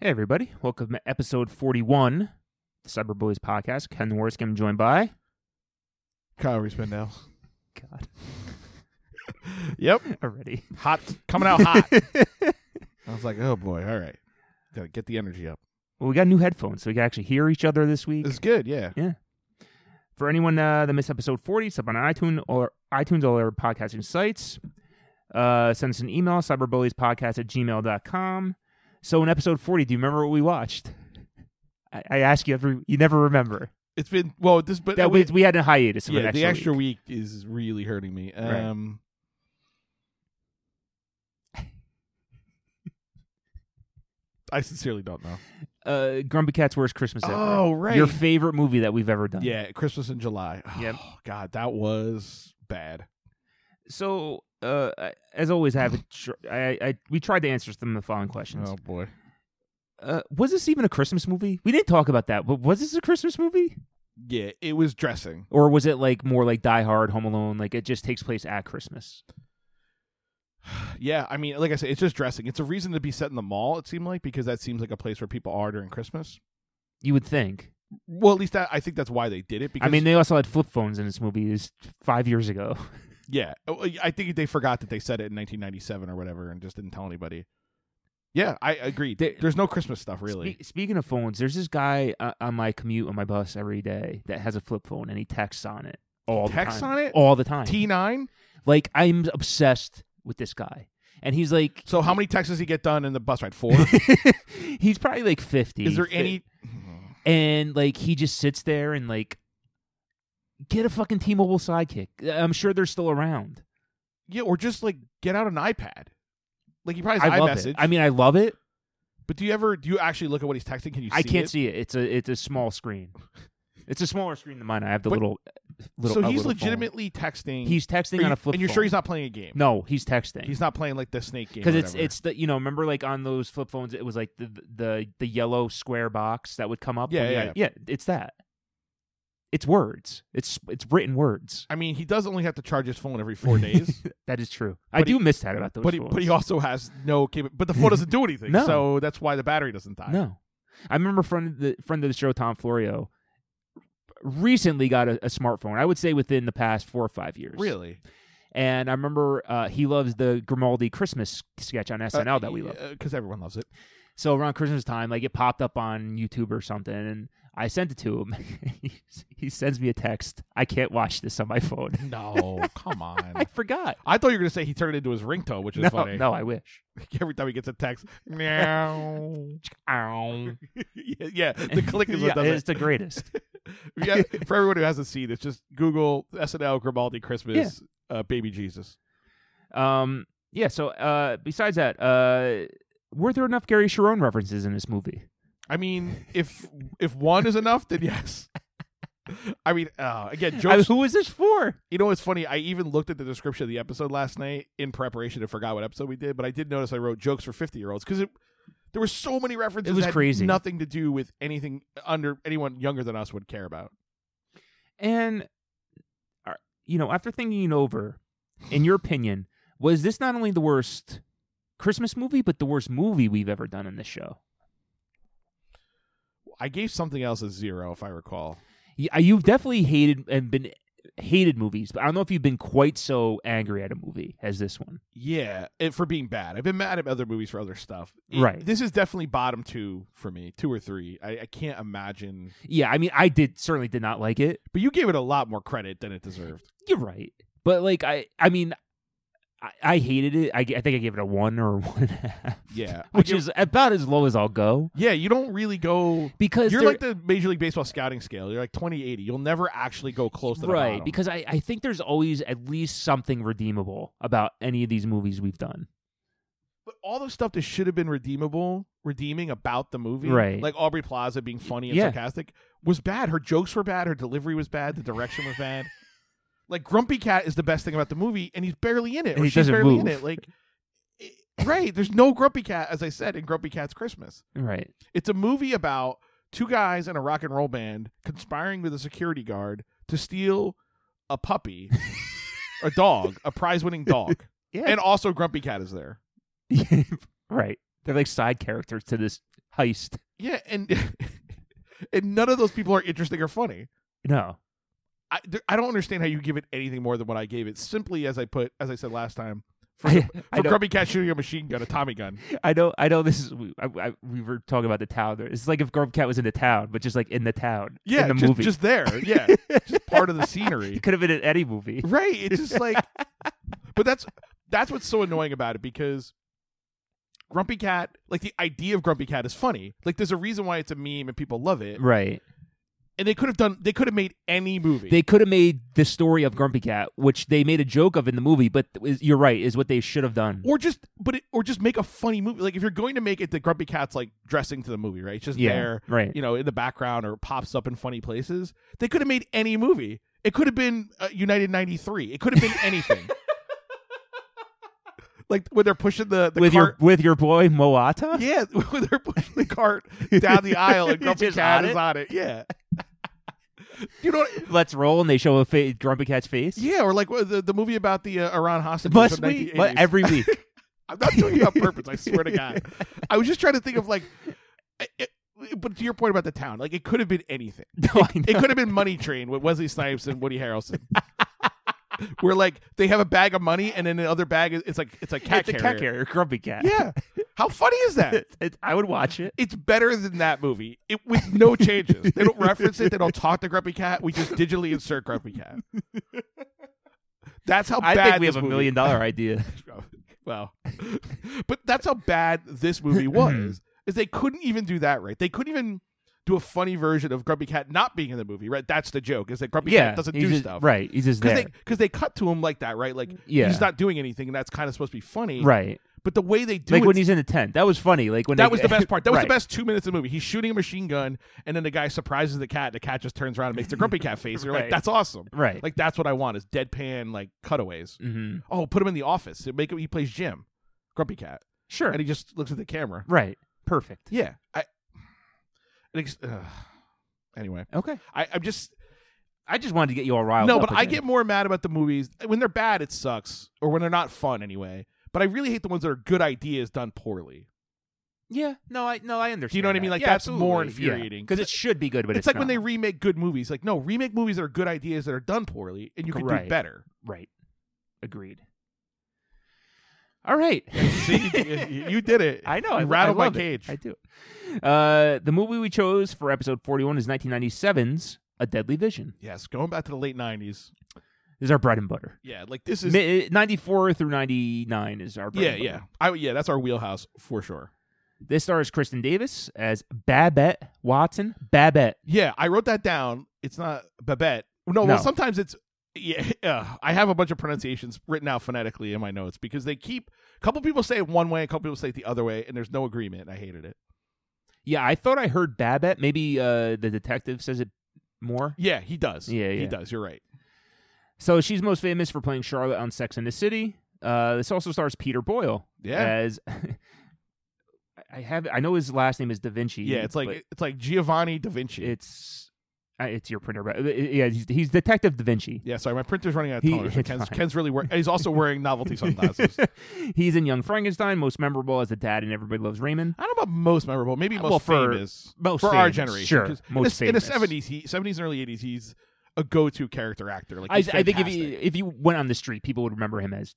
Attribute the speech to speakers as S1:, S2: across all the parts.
S1: Hey, everybody. Welcome to episode 41, the Cyberbullies podcast. Ken Warsk, I'm joined by.
S2: Kyrie Spindell.
S1: God,
S2: yep.
S1: already.
S2: Hot. Coming out hot. I was like, oh boy, all right. Gotta get the energy up.
S1: Well, we got new headphones, so we can actually hear each other this week.
S2: It's good, yeah.
S1: For anyone uh, that missed episode 40, it's up on iTunes or iTunes all our podcasting sites. Uh, send us an email, cyberbulliespodcast at gmail.com. So in episode 40, do you remember what we watched? I, I ask you every, you never remember.
S2: It's been well this but
S1: That
S2: Uh, we,
S1: we, we had a hiatus of an
S2: yeah, the
S1: extra
S2: extra
S1: week.
S2: week. is really hurting me.
S1: Right.
S2: Um I sincerely don't know.
S1: Uh, Grumpy Cat's Worst Christmas Ever.
S2: Oh, right.
S1: Your favorite movie that we've ever done.
S2: yeah, Christmas in July. Oh,
S1: Yep.
S2: God, that was bad.
S1: So, uh, I- as always, I have a tr- I, I we tried to answer some of the following questions.
S2: Oh boy.
S1: Uh, was this even a Christmas movie? We didn't talk about that, but was this a Christmas movie,
S2: Yeah, it was dressing.
S1: or was it like more like Die Hard, Home Alone? Like it just takes place at Christmas.
S2: Yeah, I mean, like I said, it's just dressing. It's a reason to be set in the mall. It seemed like because that seems like a place where people are during Christmas.
S1: You would think.
S2: Well, at least that, I think that's why they did it. Because
S1: I mean, they also had flip phones in this movie. Is five years ago.
S2: yeah, Oh, I think they forgot that they said it in 1997 or whatever, and just didn't tell anybody. Yeah, I agree.
S1: They-
S2: There's no Christmas stuff really.
S1: Spe- speaking of phones, there's this guy uh, on my commute on my bus every day that has a flip phone and he texts on it all
S2: Texts
S1: the time.
S2: on it?
S1: all the time.
S2: T9.
S1: like I'm obsessed with this guy, and he's like
S2: So how many texts does he get done in the bus ride? Four.
S1: he's probably like 50
S2: Is there
S1: Fi-
S2: any?
S1: and like he just sits there and like get a fucking t-mobile sidekick i'm sure they're still around
S2: Yeah, or just like get out an iPad. Like he probably has
S1: i love
S2: iMessage.
S1: it i mean i love it
S2: but do you ever do you actually look at what he's texting? Can you? See
S1: i can't
S2: it?
S1: see it it's a it's a small screen it's a smaller screen than mine i have the
S2: But-
S1: little little
S2: so
S1: a
S2: he's
S1: little phone.
S2: legitimately texting.
S1: he's texting
S2: Are
S1: on
S2: you-
S1: a flip
S2: And you're
S1: phone.
S2: sure he's not playing a game?
S1: no he's texting
S2: he's not playing like the snake game.
S1: because
S2: or
S1: it's
S2: whatever.
S1: it's the you know remember like on those flip phones it was like the the the yellow square box that would come up
S2: Yeah,
S1: when you
S2: yeah,
S1: had- yeah it's that it's words it's it's written words
S2: I mean, he does only have to charge his phone every four days,
S1: That is true. I
S2: But he-
S1: do miss that about those
S2: but he,
S1: phones.
S2: but he also has no capa- But the phone doesn't do anything,
S1: No.
S2: so that's why the battery doesn't die.
S1: no, I remember friend of the friend of the show Tom Florio recently got a, a smartphone. I would say within the past four or five years.
S2: really.
S1: And I remember uh, he loves the Grimaldi Christmas sketch on SNL that we love.
S2: because Uh, everyone loves it.
S1: So around Christmas time, like it popped up on YouTube or something, and I sent it to him. he, he sends me a text. I can't watch this on my phone.
S2: No, come
S1: I
S2: on.
S1: forgot.
S2: I thought you were gonna say he turned it into his ringtone, which is
S1: No,
S2: funny.
S1: no, I wish.
S2: Every time he gets a text, meow.
S1: Ow.
S2: yeah, yeah, the click is
S1: yeah,
S2: what does
S1: it's
S2: it.
S1: the greatest.
S2: Yeah, for everyone who hasn't seen, it's just Google SNL Grimaldi Christmas uh, Baby Jesus.
S1: Um, yeah. So, uh, besides that, uh, were there enough Gary Sharon references in this movie?
S2: I mean, if if one is enough, then yes. I mean, uh, again,
S1: I-
S2: jokes.
S1: who is this for?
S2: You know what's funny? I even looked at the description of the episode last night in preparation and forgot what episode we did, but I did notice I wrote jokes for fifty year olds because there were so many references.
S1: It was
S2: that had
S1: crazy.
S2: Nothing to do with anything under anyone younger than us would care about.
S1: And are- you know, after thinking it over, in your opinion, was this not only the worst Christmas movie, but the worst movie we've ever done in this show?
S2: I gave something else a zero, if I recall.
S1: Y- uh, You've definitely hated and been hated movies, but I don't know if you've been quite so angry at a movie as this one.
S2: Yeah, it, for being bad. I've been mad at other movies for other stuff. It-
S1: Right.
S2: This is definitely bottom two for me, two or three. I, I can't imagine.
S1: Yeah, I mean, I did certainly did not like it.
S2: But you gave it a lot more credit than it deserved.
S1: You're right, but like I, I mean, I, I hated it. I, g- I think I gave it a one or a one and a half,
S2: Yeah, I
S1: which
S2: give-
S1: is about as low as I'll go
S2: yeah. You don't really go.
S1: because
S2: You're
S1: there-
S2: like the Major League Baseball scouting scale. You're like 2080. You'll never actually go close to the
S1: right
S2: bottom.
S1: because I, I think there's always at least something redeemable about any of these movies we've done.
S2: but all the stuff that should have been redeemable, redeeming about the movie,
S1: Right.
S2: Like Aubrey Plaza being funny and
S1: Yeah.
S2: sarcastic was bad. Her jokes were bad. Her delivery was bad. The direction was bad. Like Grumpy Cat is the best thing about the movie, and he's barely in it.
S1: And
S2: or
S1: he
S2: she's
S1: doesn't
S2: barely in
S1: move.
S2: it. Like, it- right? There's no Grumpy Cat, as I said in Grumpy Cat's Christmas.
S1: Right,
S2: It's a movie about two guys in a rock and roll band conspiring with a security guard to steal a puppy, a dog, a prize winning dog.
S1: Yeah.
S2: And also Grumpy Cat is there.
S1: right. They're like side characters to this heist.
S2: Yeah, and and none of those people are interesting or funny.
S1: No.
S2: I, th- I don't understand how you give it anything more than what I gave it. Simply as I put, as I said last time, for,
S1: I, I
S2: for
S1: know,
S2: Grubby Cat shooting a machine gun, a Tommy gun.
S1: I know. I know. This is. We, I, I, we were talking about the town. There, It's like if Grub Cat was in the town, but just like in the town.
S2: Yeah,
S1: In the
S2: just,
S1: movie.
S2: just there. Yeah, just part of the scenery.
S1: it could have been in any movie.
S2: Right. It's just like, but that's that's what's so annoying about it because Grumpy Cat, like the idea of Grumpy Cat is funny. Like there's a reason why it's a meme and people love it.
S1: Right.
S2: And they could have done, they could have made any movie.
S1: They could have made the story of Grumpy Cat, which they made a joke of in the movie, but is, you're right, is what they should have done.
S2: or just but it, or just make a funny movie like if you're going to make it the grumpy cat's like dressing to the movie right it's just
S1: Yeah,
S2: there
S1: right.
S2: you know in the background or pops up in funny places they could have made any movie it could have been uh, united 93 it could have been anything like when they're pushing the, the
S1: with
S2: cart
S1: your with your boy Moata.
S2: yeah when they're pushing the cart down the aisle and
S1: He's
S2: grumpy
S1: just
S2: cat
S1: on
S2: is
S1: it.
S2: on it yeah you know what
S1: Let's roll, and they show a fa- Grumpy Cat's face.
S2: yeah, or like what- the, the movie about the uh, Iran hostage.
S1: Must we? But every week.
S2: I'm not doing it on purpose. I swear to God. I was just trying to think of like, I- it, but to your point about the town, like it could have been anything.
S1: No, I know.
S2: It could have been Money Train with Wesley Snipes and Woody Harrelson. Where like they have a bag of money and then the other bag is it's like it's like cat
S1: it's a cat carrier, Grumpy Cat.
S2: Yeah, how funny is that?
S1: It- it- I would watch it.
S2: It's better than that movie. It with no changes. They don't reference it. They don't talk to Grumpy Cat. We just digitally insert Grumpy Cat. That's how
S1: I
S2: bad
S1: think we
S2: this
S1: have a
S2: movie
S1: million dollar idea.
S2: well, but that's how bad this movie was. is they couldn't even do that right. They couldn't even do a funny version of Grumpy Cat not being in the movie. Right? That's the joke. Is that Grumpy
S1: yeah,
S2: Cat doesn't
S1: he's
S2: do
S1: just-
S2: stuff.
S1: Right, he's just
S2: Because
S1: there.
S2: they, 'cause they cut to him like that, right? Like
S1: Yeah.
S2: he's not doing anything, and that's kind of supposed to be funny,
S1: right,
S2: But the way they do
S1: like
S2: it,
S1: when he's in the tent. That was funny. Like when
S2: that
S1: they-
S2: was the best part. That was
S1: Right.
S2: the best two minutes of the movie. He's shooting a machine gun, and then the guy surprises the cat. and The cat just turns around and makes the Grumpy Cat face. You're like,
S1: Right.
S2: that's awesome,
S1: Right.
S2: Like that's what I want is deadpan like cutaways.
S1: hmm
S2: Oh, put him in the office. Make him. He plays Jim, Grumpy Cat,
S1: Sure.
S2: and he just looks at the camera.
S1: right. Perfect.
S2: Yeah. I. it ex- ugh. Anyway,
S1: Okay.
S2: I, I'm just
S1: I just wanted to get you all riled
S2: no,
S1: up.
S2: but I
S1: again.
S2: get more mad about the movies when they're bad. It sucks, or when they're not fun. Anyway, but I really hate the ones that are good ideas done poorly.
S1: Yeah. No, I no, I understand.
S2: Do you know what I
S1: that.
S2: mean? Like,
S1: Yeah,
S2: that's more
S1: absolutely. Yeah.
S2: infuriating.
S1: because it should be good, but it's,
S2: It's, like when
S1: not.
S2: they remake good movies. Like no, remake movies that are good ideas that are done poorly, and you can do
S1: Right.
S2: better.
S1: right. Agreed. All right.
S2: See, you, you did it.
S1: I know.
S2: You
S1: I,
S2: rattled
S1: I
S2: my
S1: love it.
S2: cage.
S1: I do. Uh, the movie we chose for episode 41 is 1997's A Deadly Vision.
S2: yes, going back to the late '90s.
S1: This is our bread and butter.
S2: Yeah, like this is
S1: Mi- 94 through 99 is our bread
S2: yeah,
S1: and butter.
S2: yeah. I yeah, that's our wheelhouse for sure.
S1: This stars Kristen Davis as Babette Watson. Babette.
S2: Yeah, I wrote that down. It's not Babette.
S1: No.
S2: No, well, sometimes it's yeah. Uh, I have a bunch of pronunciations written out phonetically in my notes because they keep a couple people say it one way, a couple people say it the other way, and there's no agreement. I hated it.
S1: Yeah, I thought I heard Babette. Maybe uh, the detective says it more.
S2: Yeah, he does.
S1: Yeah,
S2: he
S1: yeah.
S2: does. You're right.
S1: So she's most famous for playing Charlotte on Sex and the City. Uh, this also stars Peter Boyle
S2: Yeah,
S1: as I have. I know his last name is Da Vinci.
S2: yeah. It's like
S1: but
S2: it's like Giovanni da Vinci.
S1: it's I- it's your printer, but uh, yeah, he's, he's Detective Da Vinci.
S2: yeah, sorry, my printer's running out of
S1: He-
S2: toner. so
S1: it's
S2: Ken's,
S1: fine.
S2: Ken's really wearing. He's also wearing novelty sunglasses.
S1: he's in Young Frankenstein, most memorable as the dad, and everybody loves Raymond.
S2: I don't know about most memorable, maybe most
S1: Uh, Well, for-
S2: famous.
S1: Most
S2: for our
S1: famous,
S2: generation.
S1: sure.
S2: 'cause in
S1: Most
S2: the, in the
S1: famous.
S2: 70s, he, 70s and early 80s, he's a go-to character actor. Like
S1: I,
S2: he's
S1: I think if
S2: fantastic.
S1: you if you went on the street, people would remember him as.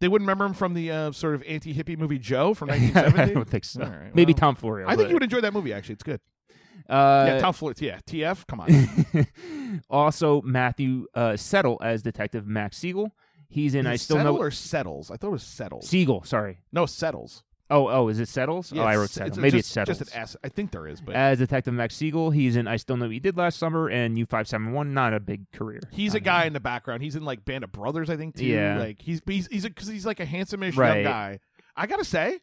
S2: they wouldn't remember him from the uh, sort of anti-hippie movie Joe from
S1: I
S2: 1970.
S1: don't think so.
S2: All right,
S1: Maybe
S2: well,
S1: Tom Florio.
S2: I think
S1: but-
S2: you would enjoy that movie. Actually, it's good. yeah,
S1: Uh,
S2: Tom Floyd. Yeah, TF. Come on.
S1: also, Matthew uh, Settle as Detective Max Siegel. He's in. I
S2: Is it
S1: still
S2: settle
S1: know
S2: or settles. I thought it was settles.
S1: Siegel. Sorry.
S2: no, settles.
S1: Oh, oh, is it Settles?
S2: Yeah,
S1: oh, I wrote
S2: it's-
S1: Settle.
S2: it's-
S1: Maybe
S2: just,
S1: it's Settles.
S2: Just an S. I think there is, but
S1: as Detective Max Siegel, he's in I Still Know What You Did Last Summer and U five seven one. Not a big career.
S2: he's
S1: on
S2: a
S1: him.
S2: guy in the background. He's in like Band of Brothers, I think. Too.
S1: Yeah.
S2: like he's but he's he's because he's like a handsomish
S1: Right.
S2: young guy. I gotta say,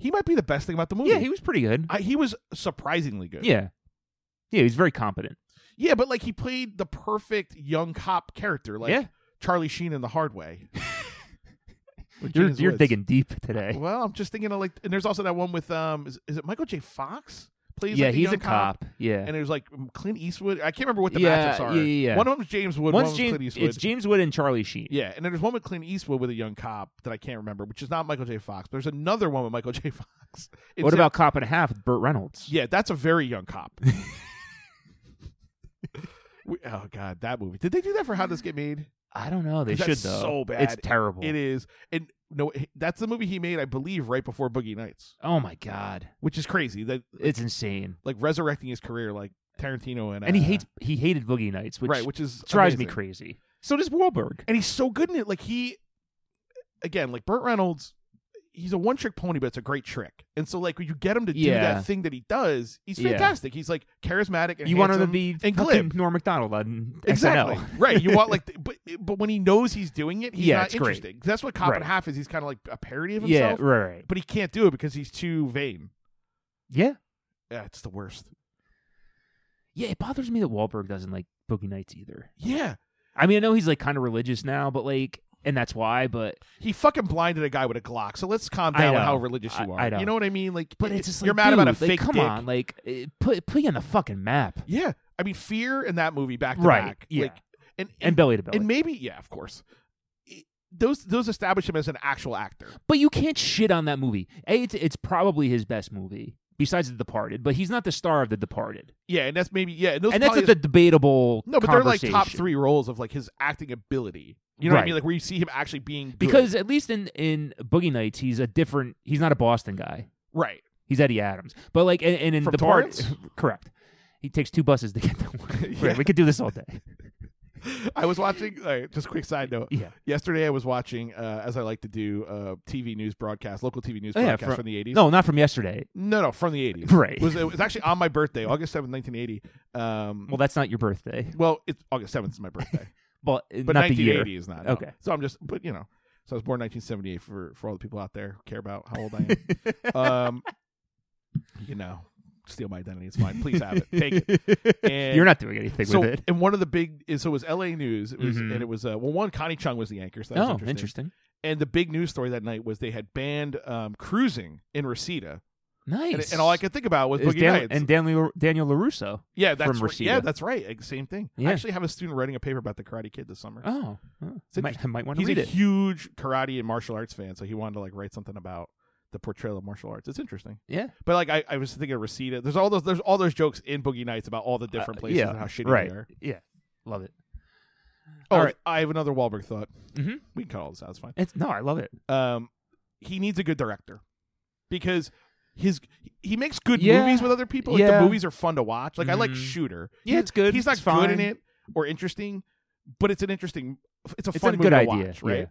S2: he might be the best thing about the movie.
S1: Yeah, he was pretty good.
S2: I, he was surprisingly good.
S1: Yeah, yeah, he's very competent.
S2: Yeah, but like he played the perfect young cop character, like
S1: Yeah.
S2: Charlie Sheen in the hard way. With
S1: You're eh?
S2: Gene
S1: you're
S2: Woods.
S1: digging deep today.
S2: Well, I'm just thinking of like, and there's also that one with um, is, is it Michael J. Fox? plays.
S1: yeah,
S2: like, a
S1: he's
S2: young
S1: a cop. Yeah.
S2: and it was like um, Clint Eastwood. I can't remember what the
S1: Yeah,
S2: matchups are.
S1: yeah, yeah, yeah.
S2: One of them's James Wood.
S1: Once
S2: one of them's
S1: James,
S2: Clint Eastwood.
S1: it's James Wood and Charlie Sheen.
S2: yeah, and then there's one with Clint Eastwood with a young cop that I can't remember, which is not Michael J. Fox. But there's another one with Michael J. Fox. It's
S1: what
S2: him-
S1: about Cop and a Half? Burt Reynolds.
S2: Yeah, that's a very young cop. We- oh God, that movie! Did they do that for How This Get Made?
S1: I don't know. They
S2: 'Cause
S1: should
S2: that's
S1: though.
S2: so bad.
S1: It's terrible.
S2: It is, and no, that's the movie he made, I believe, right before Boogie Nights,
S1: Oh my god,
S2: which is crazy. That
S1: it's insane.
S2: like resurrecting his career, like Tarantino and
S1: And he
S2: uh,
S1: hates he hated Boogie Nights, which,
S2: right, which is
S1: drives me
S2: amazing.
S1: crazy. So does Wahlberg.
S2: and he's so good in it. Like he, again, like Burt Reynolds, he's a one trick pony, but it's a great trick. And so like when you get him to do
S1: Yeah.
S2: that thing that he does, he's
S1: Yeah.
S2: fantastic. He's like charismatic. And
S1: You want him to
S2: handsome.
S1: be fucking
S2: and glib.
S1: Norm Macdonald on
S2: exactly
S1: SNL.
S2: right. You want like, the, but but when he knows he's doing it, he's
S1: Yeah,
S2: not
S1: it's great.
S2: interesting. That's what Cop and
S1: Right.
S2: Half is. He's kind of like a parody of
S1: Yeah,
S2: himself,
S1: right, right.
S2: but he can't do it because he's too vain.
S1: Yeah,
S2: Yeah, it's the worst.
S1: yeah. It bothers me that Wahlberg doesn't like Boogie Nights either.
S2: Yeah,
S1: I mean, I know he's like kind of religious now, but like, and that's why. But
S2: he fucking blinded a guy with a Glock. So let's calm
S1: I
S2: down with
S1: know.
S2: how religious you
S1: I-
S2: are.
S1: I know.
S2: You know what I mean? Like,
S1: but
S2: it-
S1: it's just like,
S2: you're mad about a
S1: dude, like,
S2: fake.
S1: Come
S2: dick.
S1: on, like eh, put put you on the fucking map.
S2: Yeah, I mean, Fear and that movie back to
S1: Right,
S2: back.
S1: yeah.
S2: Like, and
S1: And
S2: and,
S1: belly to belly.
S2: and maybe yeah, of course. It- Those those establish him as an actual actor.
S1: But you can't shit on that movie. A, it's, it's probably his best movie besides The Departed, but he's not the star of The Departed,
S2: Yeah, and that's maybe yeah, and, those
S1: and that's
S2: probably
S1: like the debatable.
S2: no, but they're like top
S1: conversation.
S2: three roles of like his acting ability. You know what I
S1: Right.
S2: mean? Like where you see him actually being good.
S1: because at least in in Boogie Nights, he's a different. He's not a Boston guy.
S2: right
S1: He's Eddie Adams. But like, and, and in
S2: From
S1: The Departed, correct. He takes two buses to get to work. Right,
S2: Yeah.
S1: we could do this all day.
S2: I was watching. all right, just quick side note.
S1: Yeah.
S2: Yesterday I was watching, uh, as I like to do, uh, TV news broadcast, local TV news
S1: Oh, yeah,
S2: broadcast
S1: from-
S2: from, the eighties.
S1: No, not from yesterday.
S2: no, no, from the eighties.
S1: Right.
S2: It was it was actually on my birthday, August seventh, nineteen eighty. Um,
S1: Well, that's not your birthday,
S2: well, it's August seventh is my birthday.
S1: but, uh,
S2: but
S1: not the year.
S2: 1980 is not. no.
S1: Okay.
S2: So I'm just, but you know, so I was born 1978 for for all the people out there who care about how old I am. um, you know, steal my identity. It's mine. Please have it. Take it. And
S1: You're not doing anything
S2: So
S1: with it.
S2: and one of the big is so it was L.A. News. It was
S1: Mhm.
S2: and it was uh, well one Connie Chung was the anchor. So that was
S1: Oh,
S2: interesting.
S1: interesting.
S2: And the big news story that night was they had banned um, cruising in Reseda,
S1: Nice.
S2: and, and all I could think about was
S1: Is
S2: Boogie
S1: Dan-
S2: Nights.
S1: and Daniel Daniel Larusso.
S2: yeah, that's
S1: from
S2: right. yeah,
S1: Reseda.
S2: that's right. Like, same thing.
S1: Yeah.
S2: I actually have a student writing a paper about the Karate Kid this summer.
S1: Oh, oh.
S2: It's
S1: might, I might want to
S2: he's
S1: read
S2: a
S1: it.
S2: huge karate and martial arts fan, so he wanted to like write something about the portrayal of martial arts. It's interesting,
S1: Yeah,
S2: but like I, I was thinking of Reseda. There's all those there's all those jokes in Boogie Nights about all the different
S1: Uh,
S2: places
S1: yeah,
S2: and how shitty
S1: right.
S2: they are.
S1: yeah, love it.
S2: Oh,
S1: All right.
S2: I have another Wahlberg thought.
S1: Mhm.
S2: We can cut all this out. It's fine.
S1: It's no, I love it.
S2: Um, he needs a good director because his he makes good
S1: Yeah.
S2: movies with other people. Like
S1: Yeah.
S2: the movies are fun to watch. Like I like
S1: Mhm.
S2: Shooter.
S1: Yeah,
S2: He-
S1: it's good.
S2: He's not
S1: It's
S2: good
S1: fine.
S2: in it or interesting, but it's an interesting. It's a
S1: It's
S2: fun
S1: a
S2: movie
S1: good
S2: to
S1: idea,
S2: watch, right?
S1: yeah.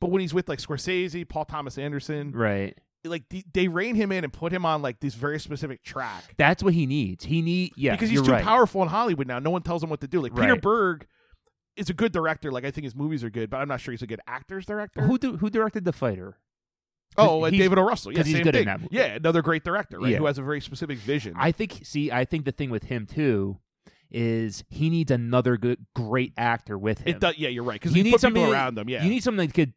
S2: But when he's with like Scorsese, Paul Thomas Anderson,
S1: Right.
S2: like th- they rein him in and put him on like this very specific track
S1: That's what he needs. He need yeah
S2: because he's
S1: you're
S2: too
S1: right.
S2: powerful in Hollywood now. No one tells him what to do. Like Peter
S1: Right.
S2: Berg is a good director. Like I think his movies are good, but I'm not sure he's a good actor's director.
S1: Who do, who directed the fighter?
S2: oh, uh,
S1: he's-
S2: David O. Russell. Yeah,
S1: 'cause he's
S2: same
S1: good in
S2: thing.
S1: that movie.
S2: Yeah, another great director, right?
S1: Yeah.
S2: Who has a very specific vision.
S1: I think. See, I think the thing with him too is he needs another good great actor with him.
S2: it does. Yeah, you're right. Because
S1: You
S2: you
S1: need
S2: put
S1: somebody
S2: people
S1: that-
S2: around him. Yeah,
S1: You need something that could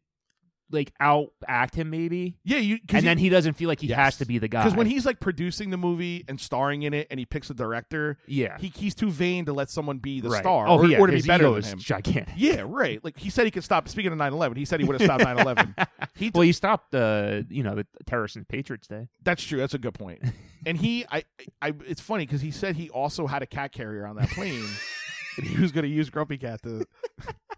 S1: like out act him maybe,
S2: yeah. You
S1: and then he doesn't feel like he
S2: Yes.
S1: has to be the guy.
S2: because when he's like producing the movie and starring in it, and he picks a director,
S1: yeah
S2: he he's too vain to let someone be the
S1: right.
S2: star
S1: oh
S2: or,
S1: yeah,
S2: or to be
S1: his
S2: better
S1: ego
S2: than
S1: is
S2: him.
S1: gigantic.
S2: Yeah, right. Like he said, he could stop. Speaking of 9/11, he said he would have stopped 9/11. He
S1: Well, he stopped the you know the terrorists and Patriots Day.
S2: That's true. That's a good point. And he, I, I, it's funny because he said he also had a cat carrier on that plane, and he was going to use Grumpy Cat to.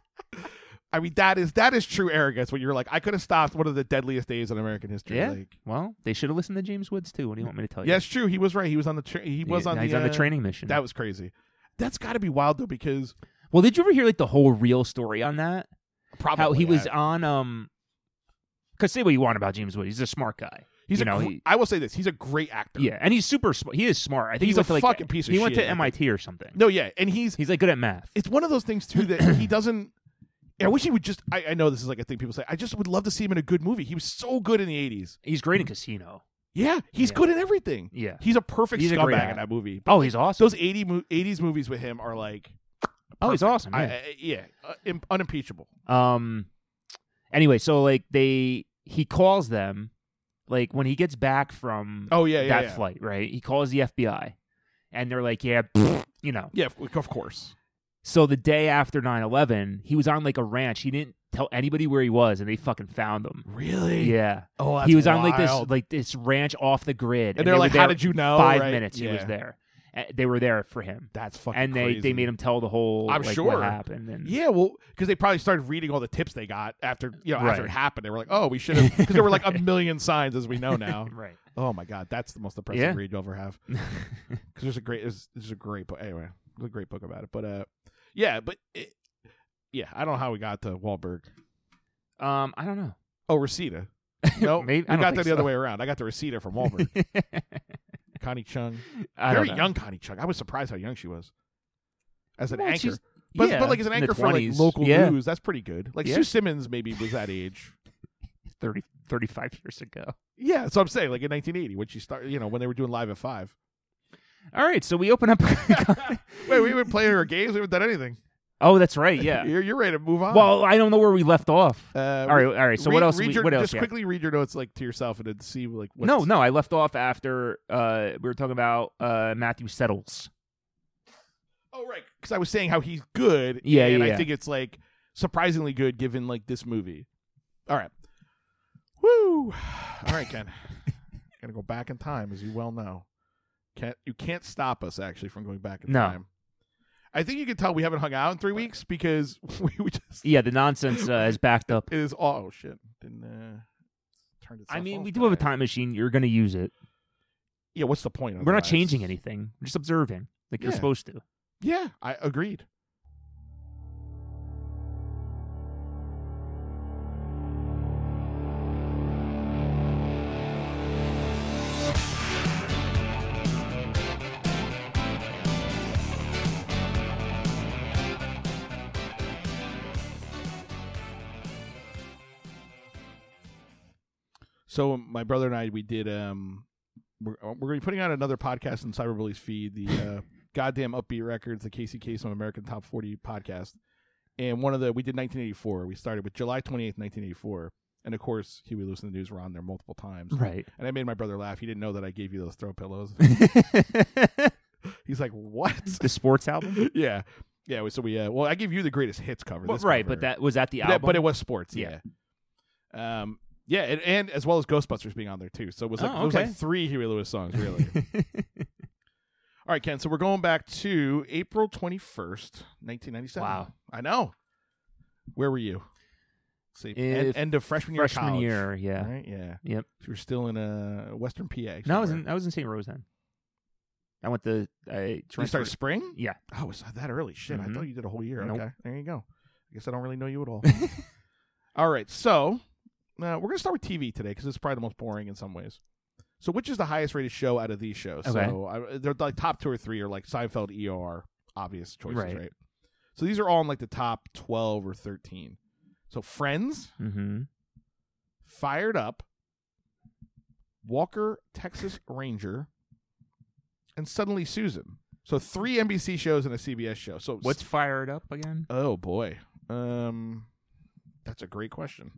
S2: I mean, that is that is true arrogance. When you're like, I could have stopped one of the deadliest days in American history.
S1: Yeah.
S2: Like,
S1: Well, they should have listened to James Woods too. What do you want me to tell you?
S2: yes, true. He was right. He was on the tra- he was
S1: Yeah,
S2: on
S1: he's
S2: the
S1: on the
S2: uh,
S1: training mission.
S2: That was crazy. That's got to be wild though because
S1: well, did you ever hear like the whole real story on that?
S2: probably
S1: How he was
S2: I-
S1: on um, because say what you want about James Woods, he's a smart guy.
S2: He's
S1: you
S2: a.
S1: know,
S2: gr-
S1: he-
S2: I will say this. He's a great actor.
S1: Yeah, and he's super. Sm- he is smart. I think
S2: He's
S1: he went
S2: a
S1: to, like,
S2: fucking piece of
S1: He went
S2: shit.
S1: to MIT or something.
S2: No. Yeah. And he's
S1: He's like good at math.
S2: it's one of those things too that he doesn't. I wish he would just. I, I know this is like a thing people say. I just would love to see him in a good movie. He was so good in the eighties.
S1: He's great in Casino.
S2: Yeah, he's
S1: Yeah.
S2: good in everything.
S1: Yeah.
S2: He's a perfect
S1: He's a great
S2: scumbag
S1: actor.
S2: in that movie.
S1: Oh, he's awesome.
S2: Those 80 mo- 80s movies with him are like,
S1: Oh, he's
S2: perfect.
S1: awesome.
S2: I,
S1: yeah.
S2: I, yeah uh, im- unimpeachable.
S1: Um. Anyway, so like they, he calls them Like when he gets back from
S2: Oh yeah, yeah,
S1: that
S2: yeah.
S1: flight, right? He calls the FBI and they're like, yeah, pfft, you know.
S2: yeah, of of course.
S1: So the day after 9 11, he was on like a ranch. He didn't tell anybody where he was and they fucking found him.
S2: Really?
S1: Yeah.
S2: Oh,
S1: he was on like this
S2: wild.
S1: like this ranch off the grid.
S2: and, they're
S1: they were
S2: like,
S1: there
S2: "How did you know?"
S1: five
S2: right?
S1: minutes he was
S2: Yeah.
S1: there. Uh, They were there for him.
S2: That's fucking.
S1: and they, they
S2: crazy.
S1: made him tell the whole
S2: I'm
S1: like,
S2: sure.
S1: what happened. And
S2: Yeah, well, because they probably started reading all the tips they got after you know after
S1: Right.
S2: it happened. They were like, "Oh, we should have," because there were like a million signs as we know now.
S1: Right.
S2: Oh my god, that's the most depressing
S1: Yeah.
S2: read you'll ever have. Because there's a great, there's, there's a great book. Anyway, there's a great book about it. But uh, yeah, but it, yeah, I don't know how we got to Wahlberg.
S1: Um, I don't know.
S2: Oh, Reseda. No,
S1: Maybe- I
S2: we
S1: don't
S2: got that
S1: think
S2: the other
S1: so.
S2: way around. I got the Reseda from Wahlberg. Connie Chung,
S1: I
S2: very
S1: don't know.
S2: young Connie Chung. I was surprised how young she was as an
S1: Well,
S2: anchor.
S1: she's-
S2: But,
S1: yeah,
S2: but like as an
S1: in the
S2: anchor for like
S1: 20s.
S2: local
S1: yeah,
S2: news, that's pretty good. Like
S1: Yeah.
S2: Sue Simmons maybe was that age.
S1: 30, 35 years ago.
S2: Yeah, that's what I'm saying. Like in 1980 when she started, you know, when they were doing live at five.
S1: All right, so we open up.
S2: Wait, we haven't played her games. We haven't done anything.
S1: oh, that's right. Yeah.
S2: you're, you're ready to move on.
S1: Well, I don't know where we left off.
S2: uh,
S1: all right, all right. So
S2: read-
S1: what else?
S2: Read
S1: we,
S2: your,
S1: what else?
S2: just
S1: yeah.
S2: quickly read your notes like to yourself and then see like what's,
S1: No, no, I left off after uh, we were talking about uh, Matthew Settles.
S2: Oh right, because I was saying how he's good.
S1: Yeah,
S2: and
S1: yeah,
S2: I
S1: yeah.
S2: think it's like surprisingly good given like this movie. All right. Woo! All right, Ken. Gonna go back in time, as you well know. Can't you can't stop us actually from going back in
S1: No.
S2: time. I think you can tell we haven't hung out in three weeks because we, we just
S1: Yeah, the nonsense uh, is backed up.
S2: it is oh shit. Didn't uh turned itself
S1: I mean,
S2: off
S1: we do have a
S2: today.
S1: time machine. You're going to use it.
S2: Yeah, what's the point?
S1: We're not
S2: otherwise?
S1: changing anything. We're just observing, like you're
S2: Yeah.
S1: supposed to.
S2: Yeah, I agreed. So um, my brother and I, we did. Um, we're, we're going to be putting out another podcast in Cyberbully's feed. The uh, goddamn upbeat records, the Casey Kasem American Top Forty podcast, and one of the we did 1984. We started with July 28th, 1984, and of course Huey Lewis and the News were on there multiple times.
S1: Right.
S2: And I made my brother laugh. He didn't know that I gave you those throw pillows.
S1: the
S2: He's like, "What?"
S1: sports album.
S2: yeah, yeah. we- So we uh, well, I gave you the greatest hits cover.
S1: Well,
S2: this
S1: right,
S2: cover.
S1: but that was that the
S2: But that-
S1: album.
S2: but it was sports. Yeah.
S1: Yeah.
S2: Um. Yeah, and, and as well as Ghostbusters being on there too. So it was like
S1: Oh,
S2: it was
S1: okay.
S2: like three Huey Lewis songs really. All right, Ken. So we're going back to April twenty first, nineteen ninety seven.
S1: Wow.
S2: I know. Where were you? Let's See,
S1: If-
S2: end, end of freshman year. of
S1: freshman
S2: college,
S1: year. Yeah.
S2: Right. Yeah.
S1: Yep.
S2: So you're still in uh, Western PA. Somewhere.
S1: No, I was in I was in St. Rose then. I went to I
S2: You
S1: transferred.
S2: start spring?
S1: Yeah.
S2: Oh, it's not that early. Shit, I
S1: Mhm.
S2: thought you did a whole year.
S1: Nope.
S2: Okay, there you go. I guess I don't really know you at all. all right, so uh, we're gonna start with TV today because it's probably the most boring in some ways. So, which is the highest rated show out of these shows?
S1: Okay.
S2: So, I, they're like top two or three are like Seinfeld, ER, obvious choices, right.
S1: Right.
S2: So these are all in like the top twelve or thirteen. So, Friends,
S1: Mm-hmm.
S2: Fired Up, Walker, Texas Ranger, and Suddenly Susan. So three NBC shows and a CBS show. So
S1: What's fired up again?
S2: Oh boy. Um that's a great question.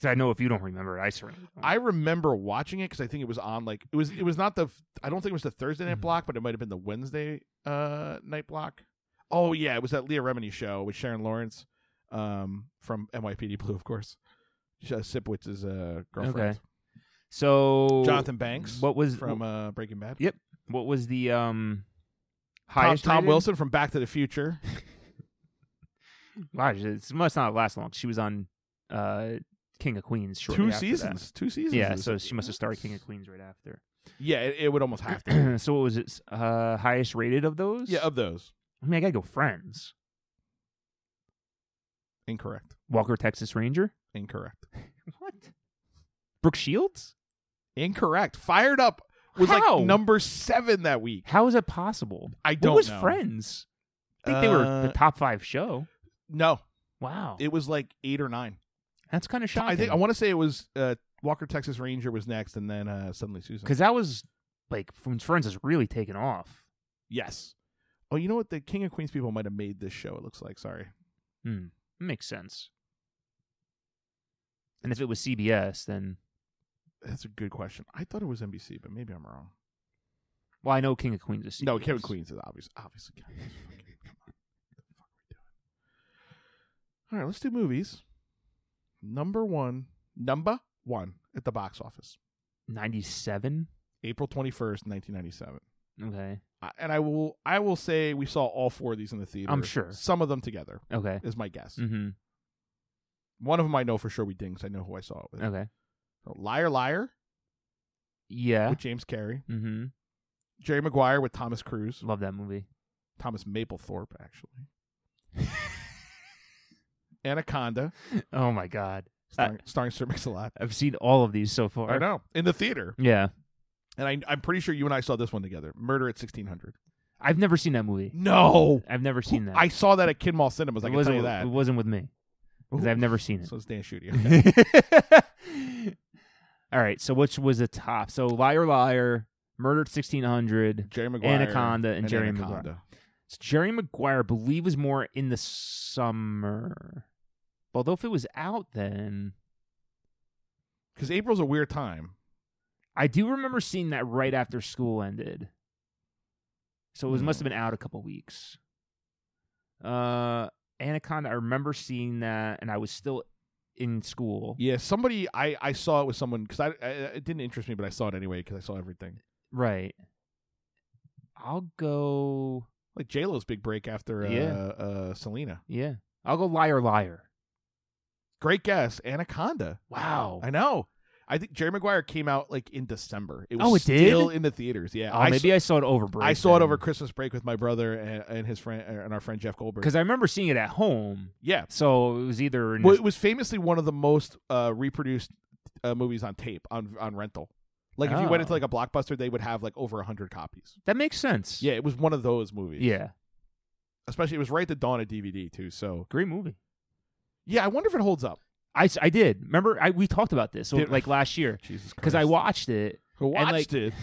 S1: 'Cause I know if you don't remember, I certainly. don't.
S2: I remember watching it cuz I think it was on like it was it was not the I don't think it was the Thursday night
S1: Mhm.
S2: block, but it might have been the Wednesday uh night block. Oh yeah, it was that Leah Remini show with Sharon Lawrence um from NYPD Blue, of course. Sh- Uh, Sipowitz's uh, girlfriend.
S1: so
S2: Jonathan Banks
S1: What was
S2: from uh, Breaking Bad.
S1: Yeah, what was the um
S2: Tom,
S1: highest?
S2: Tom
S1: rated?
S2: Wilson from Back to the Future.
S1: Wow, it must not last long. She was on uh King of Queens. shortly
S2: Two
S1: after that.
S2: seasons. Two seasons.
S1: Yeah,
S2: of this.
S1: so she must have started King of Queens right after.
S2: Yeah, it, it would almost have to.
S1: so what was it? Uh, highest rated of those?
S2: yeah, of those.
S1: I mean, I gotta go. Friends.
S2: Incorrect.
S1: Walker Texas Ranger.
S2: Incorrect.
S1: What? Brooke Shields?
S2: Incorrect. Fired up was
S1: How?
S2: like number seven that week.
S1: How is that possible?
S2: I
S1: What
S2: don't
S1: was
S2: know.
S1: Friends? I think they were the
S2: Uh,
S1: top five show.
S2: No,
S1: Wow,
S2: it was like eight or nine.
S1: that's kind of shocking.
S2: I think I want to say it was uh, Walker Texas Ranger was next, and then uh, suddenly Susan.
S1: because that was like when Friends has really taken off.
S2: Yes. Oh, you know what? The King of Queens people might have made this show. It looks like. Sorry.
S1: Hmm, makes sense. And if it was CBS, then
S2: That's a good question. I thought it was NBC, but maybe I'm wrong.
S1: Well, I know King of Queens is.
S2: No,
S1: CBS.
S2: Kevin Queens is obvious. Obviously, Kevin Queens. Fucking- come on. What the fuck are we doing? All right, let's do movies. Number one, number one at the box office,
S1: Ninety-seven.
S2: April twenty first, nineteen ninety seven.
S1: Okay.
S2: And I will, I will say we saw all four of these in the theater.
S1: I'm sure.
S2: some of them together
S1: Okay.
S2: is my guess.
S1: Mm-hmm.
S2: One of them I know for sure we did because I know who I saw it with.
S1: Okay.
S2: So, liar, liar
S1: Yeah.
S2: with James Carey,
S1: Mm-hmm.
S2: Jerry Maguire with Thomas Cruise,
S1: Love that movie.
S2: Thomas Maplethorpe actually, Anaconda,
S1: Oh my god.
S2: starring, starring Sir Mix-a-Lot.
S1: I've seen all of these so far.
S2: I know. In the theater.
S1: Yeah.
S2: And I, I'm pretty sure you and I saw this one together. Murder at 1600.
S1: I've never seen that movie.
S2: No.
S1: I've never seen that.
S2: I saw that at Kinmall Cinemas. I
S1: it
S2: can tell
S1: wasn't,
S2: you
S1: with-
S2: that.
S1: It wasn't with me because I've never seen it.
S2: So it's Dan Schutte.
S1: all right. So which was the top? So Liar Liar, Murdered sixteen hundred.
S2: Jerry Maguire.
S1: Anaconda and Jerry Maguire.
S2: Anaconda.
S1: So Jerry Maguire, I believe, was more in the summer. Although if it was out then,
S2: Because April's a weird time.
S1: I do remember seeing that right after school ended. So it was,
S2: Hmm.
S1: must have been out a couple weeks. Uh, Anaconda, I remember seeing that, and I was still in school.
S2: Yeah, somebody, I, I saw it with someone because I, I it didn't interest me, but I saw it anyway because I saw everything.
S1: Right. I'll go.
S2: Like JLo's big break after uh,
S1: Yeah.
S2: uh, Selena.
S1: Yeah, I'll go. Liar, liar.
S2: Great guess. Anaconda.
S1: Wow.
S2: I know. I think Jerry Maguire came out like in December. It was
S1: Oh, it did?
S2: still in the theaters. Yeah.
S1: oh,
S2: I
S1: maybe I saw it over break.
S2: I saw it over Christmas break with my brother and, and his friend er, and our friend Jeff Goldberg.
S1: because I remember seeing it at home.
S2: yeah,
S1: So it was either in
S2: well, it was famously one of the most uh, reproduced uh, movies on tape on on rental. Like if you went into
S1: Oh.
S2: like a blockbuster, they would have like over hundred copies.
S1: that makes sense.
S2: Yeah, it was one of those movies.
S1: yeah,
S2: especially it was right at the dawn of DVD too. So
S1: great movie.
S2: yeah, I wonder if it holds up.
S1: I, s- I did remember I we talked about this so
S2: Did-
S1: like last year
S2: Jesus,
S1: because I watched it.
S2: I watched
S1: like-
S2: it.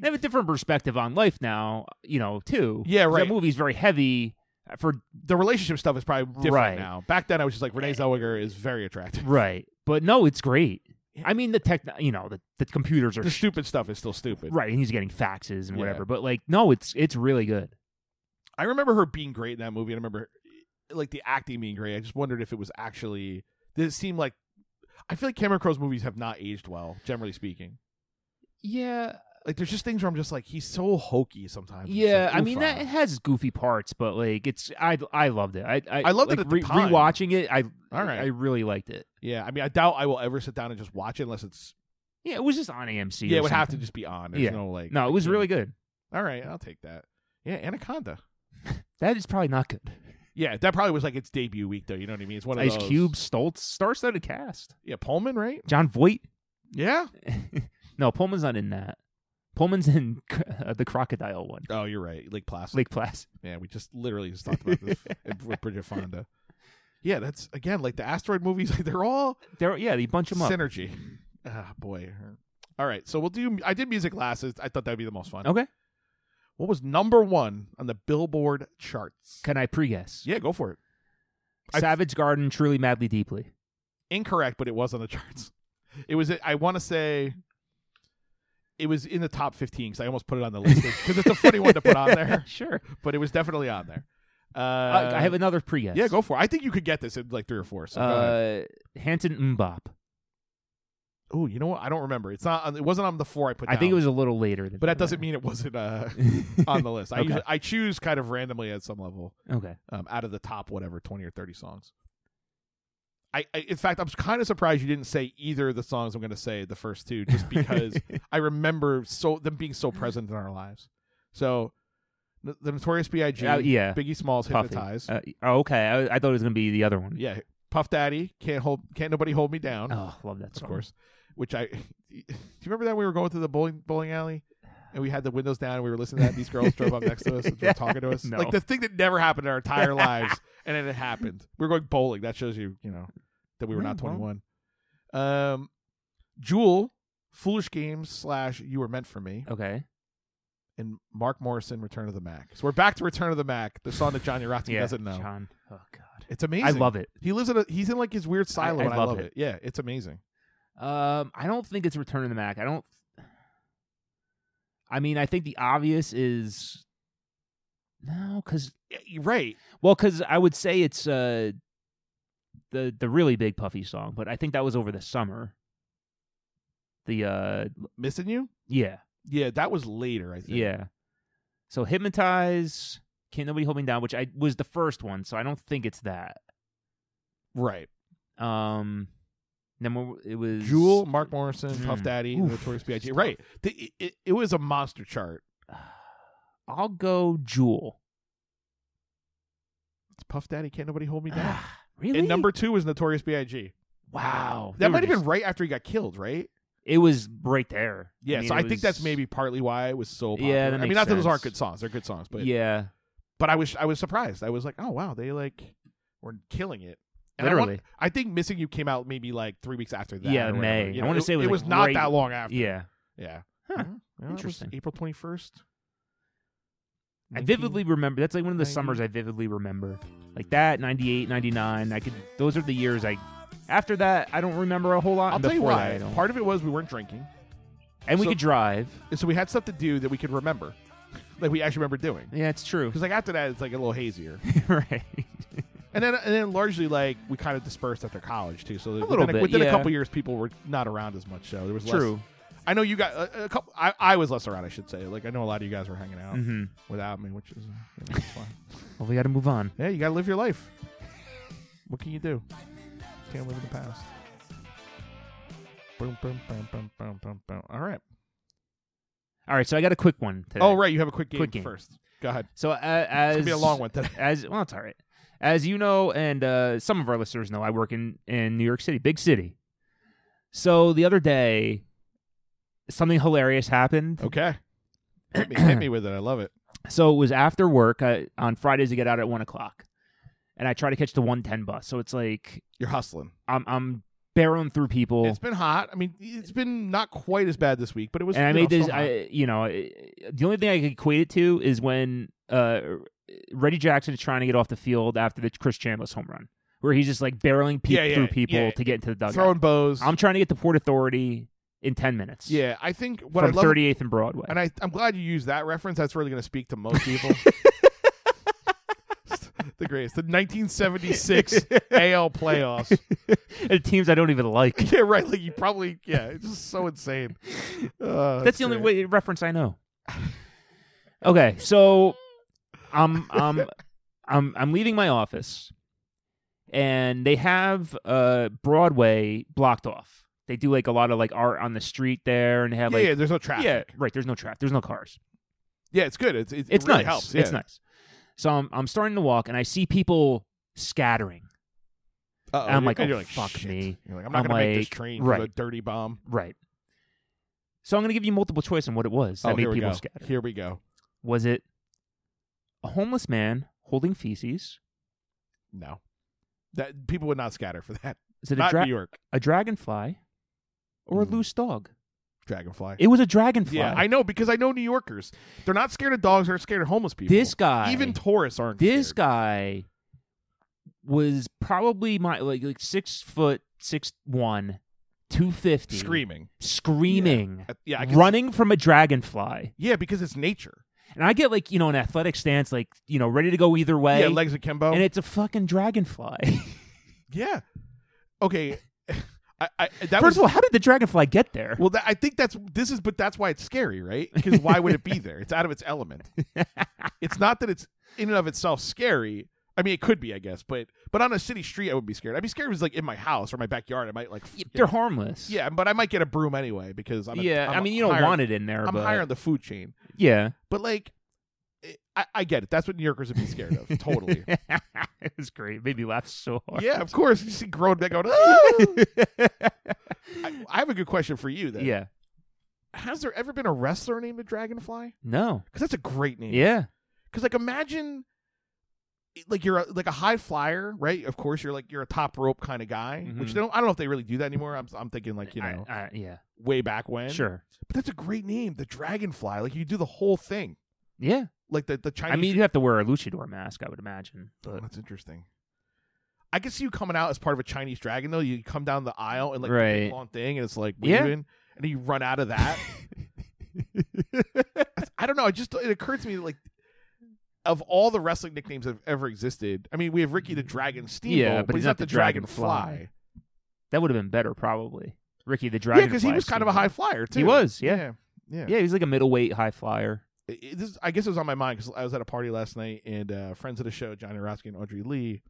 S1: I have a different perspective on life now, you know, too.
S2: Yeah,
S1: 'Cause
S2: right.
S1: That movie's very heavy for
S2: the relationship stuff is probably different
S1: Right. Eh.
S2: now. Back then, I was just like Renee Zellweger is very attractive.
S1: right, but no, it's great.
S2: Yeah.
S1: I mean, the tech, you know, the, the computers are
S2: The stupid stuff is still stupid.
S1: right, and he's getting faxes and
S2: Yeah.
S1: whatever. But like, no, it's it's really good.
S2: I remember her being great in that movie. and I remember eh, like the acting being great. I just wondered if it was actually did it seem like I feel like Cameron Crowe's movies have not aged well, generally speaking.
S1: Yeah,
S2: Like there's just things where I'm just like he's so hokey sometimes. It's
S1: yeah.
S2: like,
S1: I mean,
S2: oof,
S1: that it
S2: ah.
S1: has goofy parts, but like, it's I I loved it. I I,
S2: I loved it
S1: like,
S2: at the
S1: re-
S2: time.
S1: Rewatching it, I
S2: All right.
S1: I really liked it.
S2: yeah. I mean, I doubt I will ever sit down and just watch it unless it's
S1: Yeah, it was just on AMC.
S2: yeah.
S1: or
S2: It would have to
S1: something.
S2: just be on. There's
S1: Yeah.
S2: no like.
S1: No, it was really good.
S2: All right, I'll take that. Yeah, Anaconda.
S1: That is probably not good.
S2: Yeah, that probably was like its debut week though. You know what I mean? It's one of
S1: Ice
S2: those.
S1: Cube, Stoltz, star-studded cast.
S2: Yeah, Pullman, right?
S1: John Voight.
S2: Yeah.
S1: no, Pullman's not in that. Pullman's in uh, the crocodile one,
S2: Oh, you're right. Lake Placid.
S1: Lake Placid.
S2: Yeah, we just literally just talked about this with Bridget Fonda. Yeah, that's again like the asteroid movies. Like they're all
S1: There, yeah, they bunch them up.
S2: synergy. Ah, boy. All right, so we'll do. I did music last. I thought that'd be the most fun.
S1: Okay,
S2: What was number one on the Billboard charts?
S1: can I pre-guess?
S2: Yeah, go for it. I-
S1: Savage Garden, Truly Madly Deeply.
S2: Incorrect, but it was on the charts. It was. I want to say. It was in the top 15 because I almost put it on the list because it's a funny one to put on there,
S1: sure.
S2: but it was definitely on there. Uh,
S1: I- I have another pre-guess.
S2: Yeah, go for it. I think you could get this in like three or four. So go ahead.
S1: Uh, Hanson Mbop.
S2: Oh, you know what? I don't remember. It's not. on- It wasn't on the four I put.
S1: I
S2: down,
S1: think it was a little later. Than
S2: but that doesn't mean it wasn't uh, on the list. I
S1: Okay.
S2: usually, I choose kind of randomly at some level
S1: okay.
S2: um, out of the top whatever twenty or thirty songs. I, I in fact I'm kind of surprised you didn't say either of the songs I'm going to say the first two just because
S1: Uh,
S2: I remember so them being so present in our lives. So the, the Notorious B.I.G.
S1: Uh, yeah.
S2: Biggie Smalls
S1: Puffy. Uh-huh.
S2: hypnotize.
S1: Uh, oh, okay. I, I thought it was gonna be the other one.
S2: yeah, Puff Daddy can't hold can't nobody hold me down.
S1: Oh, love that
S2: of
S1: song.
S2: course. Which I do you remember that we were going through the bowling bowling alley and we had the windows down and we were listening to that and these girls drove up next to us and were talking to us.
S1: No.
S2: Like the thing that never happened in our entire lives and then it happened. We were going bowling. That shows you, you know, that we were
S1: Yeah,
S2: not
S1: well.
S2: twenty one. Um Jewel, Foolish Games slash You Were Meant for Me,
S1: Okay.
S2: and Mark Morrison, Return of the Mac. So we're back to Return of the Mac, the song that Johnny Rotten
S1: yeah.
S2: doesn't know.
S1: John. Oh God.
S2: It's amazing.
S1: I love it.
S2: He lives in a he's in like his weird silo
S1: I
S2: and I
S1: love
S2: love
S1: it.
S2: it. Yeah, it's amazing.
S1: Um, I don't think it's Return of the Mac. I don't. I mean, I think the obvious is no, because
S2: Yeah, you're right.
S1: well, because I would say it's uh the the really big puffy song, but I think that was over the summer. The uh
S2: Missing you?
S1: yeah
S2: Yeah, that was later, I think.
S1: yeah, so hypnotize. Can't nobody hold me down, which I was the first one, so I don't think it's that.
S2: Right.
S1: Um, then what- it was
S2: Jewel, Mark Morrison, Puff
S1: Mm.
S2: Daddy,
S1: Oof.
S2: Notorious B.I.G.
S1: It's
S2: Right. The, it, it was a monster chart.
S1: I'll go Jewel.
S2: It's Puff Daddy, Can't Nobody Hold Me Down.
S1: Ah, really?
S2: And number two was Notorious B.I.G.
S1: wow,
S2: That
S1: They
S2: might
S1: were
S2: have been
S1: just-
S2: right after he got killed, right?
S1: It was right there.
S2: Yeah,
S1: mean,
S2: so
S1: it
S2: I think that's
S1: was-
S2: maybe partly why it was so popular.
S1: Yeah, that
S2: I
S1: makes
S2: mean, not that those aren't
S1: sense.
S2: good songs; they're good songs, but
S1: yeah,
S2: but I was I was surprised. I was like, oh wow, they like were killing it. And I want-
S1: literally.
S2: I think Missing You came out maybe like three weeks after that.
S1: Yeah,
S2: or whatever.
S1: May.
S2: You
S1: I
S2: know,
S1: wanna
S2: it,
S1: say it was,
S2: it
S1: like,
S2: was not
S1: right-
S2: that long after.
S1: yeah, Mm-hmm.
S2: yeah.
S1: Huh.
S2: Mhm. Yeah, it was
S1: Interesting.
S2: April twenty first.
S1: I vividly remember. That's like one of the summers I vividly remember. Like that, 98, 99. I could. Those are the years I. After that, I don't remember a whole lot.
S2: I'll
S1: and
S2: tell you
S1: before that, I
S2: why.
S1: don't.
S2: Part of it was we weren't drinking,
S1: and we
S2: so-
S1: could drive.
S2: and so we had stuff to do that we could remember, that we actually remember doing.
S1: Yeah, it's true.
S2: Because like after that, it's like a little hazier.
S1: right.
S2: And then, and then largely like we kind of dispersed after college too. So within,
S1: little bit,
S2: within
S1: yeah.
S2: a couple years, people were not around as much. So there was less-
S1: True.
S2: I know you got uh, a, a couple. I, I was less around, I should say. Like I know a lot of you guys were hanging out
S1: Mm-hmm.
S2: without me, which is uh, you know, it's fine.
S1: Well, we got to move on.
S2: yeah. You got to live your life. What can you do? Can't live in the past. Boom, boom, boom, boom, boom, boom, boom. All right.
S1: All right, so I got a quick one today.
S2: Oh, right. You have a quick game,
S1: Quick game.
S2: first. Go ahead.
S1: So uh,
S2: It's
S1: as
S2: gonna be a long one today.
S1: as well, it's all right. As you know, and uh, some of our listeners know, I work in in New York City, big city. So the other day, something hilarious happened.
S2: Okay. Hit me, hit me with it. I love it.
S1: So it was after work uh, on Fridays. I get out at one o'clock, and I try to catch the one ten bus. So it's like
S2: You're hustling.
S1: I'm I'm barreling through people.
S2: It's been hot. I mean, it's been not quite as bad this week, but it was.
S1: and I
S2: you
S1: made
S2: know,
S1: this.
S2: still hot.
S1: I you know I- the only thing I can equate it to is when uh, Reggie Jackson is trying to get off the field after the Chris Chandler's home run, where he's just like barreling pe-
S2: Yeah, yeah,
S1: through people
S2: yeah.
S1: to get into the dugout.
S2: throwing bows.
S1: I'm trying to get to Port Authority in ten minutes.
S2: yeah, I think what I
S1: from
S2: love,
S1: 38th and Broadway.
S2: and I, I'm glad you used that reference. That's really going to speak to most people. the greatest, the 1976 AL playoffs.
S1: And teams I don't even like.
S2: yeah, right. Like you probably, yeah, it's just so insane. Uh,
S1: That's the only way, reference I know. okay, so I'm I'm I'm I'm leaving my office, and they have uh Broadway blocked off. They do like a lot of like art on the street there, and they have
S2: Yeah,
S1: like
S2: yeah, there's no traffic.
S1: yeah, right. There's no traffic. There's no cars.
S2: yeah, it's good. It's it,
S1: It's
S2: it really
S1: nice.
S2: Helps.
S1: It's
S2: yeah.
S1: nice. So I'm I'm starting to walk, and I see people scattering.
S2: Uh-oh,
S1: I'm like,
S2: and
S1: oh,
S2: you're like,
S1: fuck
S2: shit.
S1: me.
S2: You're like, I'm not
S1: I'm
S2: gonna make this
S1: like,
S2: train
S1: right.
S2: for the dirty bomb.
S1: Right. So I'm going to give you multiple choice on what it was that
S2: oh,
S1: made
S2: here we
S1: people
S2: go.
S1: scatter.
S2: Here we go.
S1: Was it a homeless man holding feces?
S2: No, that people would not scatter for that.
S1: Is it a,
S2: Not
S1: dra-
S2: New York.
S1: a dragonfly or a
S2: Mm.
S1: loose dog?
S2: Dragonfly.
S1: It was a dragonfly.
S2: yeah, I know because I know New Yorkers. They're not scared of dogs. They're scared of homeless people.
S1: this guy,
S2: even tourists aren't.
S1: this
S2: scared.
S1: guy, was probably my like like six foot six one, two fifty,
S2: screaming.
S1: screaming,
S2: Uh, Yeah, I can
S1: running from a dragonfly.
S2: Yeah, because it's nature.
S1: And I get like you know an athletic stance, like you know ready to go either way.
S2: Yeah, legs akimbo.
S1: and it's a fucking dragonfly.
S2: yeah. Okay. I, I, that
S1: First
S2: was,
S1: of all, how did the dragonfly get there?
S2: well, that, I think that's this is, but that's why it's scary, right? Because why would it be there? It's out of its element. it's not that it's in and of itself scary. I mean, it could be, I guess, but but on a city street, I would be scared. I'd be scared if it was like in my house or my backyard. I might like, f-
S1: They're harmless.
S2: yeah, but I might get a broom anyway because I'm. A,
S1: yeah.
S2: I'm
S1: I mean, you don't
S2: higher-
S1: want it in there,
S2: I'm
S1: but
S2: higher on the food chain.
S1: yeah,
S2: But like, it- I, I get it. That's what New Yorkers would be scared of. Totally.
S1: it was great. It made me laugh so hard.
S2: yeah, of course. You see grown men going. "Ah!" I, I have a good question for you. Then,
S1: yeah.
S2: has there ever been a wrestler named the Dragonfly?
S1: No.
S2: Because that's a great name.
S1: Yeah.
S2: Because like imagine, eh, like you're a, like a high flyer, right? Of course, you're like you're a top rope kind of guy, which
S1: Mhm.
S2: they don't. I don't know if they really do that anymore. I'm I'm thinking like you
S1: I-
S2: know
S1: I- yeah.
S2: way back when.
S1: Sure.
S2: but that's a great name, the Dragonfly. Like you do the whole thing,
S1: Yeah.
S2: like the the Chinese.
S1: I mean, you would have to wear a luchador mask, I would imagine.
S2: Oh,
S1: But
S2: that's interesting. I could see you coming out as part of a Chinese dragon though. You come down the aisle and like do
S1: Right.
S2: the long thing, and it's like
S1: Yeah.
S2: waving, and then you run out of that. I don't know. It just it occurred to me like of all the wrestling nicknames that have ever existed. I mean, we have Ricky the Dragon Steamboat,
S1: Yeah, but
S2: he's not, the Dragonfly.
S1: Dragonfly. That would have been better, probably. Ricky the
S2: Yeah,
S1: Dragon.
S2: because he was kind of a high flyer too.
S1: He was, yeah.
S2: yeah. yeah.
S1: Yeah, he was like a middleweight high flyer.
S2: it- it- this I guess it was on my mind because I was at a party last night and uh, friends of the show, Johnny Roski and Audrey Lee,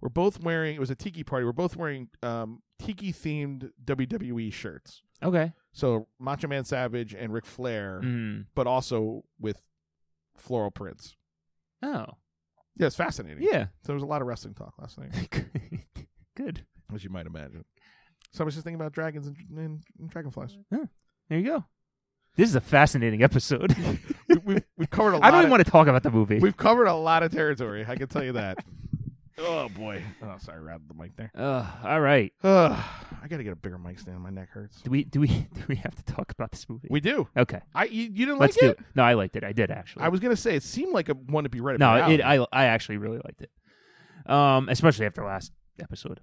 S2: were both wearing. It was a tiki party. We're both wearing um, tiki themed WWE E shirts.
S1: Okay.
S2: So Macho Man Savage and Ric Flair,
S1: Mm.
S2: but also with floral prints.
S1: Oh,
S2: Yeah, it's fascinating.
S1: yeah.
S2: So there was a lot of wrestling talk last night,
S1: Good.
S2: as you might imagine. So I was just thinking about dragons and, and, and dragonflies.
S1: There you go. This is a fascinating episode.
S2: we, we've, we've covered a lot.
S1: I don't even
S2: of-
S1: want to talk about the movie.
S2: We've covered a lot of territory. I can tell you that. oh boy. Oh, sorry, rattled the mic there.
S1: Uh, all right.
S2: Ugh, I gotta get a bigger mic stand. My neck hurts.
S1: Do we do we do we have to talk about this movie?
S2: We do.
S1: okay.
S2: I you, you didn't
S1: Let's
S2: like
S1: do
S2: it?
S1: it. No, I liked it. I did actually.
S2: I was gonna say it seemed like a one to be right. up
S1: no,
S2: your alley.
S1: it, I I actually really liked it. Um, especially after last episode.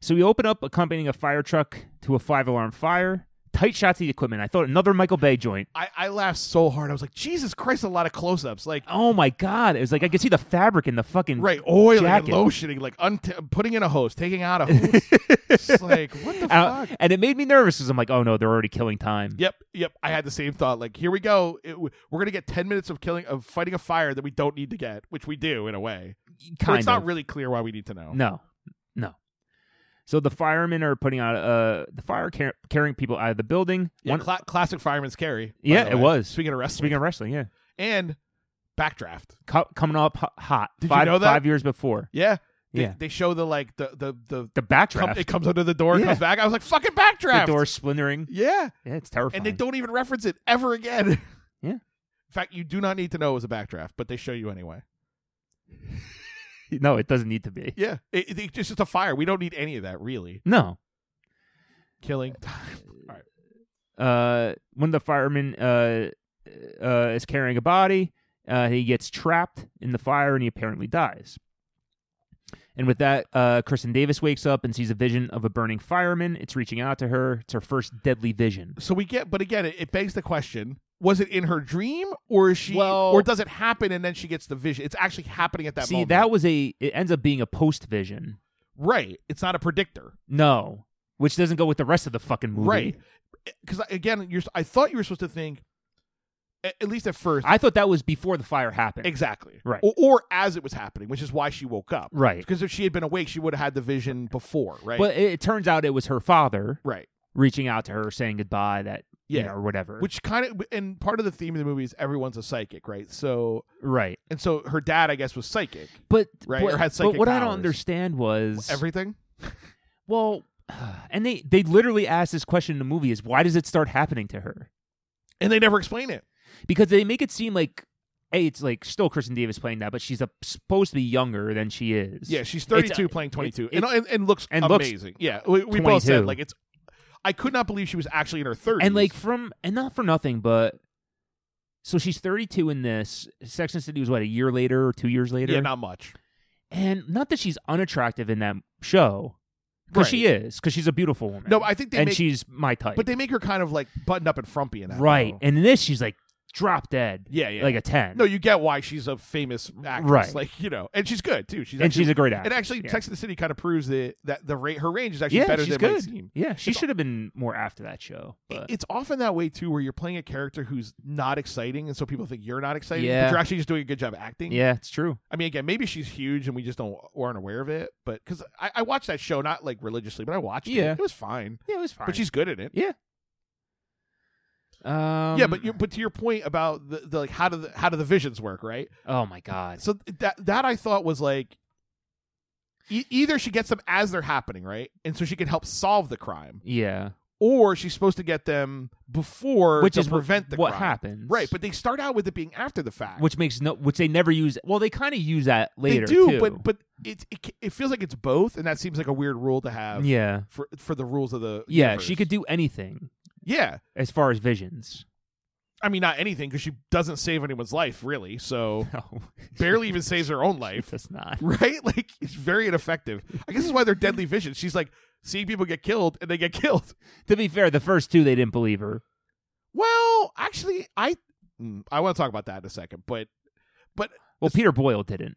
S1: So we open up accompanying a fire truck to a five alarm fire. Tight shots of the equipment. I thought another Michael Bay joint.
S2: I I laughed so hard. I was like, Jesus Christ, a lot of close ups. Like
S1: Oh my god! It was like I could see the fabric in the fucking
S2: right, oiling
S1: Um, Jacket.
S2: and lotioning, like unt- putting in a hose, taking out a hose. it's like what the
S1: Uh,
S2: fuck.
S1: and it made me nervous because I'm like, oh no, they're already killing time.
S2: Yep, yep. I had the same thought. Like, here we go. It, we're gonna get ten minutes of killing, of fighting a fire that we don't need to get, which we do in a way. But
S1: kind
S2: it's
S1: of.
S2: not really clear why we need to know.
S1: No, no. So the firemen are putting out uh the fire car- carrying people out of the building.
S2: Yeah,
S1: One-
S2: cla- classic fireman's carry. by
S1: Yeah,
S2: the
S1: it
S2: way.
S1: was.
S2: Speaking of wrestling,
S1: speaking of wrestling, yeah,
S2: and backdraft.
S1: Co- coming up ho- hot.
S2: Did you
S1: five
S2: know that?
S1: five years before
S2: Yeah, they,
S1: Yeah.
S2: They show the like the the the
S1: the
S2: come,
S1: backdraft,
S2: it comes under the door,
S1: Yeah.
S2: comes back. I was like, fucking backdraft.
S1: the door splintering.
S2: Yeah,
S1: Yeah, it's terrifying.
S2: and they don't even reference it ever again.
S1: Yeah.
S2: In fact, you do not need to know it was a backdraft, but they show you anyway.
S1: no, it doesn't need to be.
S2: Yeah, it, it- it's just a fire. We don't need any of that, really.
S1: No.
S2: Killing.
S1: Uh, when the fireman uh, uh is carrying a body, uh, he gets trapped in the fire and he apparently dies. And with that, uh, Kristen Davis wakes up and sees a vision of a burning fireman. It's reaching out to her. It's her first deadly vision.
S2: So we get, but again, it, it begs the question: Was it in her dream, or is she,
S1: Well-
S2: or does it happen and then she gets the vision? It's actually happening at that
S1: See,
S2: moment.
S1: that was a. It ends up being a post vision.
S2: right. It's not a predictor.
S1: No, which doesn't go with the rest of the fucking movie.
S2: Right. Because again, you're. I thought you were supposed to think, a- at least at first,
S1: I thought that was before the fire happened.
S2: exactly
S1: Right.
S2: or, or as it was happening, which is why she woke up.
S1: right.
S2: Because if she had been awake, she would have had the vision before. Right.
S1: But it, it turns out it was her father
S2: right.
S1: reaching out to her, saying goodbye. That you
S2: Yeah.
S1: know, or whatever.
S2: Which kind of and part of the theme of the movie is everyone's a psychic, right? So
S1: right.
S2: and so her dad, I guess, was psychic.
S1: But
S2: Right,
S1: But,
S2: or had
S1: but
S2: psychic
S1: what I don't
S2: powers.
S1: understand was
S2: Everything.
S1: well, and they they literally asked this question in the movie: is why does it start happening to her?
S2: And they never explain it.
S1: because they make it seem like a it's like still Kristen Davis playing that, but she's a, supposed to be younger than she is.
S2: Yeah, she's
S1: It's-
S2: 32 playing 22
S1: it-
S2: and, uh, and, and looks
S1: and looks
S2: amazing. yeah, we, we both
S1: 22.
S2: said like it's I could not believe she was actually in her 30s.
S1: and like from and not for nothing, but so she's 32 in this. Sex and the City was what a year later or two years later.
S2: yeah, not much.
S1: and not that she's unattractive in that show because she is because she's a beautiful woman.
S2: No, I think they
S1: and
S2: make
S1: she's my type.
S2: but they make her kind of like buttoned up and frumpy in that.
S1: right,
S2: though.
S1: and in this she's like drop dead,
S2: Yeah, yeah.
S1: like a 10.
S2: no, you get why she's a famous actress.
S1: Right.
S2: Like, you know, and she's good too. She's
S1: and
S2: actually,
S1: she's a great actress.
S2: and actually
S1: yeah.
S2: Sex and the City kind of proves that that the rate her range is actually
S1: yeah,
S2: better
S1: she's
S2: than
S1: good.
S2: might seem.
S1: Yeah, she
S2: It's-
S1: should have been more after that show.
S2: It-
S1: But
S2: It's often that way too, where you're playing a character who's not exciting, and so people think you're not exciting,
S1: Yeah.
S2: but you're actually just doing a good job acting.
S1: yeah, it's true.
S2: I mean, again, maybe she's huge and we just don't aren't aware of it. But because I, I watched that show, not like religiously, but I watched
S1: Yeah.
S2: it. It was fine,
S1: Yeah, it was fine.
S2: but she's good at it.
S1: Um,
S2: yeah, but you but to your point about the, the like how do the how do the visions work, right?
S1: oh my god,
S2: So th- that that I thought was like e- either she gets them as they're happening, right, and so she can help solve the crime,
S1: yeah,
S2: or she's supposed to get them before
S1: which
S2: to
S1: is what-
S2: prevent the
S1: what
S2: crime.
S1: happens,
S2: right? But they start out with it being after the fact,
S1: which makes no, which they never use. Well, they kind of use that
S2: they
S1: later
S2: do,
S1: too.
S2: but but it, it ca- it feels like it's both, and that seems like a weird rule to have.
S1: yeah,
S2: for for the rules of the
S1: yeah,
S2: universe.
S1: she could do anything
S2: yeah
S1: as far as visions.
S2: I mean, not anything because she doesn't save anyone's life really. So
S1: No,
S2: barely even saves her own life.
S1: that's not.
S2: right? Like it's very ineffective. I guess that's why they're deadly vision. She's like seeing people get killed and they get killed.
S1: To be fair, the first two they didn't believe her.
S2: Well, actually, I mm, I want to talk about that in a second, but
S1: Well, Peter Boyle didn't.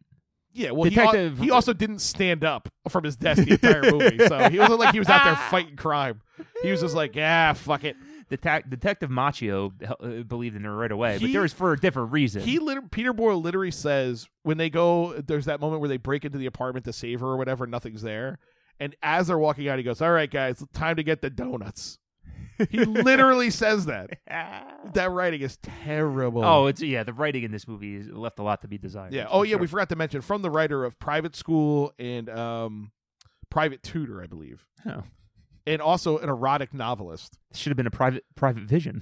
S2: yeah, well, he, al-
S1: Detective-
S2: he also didn't stand up from his desk the entire movie, so he wasn't like he was out there fighting crime. He was just like, ah, fuck it.
S1: Detec- Detective Machio uh, believed in her right away, but
S2: He-
S1: there was for a different reason.
S2: He liter- Peter Boyle literally says when they go, there's that moment where they break into the apartment to save her or whatever, nothing's there, and as they're walking out, he goes, "All right, guys, time to get the donuts." He literally says that. That writing is terrible.
S1: oh, it's yeah. The writing in this movie is left a lot to be desired.
S2: yeah.
S1: for
S2: Oh, yeah.
S1: sure.
S2: We forgot to mention from the writer of Private School and um, Private Tutor, I believe,
S1: Oh.
S2: and also an erotic novelist.
S1: should have been a private private vision.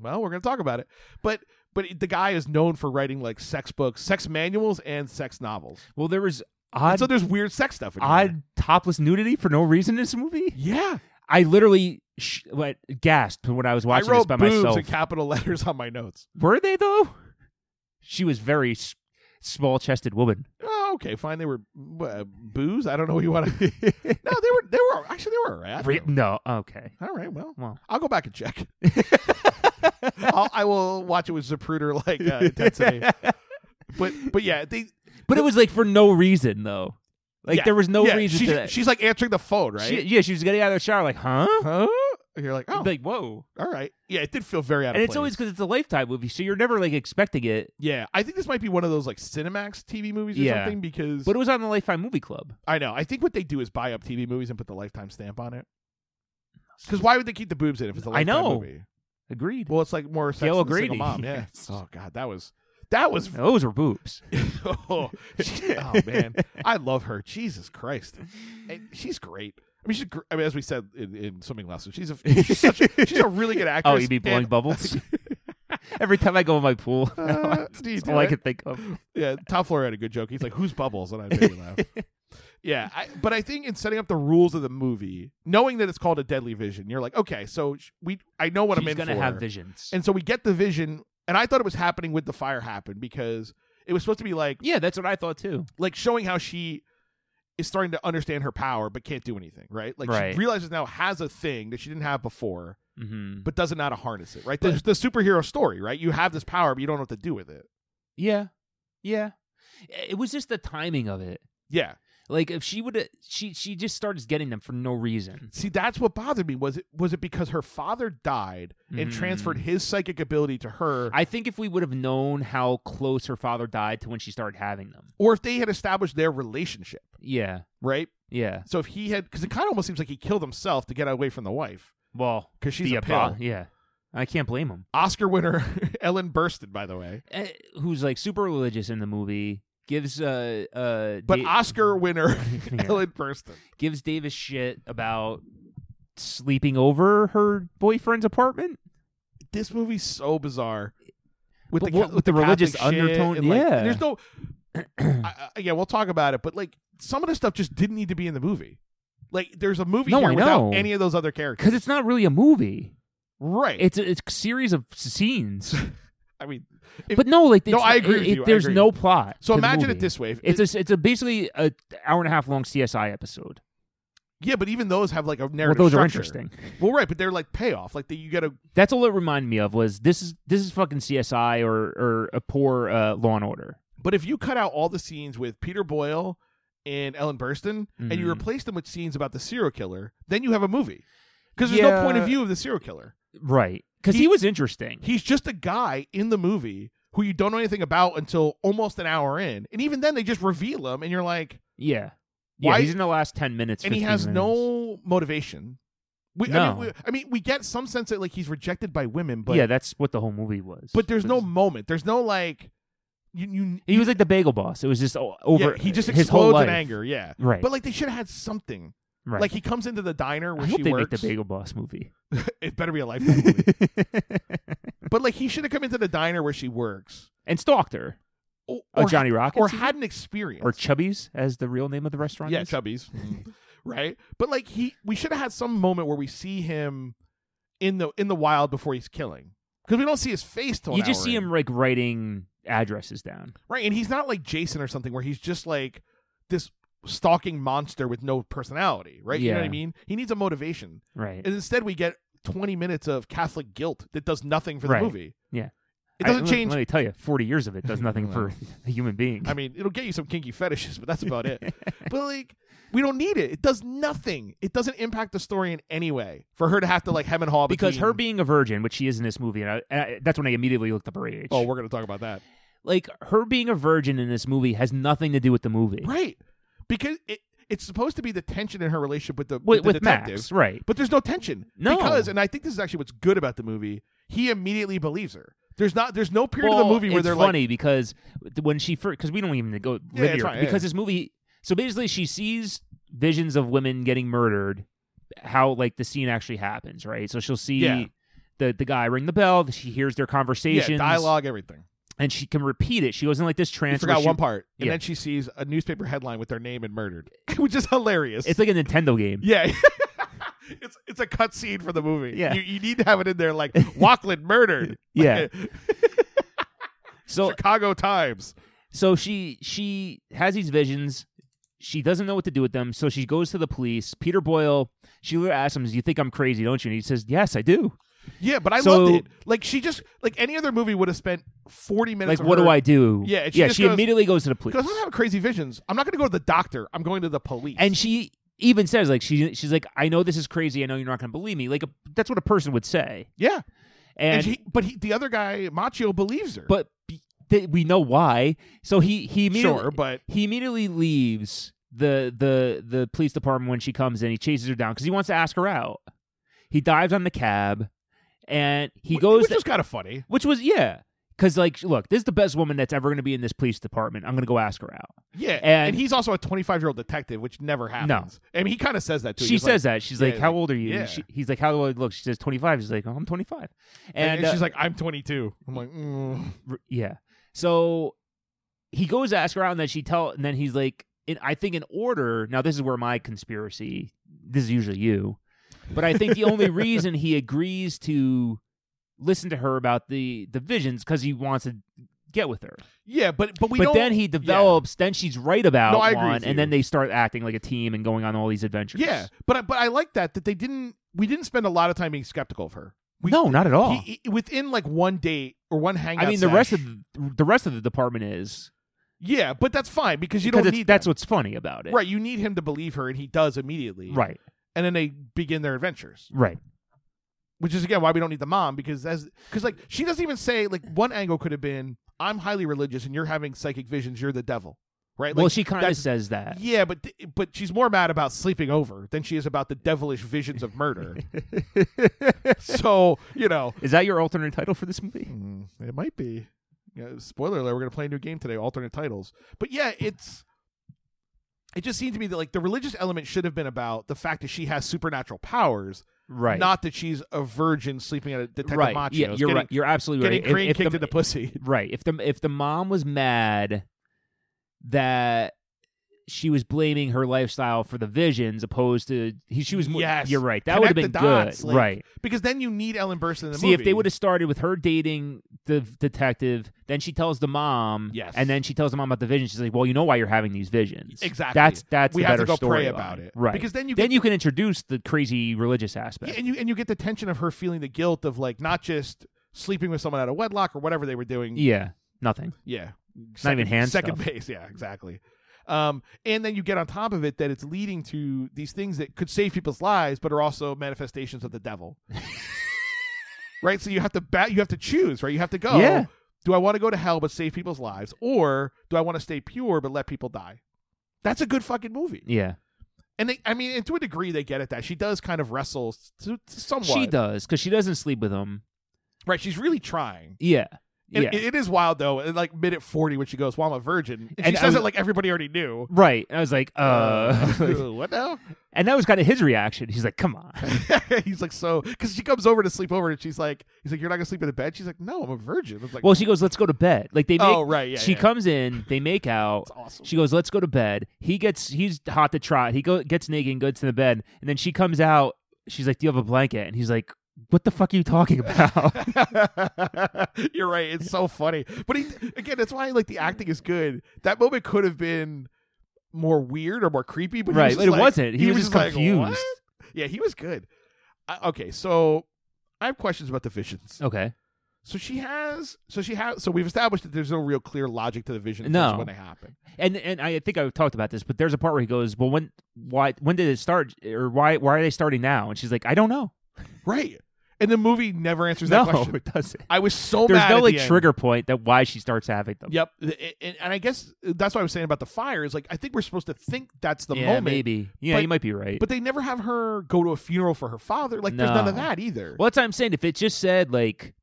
S2: Well, we're going to talk about it, but but the guy is known for writing like sex books, sex manuals, and sex novels.
S1: Well, there was
S2: And
S1: odd
S2: so there's weird sex stuff. In here.
S1: odd topless nudity for no reason in this movie.
S2: Yeah,
S1: I literally sh- like, gasped when I was
S2: I
S1: watching this
S2: wrote
S1: by
S2: boobs
S1: myself.
S2: in capital letters on my notes.
S1: Were they though? She was very s- small-chested woman.
S2: Oh, okay, fine. They were uh, boobs. I don't know what you want to. no, they were. They were actually they were. all right. I
S1: Re- no, okay.
S2: All right, well,
S1: Well.
S2: I'll go back and check. I'll, I will watch it with Zapruder like uh, intensity. But but yeah, they
S1: But it was like for no reason though. Like
S2: Yeah,
S1: there was no
S2: yeah,
S1: reason
S2: she-
S1: to that.
S2: She's like answering the phone, right?
S1: She- yeah, she was getting out of the shower like, huh?
S2: huh? And you're like, oh,
S1: Like, whoa.
S2: all right. Yeah, it did feel very out of
S1: And it's
S2: place.
S1: always because it's a lifetime movie, so you're never like expecting it.
S2: yeah. I think this might be one of those like Cinemax TV movies or
S1: Yeah.
S2: something because
S1: But it was on the Lifetime Movie Club.
S2: I know. I think what they do is buy up TV movies and put the lifetime stamp on it. Because why would they keep the boobs in if it's a
S1: I
S2: lifetime
S1: know.
S2: movie?
S1: Agreed.
S2: Well, it's like more sex
S1: Gail
S2: than a
S1: O'Grady.
S2: single mom. Yeah.
S1: Yes.
S2: Oh god, that was that was
S1: Those were boobs.
S2: oh, she- oh, man, I love her. Jesus Christ, And she's great. I mean, she's. Gr- I mean, as we said in, in swimming lessons, she's a she's, such a, she's a really good actress.
S1: Oh, you be blowing
S2: and-
S1: bubbles? Every time I go in my pool,
S2: Uh,
S1: that's
S2: do you do
S1: all I
S2: it?
S1: can think of.
S2: Yeah, Tom Flora had a good joke. He's like, "Who's bubbles?" and I made me laugh. Yeah, I, but I think in setting up the rules of the movie, knowing that it's called a deadly vision, you're like, okay, so sh- we, I know what I'm
S1: She's
S2: in
S1: gonna
S2: for.
S1: have visions.
S2: and so we get the vision, and I thought it was happening with the fire happen because it was supposed to be like
S1: yeah, that's what I thought too.
S2: like showing how she is starting to understand her power but can't do anything, right? Like
S1: Right.
S2: she realizes now has a thing that she didn't have before,
S1: Mm-hmm.
S2: but doesn't know how to harness it, right? The, the superhero story, right? You have this power, but you don't know what to do with it.
S1: Yeah, yeah. It was just the timing of it.
S2: Yeah.
S1: Like if she would, she she just starts getting them for no reason.
S2: See, that's what bothered me. Was it was it because her father died and
S1: Mm.
S2: transferred his psychic ability to her?
S1: I think if we would have known how close her father died to when she started having them,
S2: or if they had established their relationship,
S1: yeah,
S2: right?
S1: yeah.
S2: So if he had, because it kind of almost seems like he killed himself to get away from the wife,
S1: Well,
S2: because she's
S1: the
S2: a
S1: apo-
S2: pill.
S1: yeah. I can't blame him.
S2: Oscar winner Ellen Burstyn, by the way,
S1: Eh, Who's like super religious in the movie gives uh uh
S2: but
S1: Da-
S2: Oscar winner
S1: Yeah.
S2: Ellen Burstyn.
S1: gives Davis shit about sleeping over her boyfriend's apartment.
S2: This movie's so bizarre. With
S1: But
S2: the,
S1: what-
S2: ca-
S1: with the religious
S2: Catholic shit
S1: undertone-
S2: and, like,
S1: yeah.
S2: there's no. I, I, yeah, we'll talk about it, but like some of this stuff just didn't need to be in the movie. Like, there's a movie
S1: No,
S2: here
S1: I
S2: without
S1: know.
S2: any of those other characters,
S1: Because it's not really a movie.
S2: right?
S1: It's a, it's a series of scenes.
S2: I mean, If-
S1: But no, like
S2: No,
S1: it's-
S2: I agree with
S1: it-
S2: you, I
S1: there's
S2: agree.
S1: no plot.
S2: so
S1: to the
S2: imagine it
S1: movie.
S2: this way: If-
S1: It's a it's a basically a hour and a half long CSI episode.
S2: yeah, but even those have like a
S1: Well,
S2: narrative.
S1: those are
S2: structure.
S1: interesting.
S2: Well, right, but they're like payoff. Like that, you get a
S1: That's all it reminded me of was this is this is fucking CSI or or a poor uh, Law and Order.
S2: But if you cut out all the scenes with Peter Boyle and Ellen Burstyn and you
S1: Mhm.
S2: replace them with scenes about the serial killer, then you have a movie. Because there's no point of
S1: Yeah.
S2: view of the serial killer.
S1: Right. Because he,
S2: He-
S1: was interesting.
S2: He's just a guy in the movie who you don't know anything about until almost an hour in. And even then, they just reveal him, and you're like,
S1: yeah. Yeah.
S2: Why-
S1: he's in the last ten minutes.
S2: and he
S1: 15
S2: has
S1: minutes.
S2: no motivation. We, I, mean,
S1: No.
S2: we, I mean, we get some sense that like he's rejected by women, but
S1: yeah, that's what the whole movie was.
S2: but there's no
S1: Was-
S2: moment. There's no like, you you
S1: He was like the bagel boss. It was just o-
S2: yeah,
S1: over.
S2: he just
S1: his whole
S2: explodes in
S1: life.
S2: anger. Yeah,
S1: Right.
S2: but like they should have had something.
S1: right.
S2: Like he comes into the diner where
S1: I hope
S2: she
S1: they
S2: works.
S1: make the bagel boss movie.
S2: it better be a lifetime movie. but like he should have come into the diner where she works.
S1: and stalked her.
S2: Or,
S1: Oh,
S2: or-
S1: Johnny Rockets.
S2: or
S1: you
S2: had an experience.
S1: or Chubby's as the real name of the restaurant.
S2: yeah,
S1: is?
S2: Chubby's. Mm. right? But like he we should have had some moment where we see him in the in the wild before he's killing. because we don't see his face till
S1: you
S2: an
S1: just
S2: hour
S1: see
S2: in.
S1: him like writing addresses down.
S2: right, and he's not like Jason or something where he's just like this stalking monster with no personality, right? You know what I
S1: Yeah.
S2: mean? He needs a motivation.
S1: Right.
S2: And instead, we get 20 minutes of Catholic guilt that does nothing for the
S1: Right.
S2: movie.
S1: Yeah. I-
S2: It doesn't
S1: let-
S2: change.
S1: Let me tell you, forty years of it does nothing for a human being.
S2: I mean, it'll get you some kinky fetishes, but that's about it. but like, we don't need it. It does nothing. It doesn't impact the story in any way for her to have to like hem and haw
S1: because
S2: between-
S1: her being a virgin, which she is in this movie, and, I, and I, that's when I immediately looked up her age.
S2: Oh, we're gonna talk about that,
S1: like her being a virgin in this movie has nothing to do with the movie.
S2: right? Because it it's supposed to be the tension in her relationship with the
S1: With,
S2: the
S1: with
S2: detective,
S1: Max, right?
S2: but there's no tension.
S1: No.
S2: because and I think this is actually what's good about the movie. He immediately believes her. There's not. There's no period of
S1: Well,
S2: the movie where
S1: it's
S2: they're like,
S1: funny because when she first, because we don't even go
S2: Yeah,
S1: live
S2: it's
S1: here,
S2: fine, yeah.
S1: because this movie. So basically, she sees visions of women getting murdered, how like the scene actually happens, right? So she'll see
S2: Yeah.
S1: the the guy ring the bell. She hears their conversations,
S2: yeah, dialogue, everything.
S1: and she can repeat it. She goes in like this
S2: You
S1: trance. where
S2: forgot
S1: she-
S2: one part, and
S1: yeah.
S2: then she sees a newspaper headline with their name and murdered, which is hilarious.
S1: It's like a Nintendo game.
S2: Yeah. It's it's a cutscene for the movie.
S1: Yeah.
S2: You, you need to have it in there like Walkland murdered. uh,
S1: Yeah. So
S2: Chicago Times.
S1: so she she has these visions. She doesn't know what to do with them, so she goes to the police. Peter Boyle, she literally asks him, "Do you think I'm crazy, don't you?" And he says, "Yes, I do."
S2: Yeah, but I
S1: So-
S2: loved it. Like she just like any other movie would have spent forty minutes.
S1: like, what do I do?
S2: Yeah, and she
S1: yeah.
S2: just
S1: She
S2: goes-
S1: immediately goes to the police,
S2: Because I'm having crazy visions. I'm not gonna go to the doctor. I'm going to the police.
S1: and she even says, like, she she's like, "I know this is crazy. I know you're not going to believe me." Like, a, that's what a person would say.
S2: yeah. And,
S1: And,
S2: she but he, the other guy, Macho, believes her.
S1: but b- th- we know why. So he he immediately
S2: sure, but
S1: he immediately leaves the the the police department when she comes in. He chases her down because he wants to ask her out. He dives on the cab, and he goes,
S2: which
S1: to-
S2: is kind of funny.
S1: which was yeah, because like, look, this is the best woman that's ever going to be in this police department. I'm going to go ask her out.
S2: Yeah. And,
S1: and-
S2: he's also a twenty five year old detective, which never happens. I mean he kinda says that too.
S1: she
S2: He's
S1: says
S2: like,
S1: that she's
S2: yeah,
S1: like, "How
S2: like,
S1: old are you?"
S2: yeah.
S1: And she, he's like, "How do I look?" She says, "25." He's like, "Oh, I'm 25,"
S2: and,
S1: and, uh,
S2: she's like, I'm twenty two. I'm like, mm.
S1: r- yeah. So he goes to ask her out, and then she tell, and then he's like, in, "I think in order." Now this is where my conspiracy. This is usually you, but I think the only reason he agrees to listen to her about the the visions because he wants to get with her.
S2: Yeah, but but we
S1: but
S2: don't
S1: then he develops. Then she's right about
S2: No, I agree
S1: one,
S2: with you.
S1: and then they start acting like a team and going on all these adventures.
S2: Yeah, but I- but I like that that they didn't we didn't spend a lot of time being skeptical of her. We,
S1: no, not at all.
S2: he, he- within like one date or one hangout.
S1: Oh. I mean, the
S2: sesh-
S1: rest of the, the rest of the department is
S2: yeah, but that's fine because you
S1: because
S2: don't
S1: it's-
S2: need
S1: that's
S2: them.
S1: what's funny about it.
S2: right. You need him to believe her, and he does immediately.
S1: right,
S2: and then they begin their adventures,
S1: right.
S2: which is again why we don't need the mom because as because like she doesn't even say like one angle could have been I'm highly religious and you're having psychic visions. You're the devil, right?
S1: well,
S2: Like,
S1: she kind of
S2: that's-
S1: says that.
S2: Yeah, but th- but she's more mad about sleeping over than she is about the devilish visions of murder. so you know,
S1: Is that your alternate title for this movie?
S2: Mm, it might be. Yeah, spoiler alert: We're gonna play a new game today, alternate titles. But yeah, it's. It just seemed to me that like the religious element should have been about the fact that she has supernatural powers,
S1: Right.
S2: not that she's a virgin sleeping at a detective
S1: right.
S2: Macho.
S1: Yeah,
S2: It's
S1: you're
S2: getting,
S1: right. You're absolutely
S2: Getting
S1: right.
S2: cream kicked
S1: the,
S2: in the pussy.
S1: right. If the if the mom was mad that she was blaming her lifestyle for the visions, opposed to he, she was. more-
S2: Yes.
S1: You're right. That would have been
S2: Connect the dots,
S1: good.
S2: like,
S1: right.
S2: Because then you need Ellen Burstyn in the
S1: See,
S2: movie.
S1: if they would have started with her dating the v- detective, then she tells the mom,
S2: Yes.
S1: and then she tells the mom about the vision. She's like, "Well, you know why you're having these visions?
S2: Exactly.
S1: That's that's
S2: we
S1: the
S2: have
S1: better
S2: to go
S1: story
S2: pray
S1: line.
S2: about it,
S1: right?
S2: Because then you
S1: then
S2: get,
S1: you can introduce the crazy religious aspect.
S2: yeah, and you and you get the tension of her feeling the guilt of like not just sleeping with someone out of wedlock or whatever they were doing,
S1: yeah, nothing.
S2: Yeah.
S1: even hand
S2: Second
S1: stuff.
S2: base. Yeah, exactly. Um, and then you get on top of it that it's leading to these things that could save people's lives, but are also manifestations of the devil. right. So you have to bat. You have to choose. Right. You have to go.
S1: Yeah.
S2: Do I want to go to hell but save people's lives, or do I want to stay pure but let people die? That's a good fucking movie.
S1: Yeah,
S2: And they, I mean, and to a degree, they get at that. She does kind of wrestle s- to, to somewhat.
S1: she does because she doesn't sleep with him.
S2: Right. She's really trying.
S1: Yeah,
S2: And
S1: yeah,
S2: it- it is wild though. And like minute forty, when she goes, "Well, I'm a virgin," and,
S1: And
S2: she
S1: I
S2: says
S1: was-
S2: it like everybody already knew.
S1: right. And I was like, uh,
S2: Uh, what now?
S1: and that was kind of his reaction. He's like, "Come on."
S2: he's like, so because she comes over to sleep over, and she's like, he's like, you're not gonna sleep in the bed. She's like, no, I'm a virgin. I was like,
S1: Well, she goes, "Let's go to bed." Like they make.
S2: oh right, yeah,
S1: she
S2: yeah.
S1: comes in. They make out.
S2: That's awesome.
S1: She goes, "Let's go to bed." He gets he's hot to trot. He go, gets naked and goes to the bed, and then she comes out. She's like, "Do you have a blanket?" And he's like, What the fuck are you talking about?
S2: You're right. It's so funny. But he, again, that's why like the acting is good. That moment could have been more weird or more creepy, but he
S1: right,
S2: was
S1: but
S2: just
S1: it
S2: like-
S1: wasn't. He, was, just
S2: like,
S1: confused.
S2: "What?" yeah, he was good. I, okay, so I have questions about the visions.
S1: Okay,
S2: So she has. So she has. So we've established that there's no real clear logic to the visions
S1: No.
S2: just when they happen.
S1: and and I think I've talked about this, but there's a part where he goes, "Well, when why when did it start, or why why are they starting now?" And she's like, "I don't know."
S2: Right. And the movie never answers
S1: no,
S2: that question.
S1: it doesn't.
S2: I was so
S1: there's
S2: mad.
S1: no
S2: at
S1: like
S2: the end.
S1: trigger point that why she starts having them.
S2: Yep. Th- And, and I guess that's what I was saying about the fire is like I think we're supposed to think that's the
S1: yeah,
S2: moment.
S1: maybe. Yeah,
S2: but-
S1: you might be right.
S2: But they never have her go to a funeral for her father. Like there's none of
S1: No.
S2: that either.
S1: Well, that's what I'm saying. If it just said like,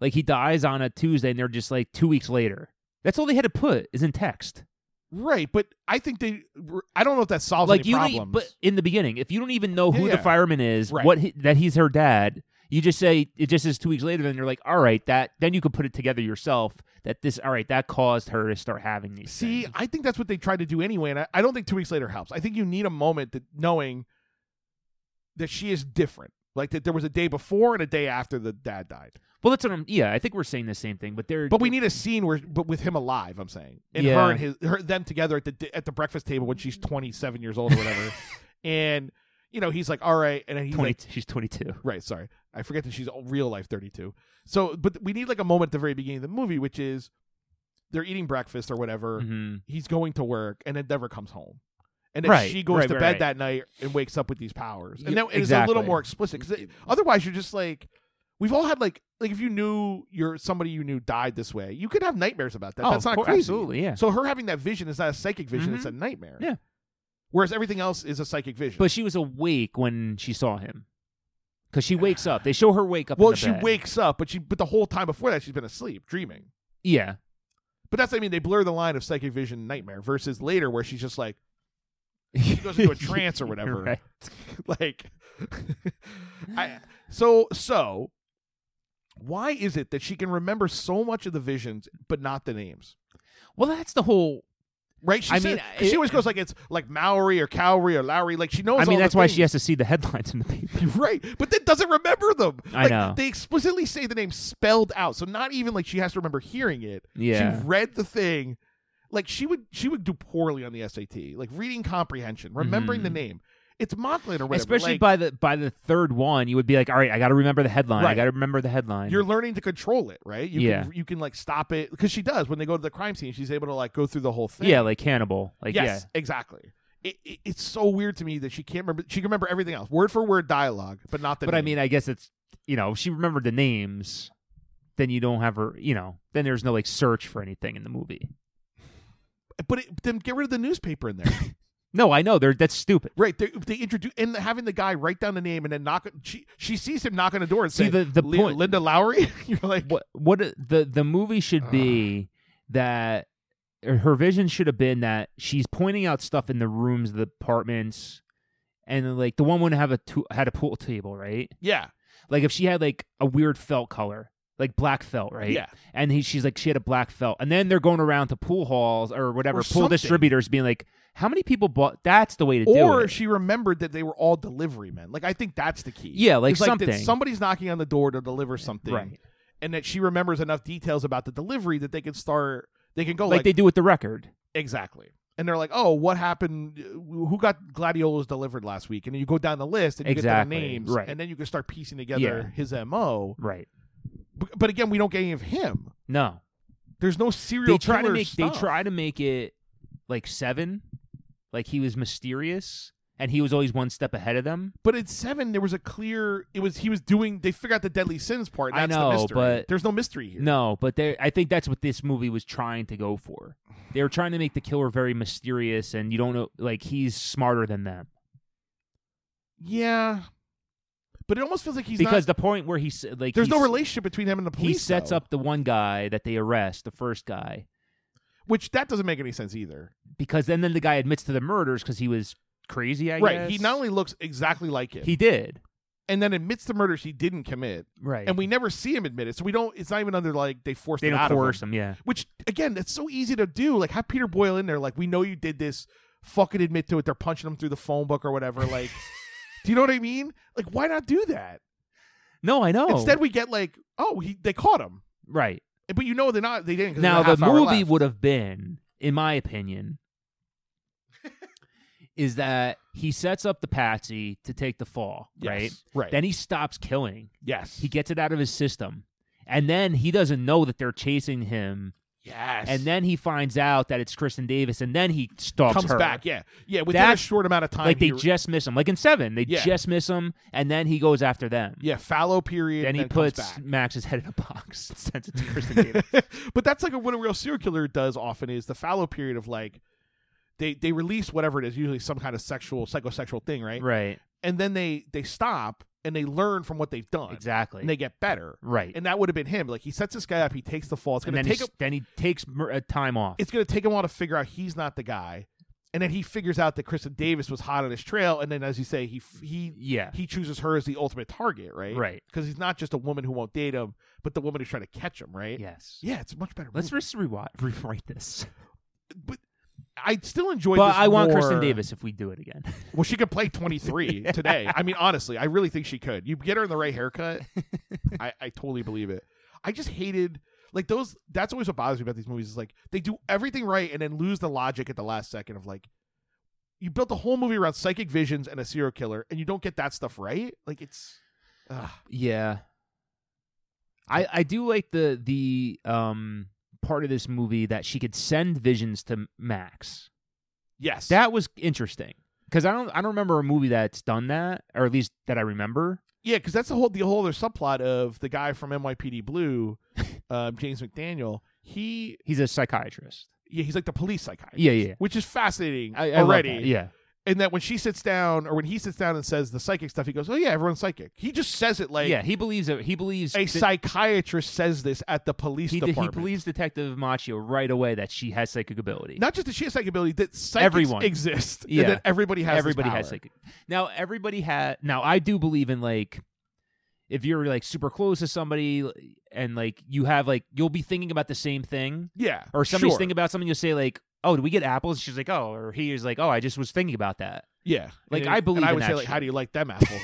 S1: like he dies on a Tuesday, and they're just like two weeks later. That's all they had to put is in text.
S2: Right. But I think they. I don't know if that solves
S1: like
S2: any
S1: you, don't e-
S2: problems.
S1: but in the beginning, if you don't even know who
S2: Yeah,
S1: the
S2: yeah.
S1: fireman is,
S2: Right.
S1: what he, that he's her dad, you just say it just is two weeks later. Then you're like, all right, that. Then you could put it together yourself. That this, all right, that caused her to start having these.
S2: See,
S1: things.
S2: I think that's what they tried to do anyway, and I, I don't think two weeks later helps. I think you need a moment that knowing that she is different, like that there was a day before and a day after the dad died.
S1: well, that's what I'm. Yeah, I think we're saying the same thing, but they're.
S2: But we need a scene where, but with him alive, I'm saying, and
S1: Yeah.
S2: her and his, her, them together at the di- at the breakfast table when she's 27 years old or whatever, and you know he's like, all right, and then he's
S1: 20,
S2: like,
S1: she's 22.
S2: right, sorry, I forget that she's real life 32. So, but we need like a moment at the very beginning of the movie, which is they're eating breakfast or whatever
S1: Mhm.
S2: he's going to work and then never comes home. And then
S1: Right,
S2: she goes
S1: right,
S2: to
S1: right,
S2: bed
S1: right.
S2: that night and wakes up with these powers. And
S1: Yeah,
S2: then it's a little
S1: exactly.
S2: more explicit because otherwise you're just like, we've all had like, like if you knew your somebody you knew died this way, you could have nightmares about that.
S1: Oh,
S2: That's
S1: of
S2: not
S1: course,
S2: crazy.
S1: Absolutely, yeah.
S2: So her having that vision is not a psychic vision; it's
S1: Mhm.
S2: a nightmare.
S1: Yeah.
S2: Whereas everything else is a psychic vision.
S1: But she was awake when she saw him, because she wakes up. They show her wake up. in
S2: well,
S1: the
S2: she
S1: bed.
S2: wakes up, but she but the whole time before that she's been asleep, dreaming.
S1: Yeah,
S2: But that's I mean they blur the line of psychic vision and nightmare versus later where she's just like she goes into a trance or whatever.
S1: Right.
S2: like I, so so why is it that she can remember so much of the visions but not the names
S1: Well, that's the whole.
S2: right she
S1: I
S2: said-
S1: mean,
S2: 'cause she
S1: it-
S2: always goes like it's like maori or cowrie or lowry like she knows
S1: I mean,
S2: all
S1: that's
S2: the
S1: why
S2: things.
S1: she has to see the headlines in the paper.
S2: right but then doesn't remember them
S1: I
S2: Like,
S1: know.
S2: they explicitly say the name spelled out so not even like she has to remember hearing it
S1: Yeah.
S2: she read the thing like she would she would do poorly on the sat like reading comprehension remembering the
S1: Mhm.
S2: name it's mockland or whatever
S1: Especially
S2: like,
S1: by the by the third one, you would be like, "All right, I got to remember the headline. I
S2: Right.
S1: got to remember the headline."
S2: you're learning to control it, right? You
S1: Yeah.
S2: can, you can like stop it because she does when they go to the crime scene. She's able to like go through the whole thing.
S1: yeah, like Hannibal. Like
S2: yes, exactly. It, it, it's so weird to me that she can't remember. She can remember everything else, word for word dialogue, but
S1: yeah.
S2: not the.
S1: But I
S2: name.
S1: mean, I guess it's you know, if she remembered the names. Then you don't have her. You know, then there's no like search for anything in the movie.
S2: but it, then get rid of the newspaper in there,
S1: No, I know. They're that's stupid.
S2: right? They, they introduce and having the guy write down the name and then knock. She she sees him knock on the door and
S1: See
S2: say,
S1: the the
S2: "Li-
S1: point.
S2: Linda Lowry." You're like,
S1: what what the the movie should
S2: Ugh.
S1: be that or her vision should have been that she's pointing out stuff in the rooms, the apartments, and then, like the one would have a to- had a pool table, right?
S2: yeah,
S1: Like if she had like a weird felt color, like black felt, right?
S2: yeah,
S1: And he, she's like she had a black felt, and then they're going around to pool halls or whatever
S2: Or
S1: pool
S2: something.
S1: distributors, being like, "How many people bought?" That's the way to do
S2: or
S1: it.
S2: if she remembered that they were all delivery men. Like I think that's the key.
S1: yeah, like
S2: It's like
S1: something.
S2: that somebody's knocking on the door to deliver something,
S1: Right.
S2: and that she remembers enough details about the delivery that they can start. They can go
S1: like,
S2: like,
S1: they do with the record.
S2: exactly, and they're like, "Oh, what happened? Uh, Who got gladiolas delivered last week?" And then you go down the list and you
S1: Exactly,
S2: get their names,
S1: right.
S2: And then you can start piecing together his mo.
S1: Right.
S2: B- But again, we don't get any of him.
S1: No.
S2: There's no serial.
S1: they try to
S2: killer
S1: make
S2: stuff.
S1: they try to make it like seven like he was mysterious and he was always one step ahead of them
S2: but at seven there was a clear. It was he was doing. They figured out the deadly sins part. and
S1: I
S2: that's
S1: know,
S2: the mystery.
S1: but-
S2: there's no mystery here.
S1: no but they i think that's what this movie was trying to go for they were trying to make the killer very mysterious and you don't know like he's smarter than them
S2: Yeah, but it almost feels like he's not-
S1: because the point where he's like
S2: There's no
S1: he's-
S2: relationship between him and the police.
S1: he sets
S2: though,
S1: up the one guy that they arrest the first guy
S2: which that doesn't make any sense either.
S1: because then, then the guy admits to the murders because he was crazy i
S2: right? He
S1: guess.
S2: not only looks exactly like him,
S1: he did
S2: and then admits the murders he didn't commit,
S1: right
S2: and we never see him admit it. So we don't. It's not even under like they forced
S1: they
S2: it
S1: don't
S2: out
S1: coerce
S2: of him.
S1: him yeah
S2: Which again, that's so easy to do. Like have Peter Boyle in there. Like we know you did this. Fucking admit to it. They're punching him through the phone book or whatever. Like, do you know what I mean? Like, why not do that?
S1: No, I know.
S2: Instead, we get like, oh, he they caught him,
S1: right
S2: but you know they're not. They didn't. 'cause
S1: now,
S2: there's
S1: the
S2: a half hour
S1: movie
S2: left.
S1: would have been, in my opinion, is that he sets up the patsy to take the fall,
S2: Yes,
S1: right?
S2: Right.
S1: Then he stops killing.
S2: yes.
S1: He gets it out of his system. And then he doesn't know that they're chasing him.
S2: yes.
S1: And then he finds out that it's Kristen Davis, and then he stalks
S2: comes
S1: her.
S2: back. Yeah. Yeah. Within a
S1: That-
S2: short amount of time.
S1: Like they
S2: he-
S1: just miss him. Like in Seven, they
S2: Yeah.
S1: just miss him, and then he goes after them.
S2: yeah. Fallow period.
S1: Then
S2: and
S1: he
S2: comes
S1: puts
S2: back.
S1: Max's head in a box and sends it to Kristen Davis.
S2: but that's like what a real serial killer does often is the fallow period of like they they release whatever it is usually some kind of sexual psychosexual thing right,
S1: Right.
S2: and then they they stop and they learn from what they've done
S1: Exactly.
S2: and they get better
S1: right.
S2: and that would have been him like he sets this guy up he takes the fall it's
S1: and
S2: gonna
S1: then
S2: take
S1: he,
S2: him
S1: then he takes mer- uh, time off.
S2: it's gonna take him a while to figure out he's not the guy and then he figures out that Kristen Davis was hot on his trail and then as you say he f- he
S1: yeah.
S2: he chooses her as the ultimate target right
S1: Right.
S2: because he's not just a woman who won't date him but the woman who's trying to catch him right
S1: Yes.
S2: yeah it's a much better
S1: Let's
S2: movie.
S1: just rewatch, rewrite this.
S2: but I still enjoy.
S1: But
S2: this
S1: I want
S2: more-
S1: Kristen Davis if we do it again.
S2: Well, she could play 23 today. I mean, honestly, I really think she could. You get her in the right haircut, I, I totally believe it. I just hated like those. That's always what bothers me about these movies is like they do everything right and then lose the logic at the last second of like. You built the whole movie around psychic visions and a serial killer, and you don't get that stuff right. Like it's, ugh.
S1: yeah. I I do like the the um part of this movie that she could send visions to Max.
S2: yes,
S1: That was interesting because I don't I don't remember a movie that's done that or at least that I remember.
S2: Yeah, because that's the whole the whole other subplot of the guy from NYPD Blue, um, James McDaniel. He
S1: He's a psychiatrist.
S2: yeah, he's like the police psychiatrist.
S1: Yeah, yeah.
S2: Which is fascinating
S1: I, I love
S2: already.
S1: that. Yeah.
S2: And that when she sits down or when he sits down and says the psychic stuff, he goes, "Oh yeah, everyone's psychic." He just says it like
S1: yeah. He believes that he believes
S2: a
S1: that-
S2: psychiatrist says this at the police
S1: he, he
S2: department.
S1: believes Detective Machio right away that she has psychic ability.
S2: Not just that she has psychic ability, that psychics
S1: Everyone.
S2: exist.
S1: Yeah.
S2: And that everybody has this
S1: everybody has
S2: power.
S1: like now everybody had now i do believe in like if you're like super close to somebody and like you have like you'll be thinking about the same thing
S2: yeah,
S1: or somebody's
S2: sure.
S1: thinking about something you'll say like oh did we get apples she's like oh or he is like oh i just was thinking about that
S2: Yeah,
S1: Like,
S2: And-
S1: I believe
S2: And I
S1: in
S2: would
S1: that
S2: say, like,
S1: shit.
S2: how do you like them apples?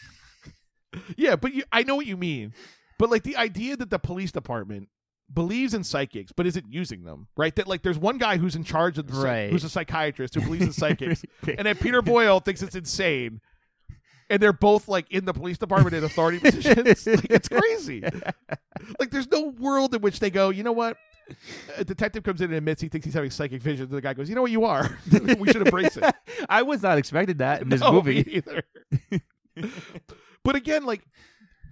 S2: yeah, but you, I know what you mean. But like the idea that the police department believes in psychics, but isn't using them, right? That like there's one guy who's in charge of the psych-
S1: Right.
S2: who's a psychiatrist who believes in psychics, and then Peter Boyle thinks it's insane. And they're both like in the police department in authority positions. like, it's crazy. Like there's no world in which they go, you know what? A detective comes in and admits he thinks he's having psychic visions, and the guy goes, "You know what? You are. we should embrace it."
S1: i was not expecting that in this
S2: No,
S1: movie
S2: Oh, me either. but again, like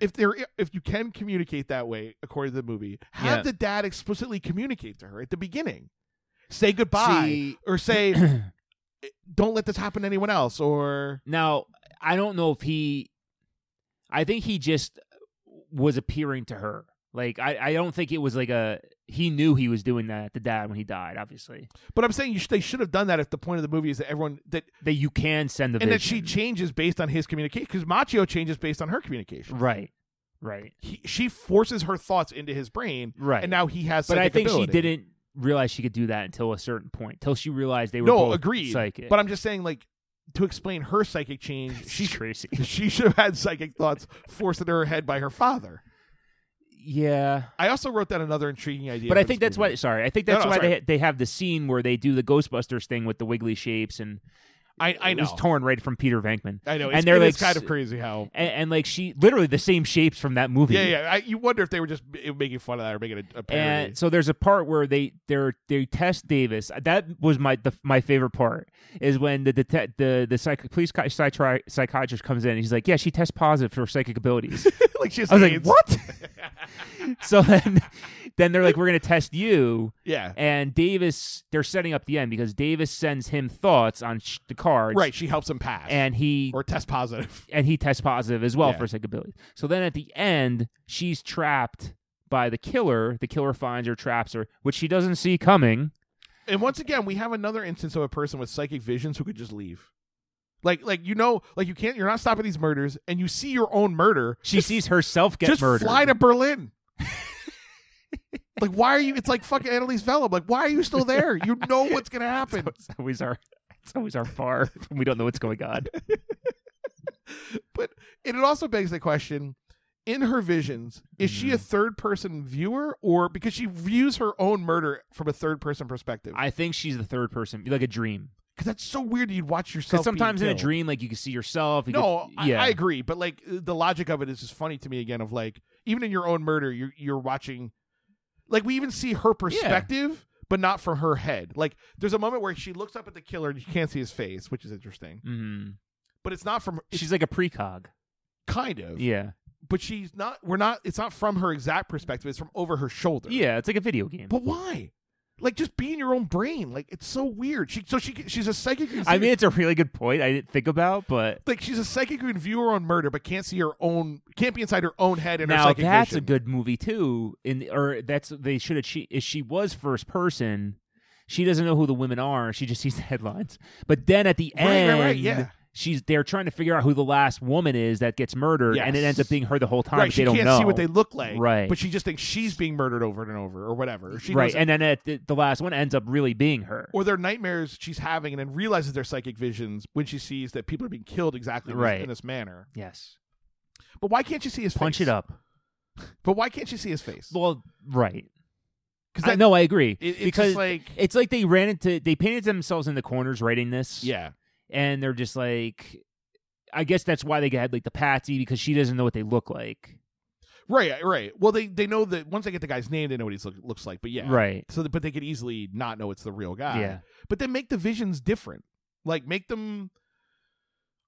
S2: if there if you can communicate that way according to the movie, have
S1: Yeah.
S2: the dad explicitly communicate to her at the beginning. Say goodbye
S1: See-
S2: or say "Eh, don't let this happen to anyone else or
S1: now i don't know if he i think he just was appearing to her like i, I don't think it was like a he knew he was doing that the dad when he died obviously
S2: but I'm saying you sh- they should have done that if the point of the movie is that everyone that
S1: that you can send the
S2: and that she
S1: vision.
S2: changes based on his communication cuz Machio changes based on her communication.
S1: right right
S2: He, she forces her thoughts into his brain
S1: right
S2: and now he has
S1: but i
S2: psychic
S1: think
S2: ability.
S1: she didn't realize she could do that until a certain point until she realized they were
S2: No,
S1: both
S2: agreed.
S1: psychic
S2: But I'm just saying, like, to explain her psychic change,
S1: she's
S2: she
S1: crazy
S2: she should have had psychic thoughts forced into her head by her father.
S1: yeah
S2: I also wrote down another intriguing idea.
S1: but i
S2: for
S1: think
S2: this
S1: that's
S2: movie.
S1: why sorry i think
S2: No,
S1: that's
S2: no,
S1: why
S2: sorry.
S1: they, they have the scene where they do the ghostbusters thing with the wiggly shapes and
S2: I I
S1: it
S2: know.
S1: was torn right from peter venkman
S2: I know.
S1: and
S2: It's,
S1: they're
S2: it is
S1: like
S2: kind
S1: s-
S2: of crazy how.
S1: and, and like she literally the same shapes from that movie.
S2: Yeah, yeah. I, you wonder if they were just b- making fun of that or making a, a parody.
S1: And so there's a part where they they're they test Davis. That was my the, my favorite part is when the detect the the psych police psychi- psychi- psychiatrist comes in. And he's like, "Yeah, she tests positive for psychic abilities."
S2: like she has
S1: I was like,
S2: AIDS.
S1: "What?" so then then they're like, "We're gonna test you."
S2: Yeah.
S1: And Davis, they're setting up the end because Davis sends him thoughts on sh- the cards,
S2: Right. She helps him pass
S1: And he
S2: or test positive.
S1: and he tests positive as well
S2: Yeah.
S1: for psychic abilities. So then at the end, she's trapped by the killer. The killer finds her, traps her, which she doesn't see coming.
S2: And once again, we have another instance of a person with psychic visions who could just leave. Like, like you know, like you can't. You're not stopping these murders, and you see your own murder.
S1: She sees herself get
S2: just
S1: murdered.
S2: fly to Berlin. like, why are you? It's like fucking Annalise Vellum. Like, why are you still there? You know what's gonna happen.
S1: it's always our it's always our bar. when we don't know what's going on.
S2: but it also begs the question in her visions, is she a
S1: Mm.
S2: third person viewer or because she views her own murder from a third person perspective?
S1: I think she's the third person, like a dream.
S2: Because that's so weird. that You'd watch
S1: Because
S2: yourself. being
S1: sometimes in a
S2: killed.
S1: dream, like you can see yourself. You
S2: No,
S1: could- yeah,
S2: I, I agree, but like uh, the logic of it is just funny to me again. Of like, even in your own murder, you're you're watching, like we even see her perspective, but not from her head. Like, there's a moment where she looks up at the killer and you can't see his face, which is interesting,
S1: Mhm.
S2: but it's not from. It's
S1: She's like a precog.
S2: kind of,
S1: Yeah,
S2: but she's not. We're not. It's not from her exact perspective. It's from over her shoulder.
S1: yeah. It's like a video game.
S2: but why? Like, just be in your own brain. Like, it's so weird. She so she she's a psychic. who
S1: I
S2: sees-
S1: mean, it's a really good point. I didn't think about, but
S2: Like she's a psychic who can view her own murder, but can't see her own, can't be inside her own head and her
S1: now
S2: psychic
S1: that's a
S2: vision.
S1: good movie too. In or that's they should have. She if she was first person, she doesn't know who the women are. She just sees the headlines. But then at the
S2: Right,
S1: end,
S2: right, right, yeah.
S1: she's they're trying to figure out who the last woman is that gets murdered, and it
S2: Yes.
S1: ends up being her the whole time.
S2: right,
S1: but
S2: she
S1: they don't
S2: can't
S1: know.
S2: see what they look like,
S1: Right.
S2: But she just thinks she's being murdered over and over, or whatever. Or she
S1: right,
S2: doesn't-
S1: and then at the, the last one ends up really being her.
S2: or their nightmares she's having, and then realizes they're psychic visions when she sees that people are being killed exactly in this-
S1: Right.
S2: in this manner.
S1: Yes,
S2: But why can't she see his
S1: punch
S2: face?
S1: it up.
S2: But why can't she see his face?
S1: Well, right.
S2: Because
S1: I, no, I agree
S2: it, it's just
S1: because
S2: like
S1: it's like they ran into they painted themselves in the corners writing this.
S2: yeah,
S1: and they're just like I guess that's why they had like the patsy because she doesn't know what they look like.
S2: right, uh, right. Well, they they know that once they get the guy's name, they know what he look, looks like. But yeah,
S1: Right.
S2: So, that, but they could easily not know it's the real guy.
S1: Yeah.
S2: But then make the visions different. Like make them.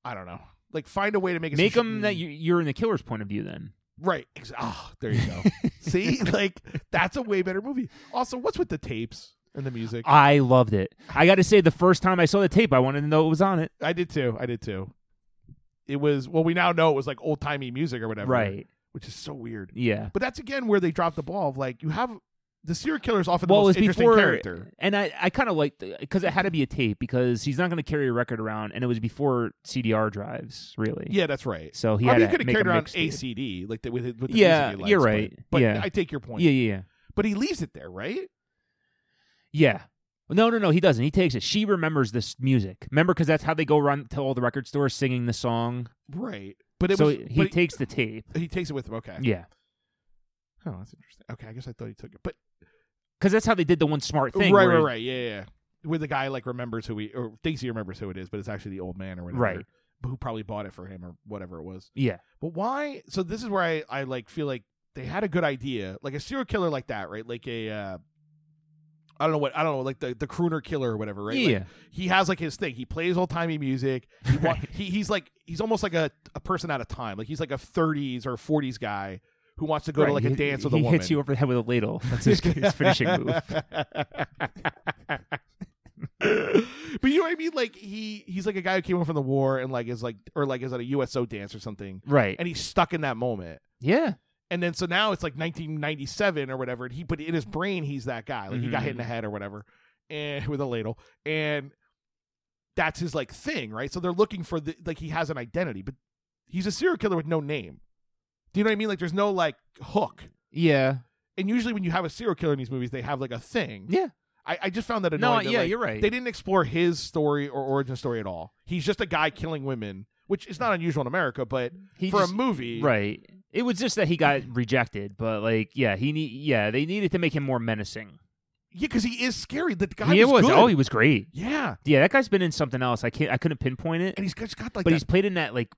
S2: I don't know. Like find a way to make it so
S1: Make
S2: she
S1: them that
S2: can-
S1: you- you're in the killer's point of view then.
S2: Right. Ex- Ah, there you go. See, like that's a way better movie. Also, what's with the tapes and the music? I,
S1: I loved it. I got to say the first time I saw the tape I wanted to know what was on it.
S2: did too. I did too. It was well, we now know it was like old timey music or whatever,
S1: Right.
S2: Which is so weird.
S1: Yeah.
S2: But that's again where they dropped the ball of like you have the serial killer is often the
S1: Well, it was
S2: most interesting
S1: before
S2: character.
S1: and I I kind of liked cuz it had to be a tape because he's not going to carry a record around and it was before CDR drives really.
S2: Yeah, that's right.
S1: So he
S2: I
S1: had
S2: mean, you
S1: to
S2: could have
S1: make
S2: carried
S1: a
S2: around
S1: mixtape.
S2: a CD like the, with, with the
S1: Yeah,
S2: music he likes,
S1: you're
S2: but-
S1: right.
S2: But,
S1: Yeah.
S2: I take your point.
S1: Yeah, yeah, yeah.
S2: But he leaves it there, right?
S1: Yeah. No, no, no. He doesn't. He takes it. She remembers this music. Remember, because that's how they go run to all the record stores singing the song.
S2: Right. But it
S1: so
S2: was
S1: he
S2: but
S1: takes the tape.
S2: he takes it with him. Okay.
S1: Yeah,
S2: Oh, that's interesting. Okay, I guess I thought he took it, but
S1: because that's how they did the one smart thing.
S2: Right,
S1: where-
S2: right, right. Yeah, yeah. yeah. Where the guy like remembers who he or thinks he remembers who it is, but it's actually the old man or whatever.
S1: Right.
S2: Who probably bought it for him or whatever it was.
S1: Yeah,
S2: But why? So this is where I I like feel like they had a good idea, like a serial killer like that, right? Like a. uh I don't know what I don't know, like the the crooner killer or whatever, right? Like,
S1: yeah,
S2: he has like his thing. He plays old timey music. He, wa- he he's like he's almost like a, a person out of time. Like he's like a 30s or 40s guy who wants to go to
S1: Right.
S2: like
S1: he,
S2: a dance with
S1: he
S2: a woman.
S1: hits you over the head with a ladle. That's his, his finishing move.
S2: but you know what I mean? Like he he's like a guy who came home from the war and like is like or like is at a USO dance or something,
S1: Right.
S2: and he's stuck in that moment.
S1: yeah.
S2: And then so now it's like 1997 or whatever. And he but in his brain he's that guy. Like he got hit in the
S1: Mm-hmm.
S2: head or whatever, and with a ladle, and that's his like thing, right? So they're looking for the like he has an identity, but he's a serial killer with no name. Do you know what I mean? Like there's no like hook.
S1: Yeah.
S2: And usually when you have a serial killer in these movies, they have like a thing.
S1: Yeah.
S2: I, I just found that
S1: No.
S2: annoying. that,
S1: yeah,
S2: like,
S1: you're right.
S2: they didn't explore his story or origin story at all. He's just a guy killing women, which is not unusual in America, but
S1: he
S2: for
S1: just-
S2: a movie,
S1: right. It was just that he got rejected, but like, yeah, he need. Yeah, they needed to make him more menacing.
S2: Yeah, because he is scary. The guy
S1: he
S2: was, good.
S1: Oh, he was great.
S2: yeah,
S1: Yeah, that guy's been in something else. I can't. I couldn't pinpoint it.
S2: and he's just got
S1: but
S2: like that-
S1: he's played in that like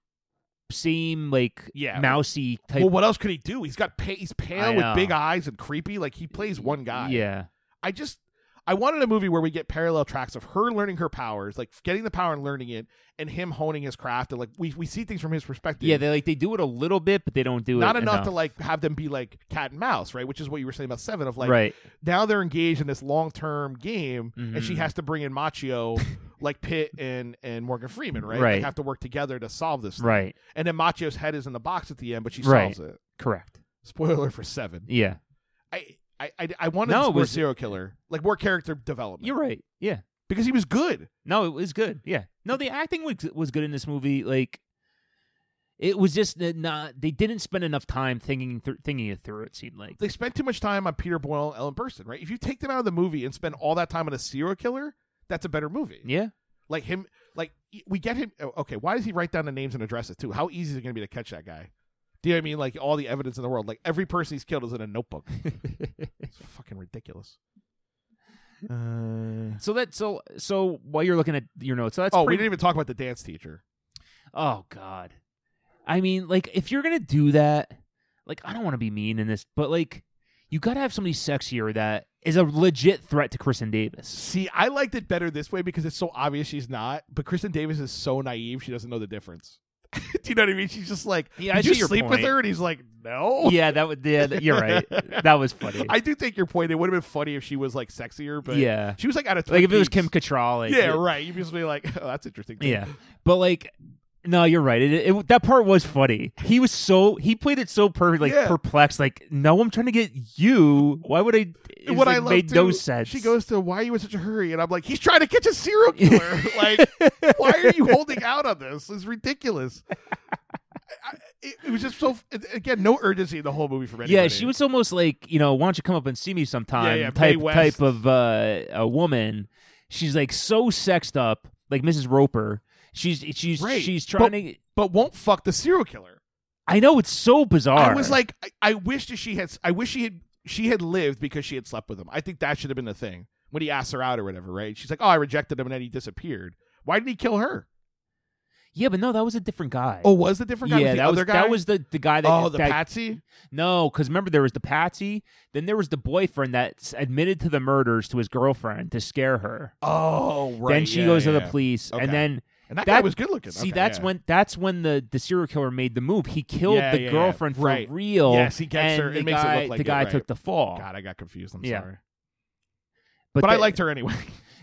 S1: same like
S2: Yeah.
S1: mousy type.
S2: Well, what else could he do? He's got pa- he's
S1: I
S2: pale with
S1: know.
S2: big eyes and creepy. Like he plays one guy.
S1: Yeah,
S2: I just I wanted a movie where we get parallel tracks of her learning her powers, like getting the power and learning it, and him honing his craft. And like we we see things from his perspective.
S1: yeah. They like they do it a little bit, but they don't do
S2: not
S1: it
S2: enough, to like have them be like cat and mouse, right? Which is what you were saying about Seven of like
S1: right.
S2: now they're engaged in this long term game, and she
S1: Mhm.
S2: has to bring in Machio, like Pitt and and Morgan Freeman, right? They
S1: Right.
S2: have to work together to solve this. thing.
S1: Right.
S2: And then Machio's head is in the box at the end, but she
S1: Right.
S2: solves it.
S1: Correct.
S2: Spoiler for Seven.
S1: Yeah.
S2: I I I, I wanted
S1: No, it
S2: more
S1: was-
S2: serial killer, like more character development,
S1: You're right. Yeah.
S2: because he was good.
S1: No, it was good. Yeah. No, the acting was was good in this movie. Like, it was just that not they didn't spend enough time thinking thr- thinking it through. It seemed like.
S2: They spent too much time on Peter Boyle and Ellen Burstyn, right? If you take them out of the movie and spend all that time on a serial killer, that's a better movie.
S1: Yeah.
S2: Like him, like we get him. oh, Okay, why does he write down the names and addresses too? How easy is it going to be to catch that guy? Do you know what I mean? Like all the evidence in the world, like every person he's killed is in a notebook. It's fucking ridiculous. Uh,
S1: so that so so while you're looking at your notes, so that's
S2: oh, we
S1: pretty,
S2: didn't even talk about the dance teacher.
S1: oh god. I mean, like if you're gonna do that, like I don't want to be mean in this, but like you gotta have somebody sexier that is a legit threat to Kristen Davis.
S2: See, I liked it better this way because it's so obvious she's not. But Kristen Davis is so naive; she doesn't know the difference. Do you know what I mean? She's just like,
S1: Yeah, I
S2: "Did you
S1: see your
S2: sleep with
S1: point.
S2: her?" And he's like, "No."
S1: Yeah, that would. Yeah, that- you're right. That was funny.
S2: I do take your point. It would have been funny if she was like sexier, but
S1: yeah,
S2: she was like out of
S1: like if it was Kim
S2: Peaks.
S1: Cattrall. Like,
S2: yeah, right. You'd just be like, "Oh, that's interesting." too."
S1: Yeah, but like, no, you're right. It, it, that part was funny. He was so he played it so perfect, like
S2: Yeah.
S1: perplexed, like no, I'm trying to get you. Why would I? It
S2: And
S1: was,
S2: what
S1: like,
S2: I love
S1: made
S2: too,
S1: no sense.
S2: She goes to, "Why are you in such a hurry?" And I'm like, "He's trying to catch a serial killer. like, why are you holding out on this? It's ridiculous." I, I- it, it was just so again no urgency in the whole movie for anybody.
S1: Yeah, she was almost like you know, why don't you come up and see me sometime?
S2: Yeah, yeah, Mae
S1: type
S2: West.
S1: type of uh, a woman. She's like so sexed up, like Mrs. Roper. She's she's
S2: Right.
S1: she's
S2: But-
S1: trying to.
S2: but won't fuck the serial killer.
S1: I know it's so bizarre.
S2: I was like, I, I wish that she had. I wish she had. She had lived because she had slept with him. I think that should have been the thing when he asked her out or whatever. Right? She's like, "Oh, I rejected him, and then he disappeared. Why didn't he kill her?
S1: yeah, but no, that was a different guy.
S2: Oh, was the different guy?
S1: yeah,
S2: was the
S1: that
S2: other
S1: was
S2: guy.
S1: that was the the guy that
S2: oh the
S1: that
S2: patsy.
S1: No, because remember there was the Patsy, then there was the boyfriend that s- admitted to the murders to his girlfriend to scare her.
S2: Oh, right.
S1: then she
S2: yeah,
S1: goes to the
S2: yeah.
S1: police,
S2: Okay.
S1: and then
S2: And that, guy
S1: That-
S2: was good looking.
S1: see
S2: Okay,
S1: that's
S2: yeah.
S1: when that's when the the serial killer made the move. He killed
S2: Yeah,
S1: the
S2: yeah, yeah.
S1: girlfriend for
S2: Right.
S1: real.
S2: Yes, he gets
S1: and
S2: her. It
S1: The
S2: makes it look
S1: guy,
S2: like
S1: the
S2: it,
S1: guy
S2: right.
S1: took the fall.
S2: God, I got confused. I'm
S1: Yeah.
S2: sorry,
S1: but
S2: Oh. but, I
S1: the-
S2: liked her anyway.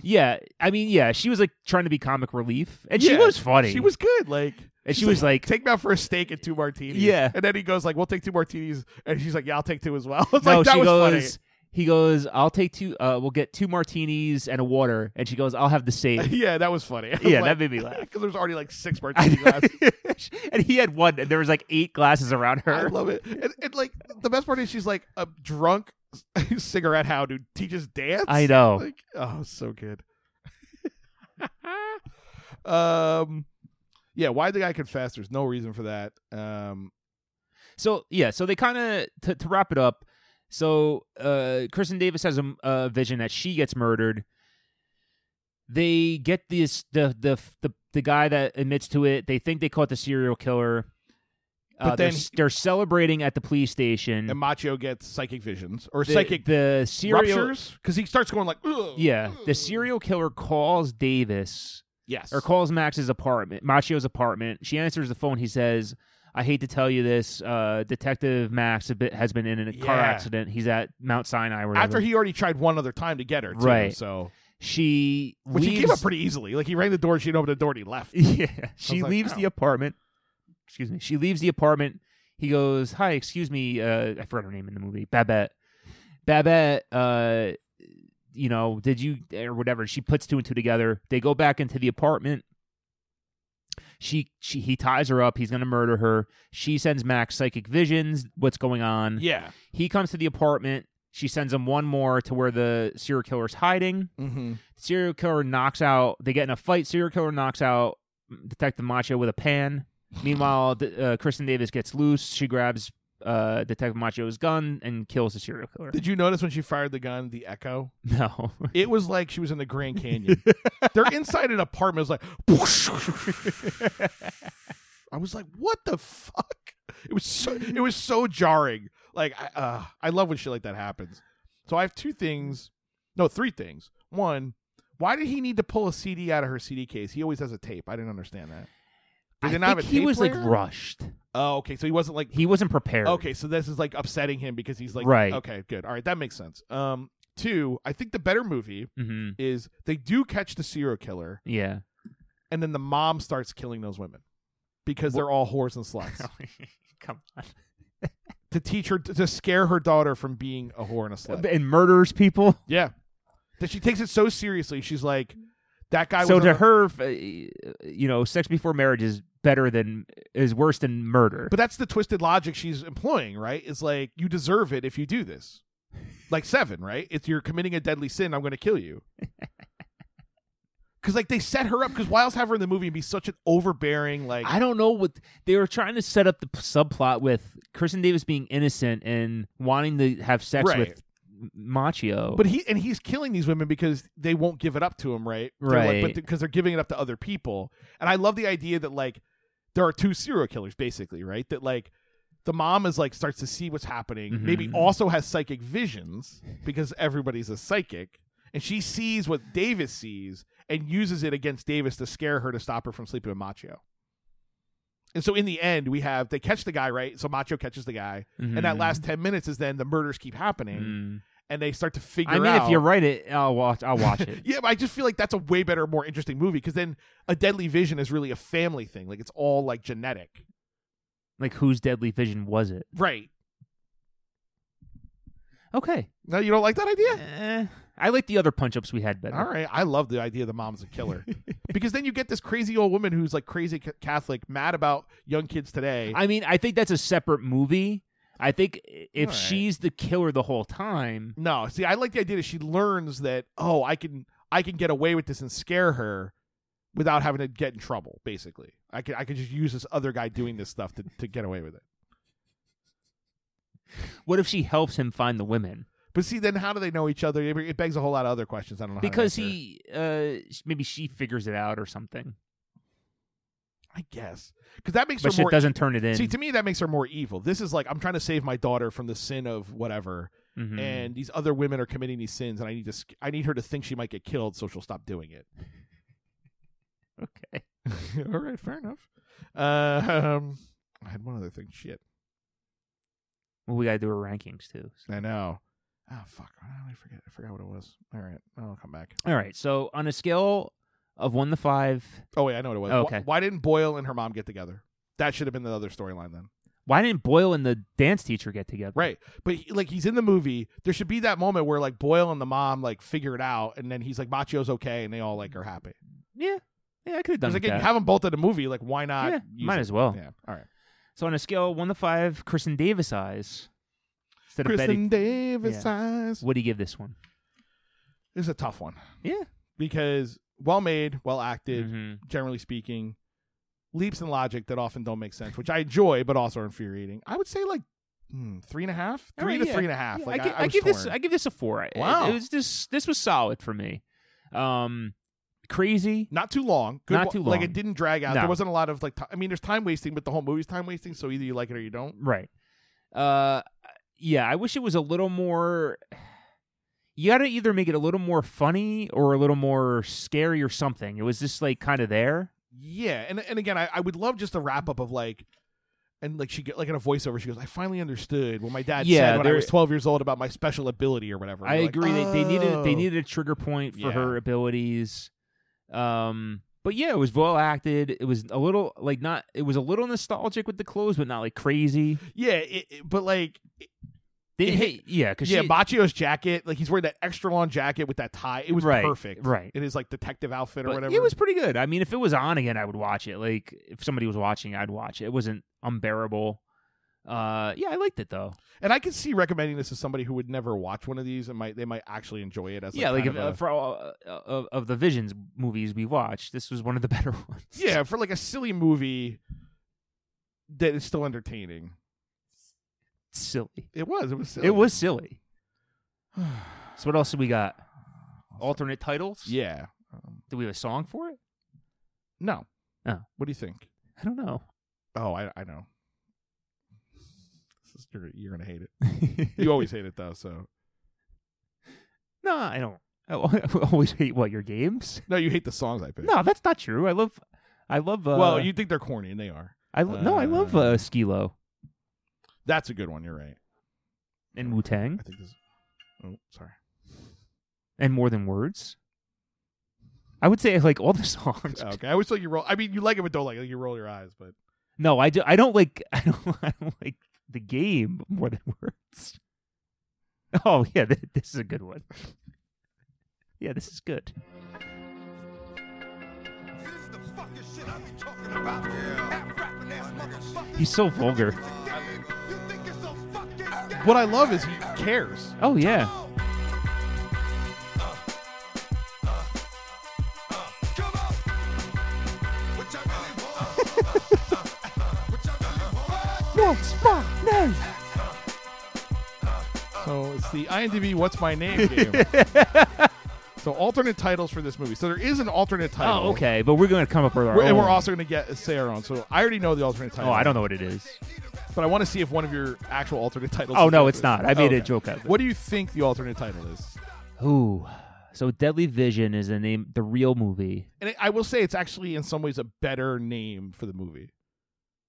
S1: Yeah, I mean, yeah, she was like trying to be comic relief, and she
S2: Yeah,
S1: was funny.
S2: she was good. Like,
S1: and she
S2: she's
S1: was like,
S2: take me out for a steak and two martinis.
S1: Yeah.
S2: and then he goes like, "We'll take two martinis," and she's like, "Yeah, I'll take two as well." It's
S1: no,
S2: like that
S1: she
S2: was
S1: goes. He goes, I'll take two. Uh, we'll get two martinis and a water. And she goes, I'll have the same.
S2: funny. yeah, that was funny. I was
S1: yeah,
S2: like,
S1: that made me laugh.
S2: because there's already like six martini glasses.
S1: and he had one, and there was like eight glasses around
S2: I
S1: her.
S2: love it. And, and like the best part is she's like a drunk cigarette hound who teaches dance.
S1: I know.
S2: Like, oh, so good. um, yeah. Why the guy confess? There's no reason for that. Um,
S1: So yeah, so they kind of to, to wrap it up. So uh, Kristen Davis has a, a vision that she gets murdered. They get this the the the the guy that admits to it. They think they caught the serial killer. Uh,
S2: But
S1: they're,
S2: then
S1: s- they're celebrating at the police station.
S2: and Macho gets psychic visions or
S1: Mm. the,
S2: psychic
S1: the serial
S2: ruptures because he starts going like, Ugh,
S1: yeah the
S2: ugh."
S1: serial killer calls Davis
S2: yes
S1: or calls Max's apartment, Machio's apartment. She answers the phone. He says, "I hate to tell you this, uh, Detective Max a bit- has been in a car
S2: Yeah.
S1: accident. He's at Mount Sinai." Or whatever.
S2: after he already tried one other time to get her too,
S1: Right.
S2: So
S1: she
S2: which
S1: leaves,
S2: he gave up pretty easily. Like he rang the door, she didn't open the door, and he left.
S1: yeah, she
S2: like,
S1: leaves
S2: "Oh."
S1: the apartment. Excuse me. She leaves the apartment. He goes, "Hi, excuse me. Uh, I forgot her name in the movie. Babette. Babette. Uh, you know, did you or whatever?" She puts two and two together. They go back into the apartment. She, she, he ties her up. He's gonna murder her. She sends Max psychic visions. What's going on?
S2: Yeah.
S1: He comes to the apartment. She sends him one more to where the serial killer's hiding
S2: Mm-hmm.
S1: serial killer knocks out they get in a fight serial killer knocks out detective macho with a pan meanwhile th- uh, kristen davis gets loose she grabs uh, detective macho's gun and kills the serial killer
S2: Did you notice when she fired the gun, the echo?
S1: no
S2: It was like she was in the Grand Canyon. They're inside an apartment. It was like, I was like, what the fuck? It was so, it was so jarring. Like, I, uh, I love when shit like that happens. So I have two things, no, three things. One, why did he need to pull a CD out of her CD case? He always has a tape. I didn't understand that. They
S1: i
S2: did
S1: think
S2: not have a
S1: he
S2: tape
S1: was like
S2: player?
S1: rushed
S2: Oh, okay. So he wasn't like
S1: he wasn't prepared
S2: Okay, so this is like upsetting him because he's like,
S1: Right.
S2: Okay, good. All right, that makes sense. Um, two, I think the better movie
S1: hmm
S2: is they do catch the serial killer,
S1: yeah
S2: and then the mom starts killing those women because they're all whores and sluts
S1: come on
S2: to teach her to scare her daughter from being a whore and a slut.
S1: and murders people
S2: Yeah, that she takes it so seriously. She's like, that guy.
S1: so
S2: was
S1: to
S2: on-
S1: her f- uh, you know sex before marriage is better than is worse than murder
S2: But that's the twisted logic she's employing, right? It's like you deserve it if you do this. Like seven, right? If you're committing a deadly sin, I'm going to kill you. because like they set her up because why else have her in the movie and be such an overbearing like
S1: I don't know what they were trying to set up the p- subplot with Kristen Davis being innocent and wanting to have sex
S2: Right.
S1: with M- Machio.
S2: But he and he's killing these women because they won't give it up to him, right? They're Like,
S1: Right.
S2: but because they're giving it up to other people, and I love the idea that like there are two serial killers basically, right? That like the mom is like starts to see what's happening, maybe
S1: Mhm.
S2: also has psychic visions because everybody's a psychic, and she sees what Davis sees and uses it against Davis to scare her to stop her from sleeping with Machio. And so in the end, we have they catch the guy, right? So Macho catches the guy, and that
S1: Mhm.
S2: last ten minutes is then the murders keep happening,
S1: Mm.
S2: and they start to figure.
S1: I mean,
S2: out,
S1: if you're right, it I'll watch. I'll watch it.
S2: yeah, but I just feel like that's a way better, more interesting movie because then a deadly vision is really a family thing. Like it's all like genetic.
S1: like, whose deadly vision was it?
S2: Right.
S1: Okay.
S2: No, you don't like that idea?
S1: Eh, I like the other punch ups we had better.
S2: All right. I love the idea the mom's a killer because then you get this crazy old woman who's like crazy ca- Catholic, mad about young kids today.
S1: I mean, I think that's a separate movie. I think i- if
S2: All right.
S1: she's the killer the whole time,
S2: no, see, I like the idea that she learns that oh, I can I can get away with this and scare her without having to get in trouble. Basically, I could I could just use this other guy doing this stuff to to get away with it.
S1: what if she helps him find the women?
S2: But see, then how do they know each other? It it begs a whole lot of other questions. I don't know how to
S1: Because
S2: answer.
S1: he, uh, sh- maybe she figures it out or something,
S2: I guess because that makes
S1: but
S2: her
S1: she
S2: more. e-,
S1: doesn't turn it in.
S2: See, to me, that makes her more evil. This is like I'm trying to save my daughter from the sin of whatever,
S1: Mhm.
S2: and these other women are committing these sins, and I need to. sc- I need her to think she might get killed, so she'll stop doing it.
S1: okay,
S2: All right, fair enough. Uh, um, I had one other thing. Shit,
S1: well, we gotta do her rankings too. so.
S2: I know. Oh fuck! I forget. I forgot what it was. All right, I'll come back.
S1: All right, so on a scale of one to five,
S2: Oh wait, I know what it was.
S1: Oh,
S2: Wh-
S1: okay.
S2: Why, didn't Boyle and her mom get together? That should have been the other storyline then.
S1: why didn't Boyle and the dance teacher get together?
S2: Right. But he, like he's in the movie, there should be that moment where like Boyle and the mom like figure it out and then he's like Machio's okay and they all like are happy.
S1: Yeah, yeah, I could have done
S2: Cuz
S1: with
S2: again, you
S1: that.
S2: have them both in the movie, like why not?
S1: yeah,
S2: use
S1: might
S2: it?
S1: as well.
S2: Yeah. All right.
S1: So on a scale of one to five, Kristen Davis eyes instead of Betty,
S2: Kristen Davis eyes.
S1: what do you give this one?
S2: This is a tough one.
S1: Yeah.
S2: Because well made, well acted,
S1: Mhm.
S2: generally speaking, leaps in logic that often don't make sense, which I enjoy but also are infuriating. I would say like hmm, three and a half,
S1: All
S2: three
S1: right,
S2: to
S1: Oh, yeah.
S2: three and a half.
S1: Yeah,
S2: Like
S1: I, gi-
S2: I,
S1: I
S2: was
S1: give this
S2: torn.
S1: I give this a four. I- it-
S2: Wow.
S1: it was this this was solid for me. Um, crazy.
S2: not too long. Good
S1: Not
S2: wa-
S1: too
S2: Like
S1: long.
S2: it didn't drag out.
S1: No.
S2: There wasn't a lot of like. T- I mean, there's time wasting, but the whole movie's time wasting. So either you like it or you don't.
S1: Right. Uh yeah, I wish it was a little more you gotta either make it a little more funny or a little more scary or something. It was just like kind of there.
S2: Yeah, and and again, I, I would love just a wrap up of like, and like she get like in a voiceover, she goes, "I finally understood what my dad
S1: Yeah,
S2: said when I
S1: there-
S2: was 12 years old about my special ability or whatever."
S1: I
S2: You're like,
S1: agree that they needed they
S2: "Oh."
S1: needed a trigger point for
S2: Yeah.
S1: her abilities. Um but yeah, it was well acted. It was a little like not it was a little nostalgic with the clothes, but not like crazy.
S2: Yeah, it, it- but like,
S1: They
S2: It hit-
S1: hit, yeah, because
S2: yeah,
S1: she,
S2: Machio's jacket, like he's wearing that extra long jacket with that tie. It was
S1: Right,
S2: perfect,
S1: right.
S2: In his like detective outfit or
S1: but
S2: whatever.
S1: it was pretty good. I mean, if it was on again, I would watch it. Like if somebody was watching, I'd watch it. It wasn't unbearable. Uh, yeah, I liked it though.
S2: and I could see recommending this to somebody who would never watch one of these and might they might actually enjoy it as
S1: yeah, like
S2: kind
S1: if,
S2: of a-
S1: uh, for all, uh, of, of the Visions movies we watched, this was one of the better ones.
S2: Yeah, for like a silly movie that is still entertaining.
S1: silly.
S2: It was. It was silly.
S1: It was silly. So what else do we got? Alternate titles?
S2: yeah. Um,
S1: Do we have a song for it?
S2: no.
S1: Oh.
S2: What do you think?
S1: I don't know.
S2: Oh, I I know. This is, you're, you're gonna hate it. you always hate it though. So
S1: No, I don't. I al- always hate what your games.
S2: no, you hate the songs I pick.
S1: No, that's not true. I love, I love. Uh,
S2: Well, you think they're corny, and they are.
S1: I lo- no, I love uh,
S2: uh,
S1: Skilo
S2: That's a good one. You're right.
S1: and Wu Tang.
S2: I think this. Oh, sorry.
S1: and more than words. I would say like all the songs.
S2: Oh, okay, I always thought you roll. I mean, you like it, but don't like it. You roll your eyes, but
S1: No, I do. I don't like. I don't, I don't like the game more than words. Oh yeah, th- this is a good one. Yeah, this is good.
S3: This is the fucking shit I be talking about. Half rapping ass motherfuckers.
S1: He's so vulgar.
S3: You think it's so fucking scary?
S2: what I love is he cares.
S1: Oh yeah,
S3: Uh, uh, uh,
S2: So it's the IMDb What's My Name game. so alternate titles for this movie. So there is an alternate title.
S1: Oh, okay. But we're going to come up with our
S2: We're- and
S1: own.
S2: we're also going to get say our own. So I already know the alternate title.
S1: Oh, I don't know what it is.
S2: But I want to see if one of your actual alternate titles.
S1: Oh
S2: is
S1: no,
S2: like
S1: it's
S2: this.
S1: not. I made
S2: Okay.
S1: a joke out of it.
S2: What do you think the alternate title is?
S1: Ooh. So Deadly Vision is the name, the real movie.
S2: And it, I will say it's actually in some ways a better name for the movie,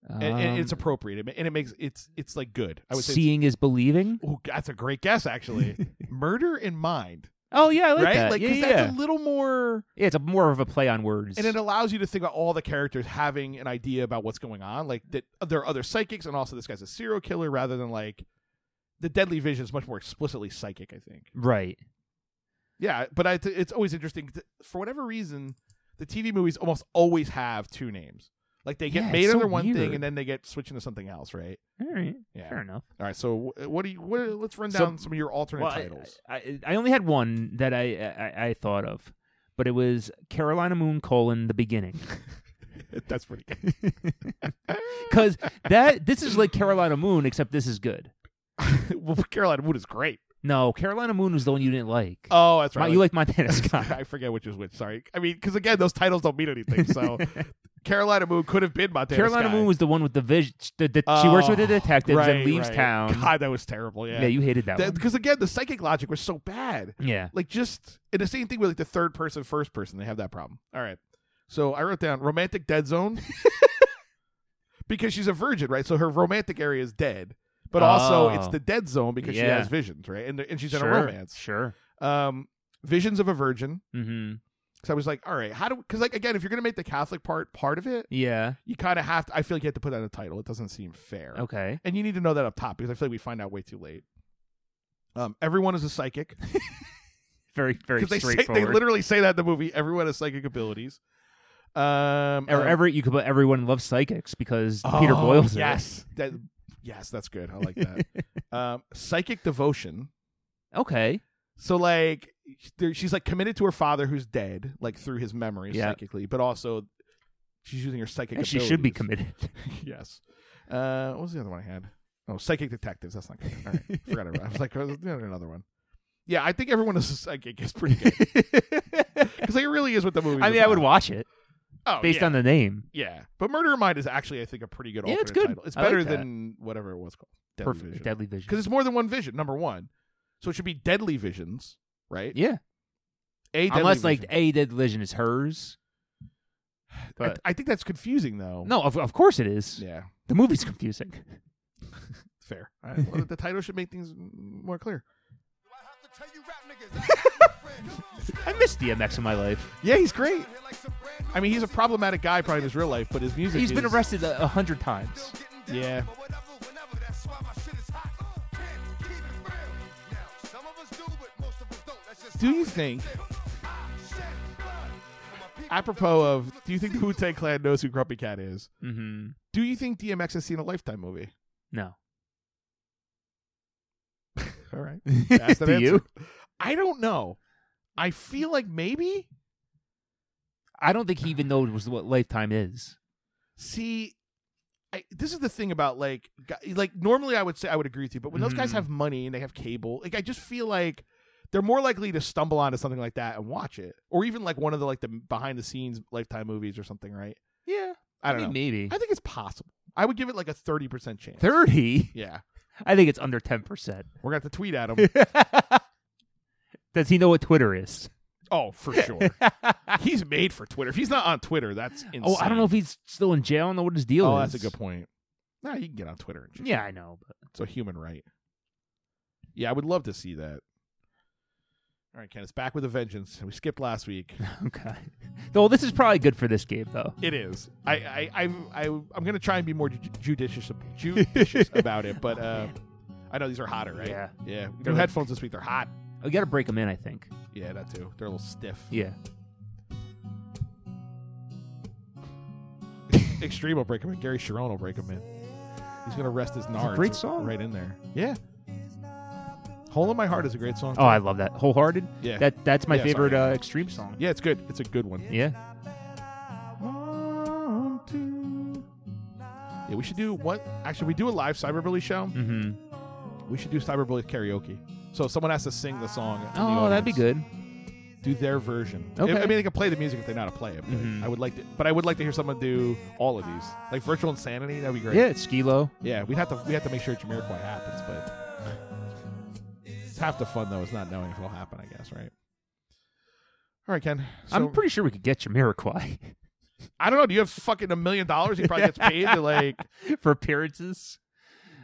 S2: and, and
S1: Um,
S2: it's appropriate, It ma- and it makes it's it's like good. I would say.
S1: seeing is believing.
S2: it's- Ooh, that's a great guess, actually. Murder in Mind,
S1: Oh yeah, I like
S2: right?
S1: that.
S2: Like,
S1: yeah,
S2: 'cause
S1: yeah,
S2: that's
S1: yeah.
S2: a little more,
S1: Yeah, it's a more of a play on words.
S2: and it allows you to think about all the characters having an idea about what's going on. Like that, uh, there are other psychics, and also this guy's a serial killer, rather than like the Deadly Vision is much more explicitly psychic. I think.
S1: right.
S2: Yeah, but I, it's always interesting. t- For whatever reason, the TV movies almost always have two names. Like they get
S1: Yeah,
S2: made
S1: it's so
S2: under one thing
S1: weird.
S2: and then they get switched into something else, right?
S1: All right.
S2: Yeah.
S1: Fair enough.
S2: All right. So wh- what do you? What, let's run
S1: So-
S2: down some of your alternate
S1: Well, I-
S2: titles.
S1: I, I, I only had one that I, I I thought of, but it was Carolina Moon colon the beginning
S2: That's pretty good.
S1: because that this is like Carolina Moon except this is good.
S2: well, Carolina Wood is great.
S1: No, Carolina Moon was the one you didn't like.
S2: Oh, that's
S1: Ma-
S2: right.
S1: you like Montana Scott?
S2: I forget which is which. Sorry. I mean, because again, those titles don't mean anything. So Carolina Moon could have been Montana.
S1: Carolina
S2: Sky.
S1: Moon was the one with the vision. The, the, she works with the
S2: Oh,
S1: detectives
S2: right,
S1: and leaves
S2: right.
S1: town.
S2: God, that was terrible.
S1: yeah.
S2: Yeah.
S1: you hated that, one.
S2: Because again, the psychic logic was so bad.
S1: Yeah.
S2: like just and the same thing with like the third person first person they have that problem all right so i wrote down romantic dead zone because she's a virgin right so her romantic area is dead but also
S1: Oh.
S2: it's the dead zone because she
S1: Yeah.
S2: has visions right and, and she's in
S1: sure.
S2: a romance
S1: Sure.
S2: um visions of a virgin
S1: Mm-hmm.
S2: because i was like all right how do because like again if you're gonna make the catholic part part of it
S1: Yeah.
S2: you kind of have to i feel like you have to put that in the title it doesn't seem fair
S1: Okay.
S2: and you need to know that up top because i feel like we find out way too late um everyone is a psychic
S1: Very very
S2: because they say,
S1: straightforward.
S2: they literally say that in the movie. Everyone has psychic abilities. Um,
S1: or
S2: uh,
S1: every you could put everyone loves psychics because
S2: oh,
S1: Peter Boyle's in it.
S2: Yes, that, yes, that's good. I like that. um, psychic devotion.
S1: Okay.
S2: So like, there, she's like committed to her father who's dead, like through his memory
S1: Yeah.
S2: psychically, but also she's using her psychic.
S1: And she should be
S2: abilities.
S1: committed.
S2: yes. Uh, what was the other one I had? Oh, psychic detectives. That's not good. All right, forgot about. it. I was like, I was doing another one. Yeah, I think everyone is a psychic is pretty good because it really is what the movie.
S1: I mean, I would
S2: watch.
S1: watch it
S2: oh,
S1: based
S2: yeah.
S1: on the name.
S2: Yeah, but Murder in Mind is actually, I think, a pretty good
S1: Yeah,
S2: alternate
S1: it's good.
S2: title. It's
S1: I like
S2: better
S1: that.
S2: than whatever it was called. Deadly
S1: Perfect.
S2: Vision.
S1: Deadly Vision.
S2: Because it's more than one vision. Number one, so it should be Deadly Visions, right?
S1: Yeah.
S2: A Deadly
S1: Unless like
S2: Vision.
S1: a Deadly Vision is hers.
S2: I,
S1: But
S2: I think that's confusing though.
S1: no, of of course it is.
S2: Yeah,
S1: The movie's confusing.
S2: fair. All right, well, the title should make things more clear.
S1: I miss DMX in my life.
S2: Yeah, he's great. I mean, he's a problematic guy probably in his real life, but his music.
S1: He's been
S2: is-
S1: arrested a, a hundred times.
S2: Yeah. Do you think- Apropos of, do you think the Wu Tang Clan knows who Grumpy Cat is?
S1: Mm-hmm.
S2: Do you think DMX has seen a Lifetime movie?
S1: No.
S2: All right. That's the
S1: Do
S2: answer.
S1: you?
S2: I don't know. I feel like maybe.
S1: I don't think he even knows what Lifetime is.
S2: See, I, this is the thing about like, gu- like normally I would say I would agree with you, but when those guys
S1: Mhm.
S2: have money and they have cable, like I just feel like they're more likely to stumble onto something like that and watch it, or even like one of the like the behind the scenes Lifetime movies or something, right?
S1: Yeah.
S2: I don't
S1: mean,
S2: know.
S1: maybe.
S2: I think it's possible. I would give it like a thirty percent chance.
S1: 30?
S2: Yeah,
S1: I think it's under 10%.
S2: we're gonna have to tweet at him.
S1: Does he know what Twitter is?
S2: oh, for sure. he's made for Twitter. If he's not on Twitter, that's insane.
S1: Oh, I don't know if he's still in jail. I don't know what his deal
S2: Oh,
S1: is.
S2: that's a good point. Nah, you can get on Twitter. And shit.
S1: Yeah, I know. But
S2: It's a human right. Yeah, I would love to see that. All right, Ken, it's back with a vengeance. We skipped last week.
S1: okay. Well, this is probably good for this game, though.
S2: It is. I, I, I, I I'm going to try and be more ju- judicious, judicious about it, but uh, I know these are hotter, right?
S1: Yeah.
S2: yeah. New
S1: like-
S2: headphones this week. They're hot.
S1: Oh, you got to break him in, I think.
S2: Yeah, that too. They're a little stiff.
S1: Yeah.
S2: Extreme will break them in. Gary Sharon will break them in. He's going to rest his nards.
S1: great song.
S2: right in there. Yeah. Hole in My Heart is a great song.
S1: Oh, I love that. Wholehearted.
S2: Yeah.
S1: That that's my
S2: Yeah,
S1: favorite
S2: sorry.
S1: uh, extreme song.
S2: yeah, it's good. It's a good one.
S1: Yeah.
S2: One, two. Yeah, we should do what? Actually, we do a live Cyberbully show,
S1: Mm-hmm.
S2: We should do Cyberbully karaoke. So someone has to sing the song. in the
S1: Oh, that'd be
S2: audience.
S1: good.
S2: Do their version.
S1: Okay.
S2: I mean, they can play the music if they know how to play it. But
S1: Mhm.
S2: I would like to, but I would like to hear someone do all of these, like Virtual Insanity. That'd be great.
S1: Yeah, it's Skilo.
S2: Yeah, we'd have to we have to make sure Jamiroquai happens, but it's half the fun though is not knowing if it'll happen. I guess, right? All right, Ken. So,
S1: I'm pretty sure we could get Jamiroquai
S2: I don't know. Do you have fucking a million dollars? He probably gets paid to like.
S1: for appearances.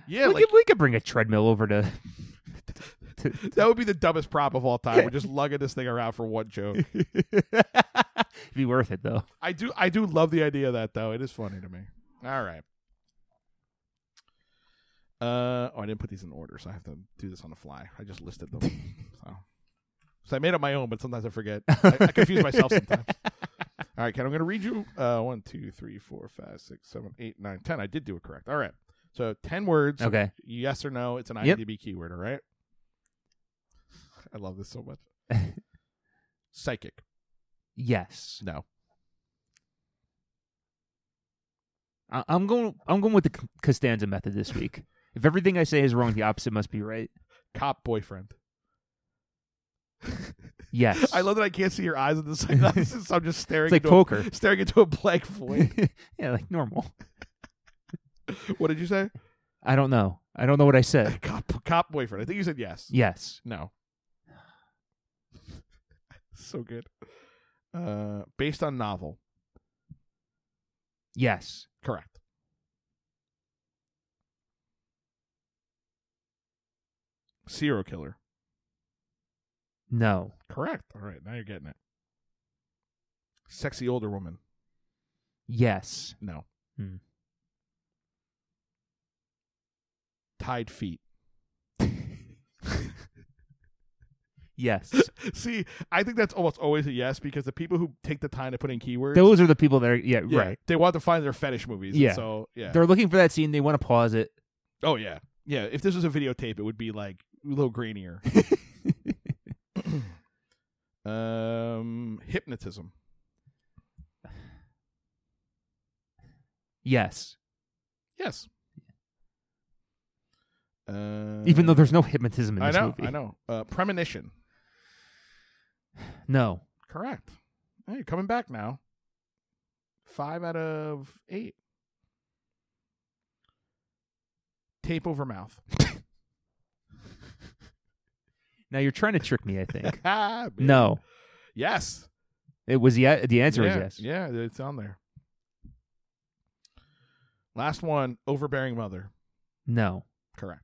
S2: Yeah,
S1: we,
S2: like
S1: could, we could bring a treadmill over to.
S2: that would be the dumbest prop of all time. We're just lugging this thing around for one joke.
S1: It'd be worth it though.
S2: I do I do love the idea of that though. It is funny to me. All right. Uh oh, I didn't put these in order, so I have to do this on the fly. I just listed them. so. so I made up my own, but sometimes I forget. I, I confuse myself sometimes. All right, Ken, I'm gonna read you uh one, two, three, four, five, six, seven, eight, nine, ten. I did do it correct. All right. So ten words.
S1: Okay.
S2: Yes or no, it's an
S1: Yep.
S2: IMDB keyword, all right? I love this so much. Psychic.
S1: Yes,
S2: No.
S1: I- I'm going. I'm going with the C- Costanza method this week. if everything I say is wrong, the opposite must be right.
S2: Cop boyfriend.
S1: Yes,
S2: I love that I can't see your eyes at the same time. so I'm just staring
S1: It's like
S2: into
S1: poker.
S2: A, staring into a blank void.
S1: yeah, like normal.
S2: what did you say?
S1: I don't know. I don't know what I said.
S2: Cop, cop boyfriend. I think you said yes.
S1: Yes.
S2: No. so good. Uh, based on novel.
S1: Yes.
S2: Correct. Serial killer.
S1: No.
S2: Correct. All right, now you're getting it. Sexy older woman.
S1: Yes.
S2: No.
S1: Hmm.
S2: Tied feet.
S1: Yes.
S2: See, I think that's almost always a yes because the people who take the time to put in keywords,
S1: Those are the people that are. Yeah.
S2: yeah,
S1: Right.
S2: they want to find their fetish movies. and
S1: Yeah.
S2: So yeah.
S1: They're looking for that scene. They want to pause it.
S2: oh yeah, yeah. If this was a videotape, it would be like a little grainier. um, hypnotism.
S1: Yes.
S2: Yes. Uh,
S1: Even though there's no hypnotism in
S2: I
S1: this
S2: know,
S1: movie.
S2: I know. Uh, premonition.
S1: No.
S2: Correct. Hey, you're coming back now. Five out of eight. Tape over mouth.
S1: Now you're trying to trick me. I think.
S2: Ah, baby.
S1: no.
S2: Yes.
S1: It was yeah. The answer
S2: yeah.
S1: is yes.
S2: Yeah, it's on there. Last one, overbearing mother.
S1: No.
S2: Correct.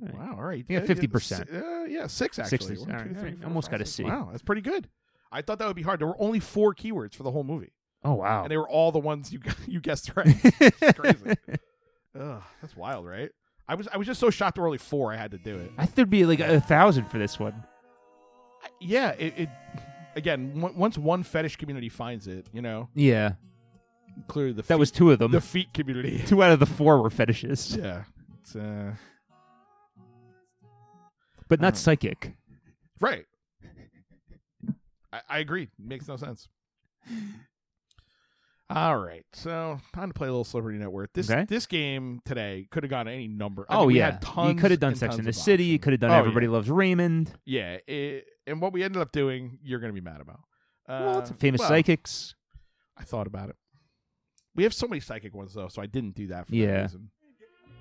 S1: All right.
S2: Wow. All right.
S1: Yeah,
S2: Uh,
S1: 50%.
S2: si- Uh, yeah, six actually.
S1: Six is-
S2: One,
S1: all
S2: two,
S1: right, all
S2: three,
S1: right.
S2: four,
S1: Almost
S2: five,
S1: got a
S2: six.
S1: C.
S2: Wow, that's pretty good. I thought that would be hard. There were only four keywords for the whole movie,
S1: Oh wow.
S2: and they were all the ones you you guessed right. crazy. Ugh, that's wild, right? I was I was just so shocked there were only four. I had to do it.
S1: I think there'd be like a thousand for this one.
S2: I- yeah, it. it again, w- once one fetish community finds it, you know,
S1: Yeah.
S2: clearly the
S1: That
S2: feet,
S1: was two of them.
S2: the feet community.
S1: two out of the four were fetishes,
S2: yeah, it's, uh,
S1: but
S2: Alright.
S1: not psychic.
S2: right. I, I agree. Makes no sense. All right, so time to play a little celebrity net worth. This
S1: Okay.
S2: this game today could have gone any number. I
S1: oh
S2: mean, we
S1: yeah,
S2: had tons
S1: you could have done
S2: and
S1: Sex
S2: tons
S1: in the
S2: of
S1: City. You
S2: options.
S1: could have done
S2: Oh,
S1: Everybody Loves Raymond.
S2: Yeah, it, and what we ended up doing, you're going to be mad about. Uh,
S1: well, it's famous
S2: well,
S1: psychics.
S2: I thought about it. We have so many psychic ones though, so I didn't do that for that
S1: Yeah.
S2: reason.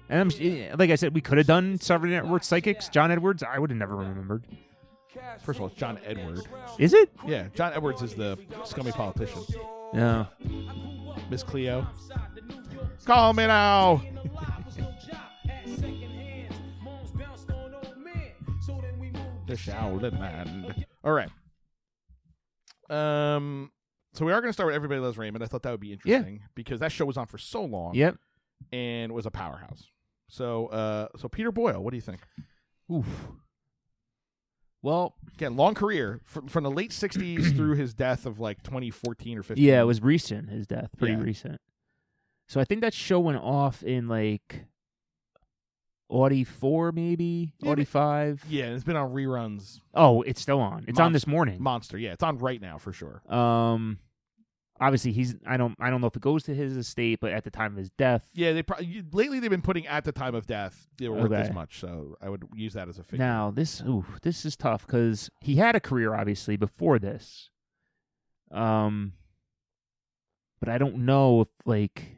S1: And I'm, yeah, like I said, we could have done Sovereign Network psychics. John Edwards. I would have never remembered.
S2: First of all, it's John Edward.
S1: Is it?
S2: Yeah, John Edwards is the scummy politician.
S1: No.
S2: Miss Cleo. Call me now. The Shaolin Land. All right. Um. So we are going to start with Everybody Loves Raymond. I thought that would be interesting because that show was on for so long
S1: Yep.
S2: and was a powerhouse. So, uh, so Peter Boyle, what do you think?
S1: Oof. Well,
S2: Again, long career from, from the late '60s through his death of like 2014 or 15.
S1: yeah, it was recent. His death, pretty
S2: Yeah.
S1: recent. So I think that show went off in like Audi four, maybe
S2: Yeah,
S1: Audi five.
S2: Yeah, and it's been on reruns.
S1: Oh, it's still on. It's on
S2: Monst-
S1: this morning.
S2: Monster. Yeah, it's on right now for sure.
S1: Um, obviously he's I don't I don't know if it goes to his estate, but at the time of his death,
S2: Yeah, they probably lately they've been putting at the time of death they were worth this
S1: Okay.
S2: much, so I would use that as a figure.
S1: Now this ooh, this is tough because he had a career obviously before this, um, but I don't know if like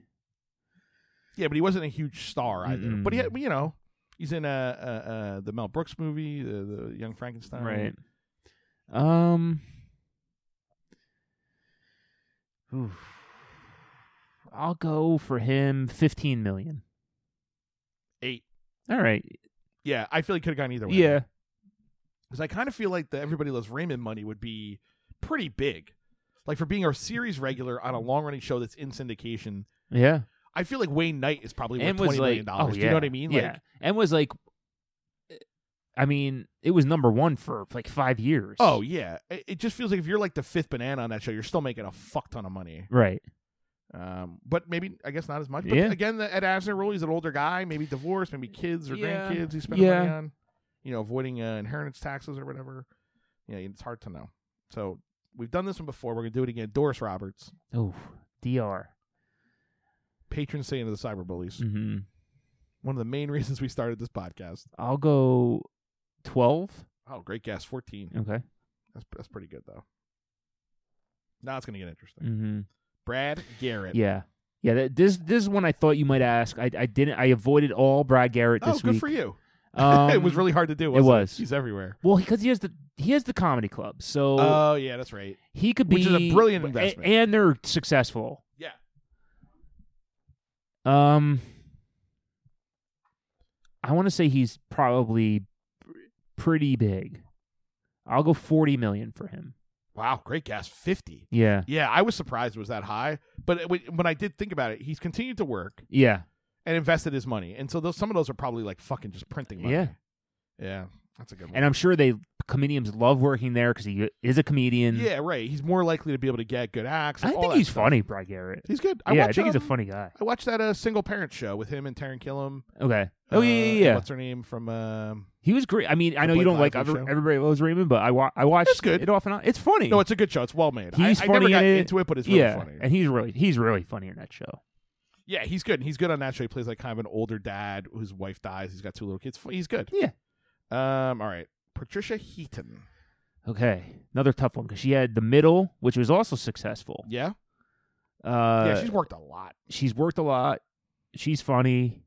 S2: Yeah, but he wasn't a huge star either.
S1: Mm-mm.
S2: But he, had- you know, he's in uh, uh, uh, the Mel Brooks movie, the, the Young Frankenstein.
S1: um, um, oof. I'll go for him fifteen million.
S2: eight.
S1: All right,
S2: Yeah, I feel he could have gone either way.
S1: yeah,
S2: because I kind of feel like the Everybody Loves Raymond money would be pretty big, like for being a series regular on a long running show that's in syndication.
S1: yeah.
S2: I feel like Wayne Knight is probably worth
S1: and
S2: twenty
S1: was
S2: million
S1: like,
S2: dollars.
S1: oh,
S2: Do you
S1: yeah,
S2: know what I mean?
S1: Yeah,
S2: Like,
S1: and was like, I mean, it was number one for like five years.
S2: oh yeah, it, it just feels like if you're like the fifth banana on that show, you're still making a fuck ton of money.
S1: right.
S2: Um, but maybe I guess not as much. But
S1: Yeah.
S2: again, the Ed Asner rule, he's an older guy, maybe divorced, maybe kids or
S1: Yeah.
S2: grandkids he's spending money
S1: Yeah.
S2: on. You know, avoiding uh, inheritance taxes or whatever. Yeah, it's hard to know. So we've done this one before. We're gonna do it again. Doris Roberts,
S1: Oh, dr.
S2: patron saint of the cyberbullies.
S1: Mm-hmm.
S2: One of the main reasons we started this podcast.
S1: I'll go twelve.
S2: Oh, great guess. Fourteen.
S1: Okay.
S2: That's that's pretty good though. Now it's gonna get interesting.
S1: Mm-hmm.
S2: Brad Garrett.
S1: Yeah. Yeah. That, this this is one I thought you might ask. I I didn't. I avoided all Brad Garrett
S2: Oh,
S1: this
S2: good
S1: week.
S2: for you.
S1: Um,
S2: it was really hard to do.
S1: it
S2: Wasn't it
S1: was.
S2: He's everywhere.
S1: well because he has the he has the comedy club, so
S2: Oh yeah, that's right.
S1: he could be
S2: which is a brilliant
S1: a-
S2: investment.
S1: and they're successful.
S2: Yeah.
S1: Um, I want to say he's probably pr- pretty big. I'll go forty million for him.
S2: Wow, great guess. Fifty.
S1: Yeah.
S2: Yeah, I was surprised it was that high, but it- when when I did think about it, he's continued to work
S1: Yeah.
S2: and invested his money, and so those some of those are probably like fucking just printing money.
S1: Yeah.
S2: yeah, that's a good one.
S1: And I'm sure they comedians love working there because he is a comedian.
S2: yeah, right. He's more likely to be able to get good acts.
S1: I
S2: all
S1: think
S2: that
S1: he's
S2: stuff.
S1: funny, Brad Garrett.
S2: He's good. I
S1: yeah, I
S2: watch,
S1: think he's a
S2: um,
S1: funny guy.
S2: I watched that uh, single parent show with him and Taryn Killam.
S1: Okay. Oh
S2: uh,
S1: yeah, yeah,
S2: and
S1: yeah.
S2: What's her name from? Um...
S1: He was great. I mean, I
S2: The
S1: know you
S2: Blake
S1: don't like
S2: Lively
S1: other,
S2: show?
S1: everybody loves Raymond, but I wa- I watched
S2: It's good.
S1: it off and on. It's funny.
S2: No, it's a good show. It's well made.
S1: He's
S2: I, I
S1: funny
S2: never
S1: in
S2: got
S1: it.
S2: into it, but it's really
S1: yeah,
S2: funny.
S1: and he's really he's really funny in that show.
S2: Yeah, he's good. And he's good on that show. He plays like kind of an older dad whose wife dies. He's got two little kids. He's good.
S1: Yeah.
S2: Um. All right. Patricia Heaton.
S1: Okay, another tough one because she had the middle, which was also successful.
S2: Yeah.
S1: Uh,
S2: yeah, she's worked a lot.
S1: she's worked a lot. She's funny.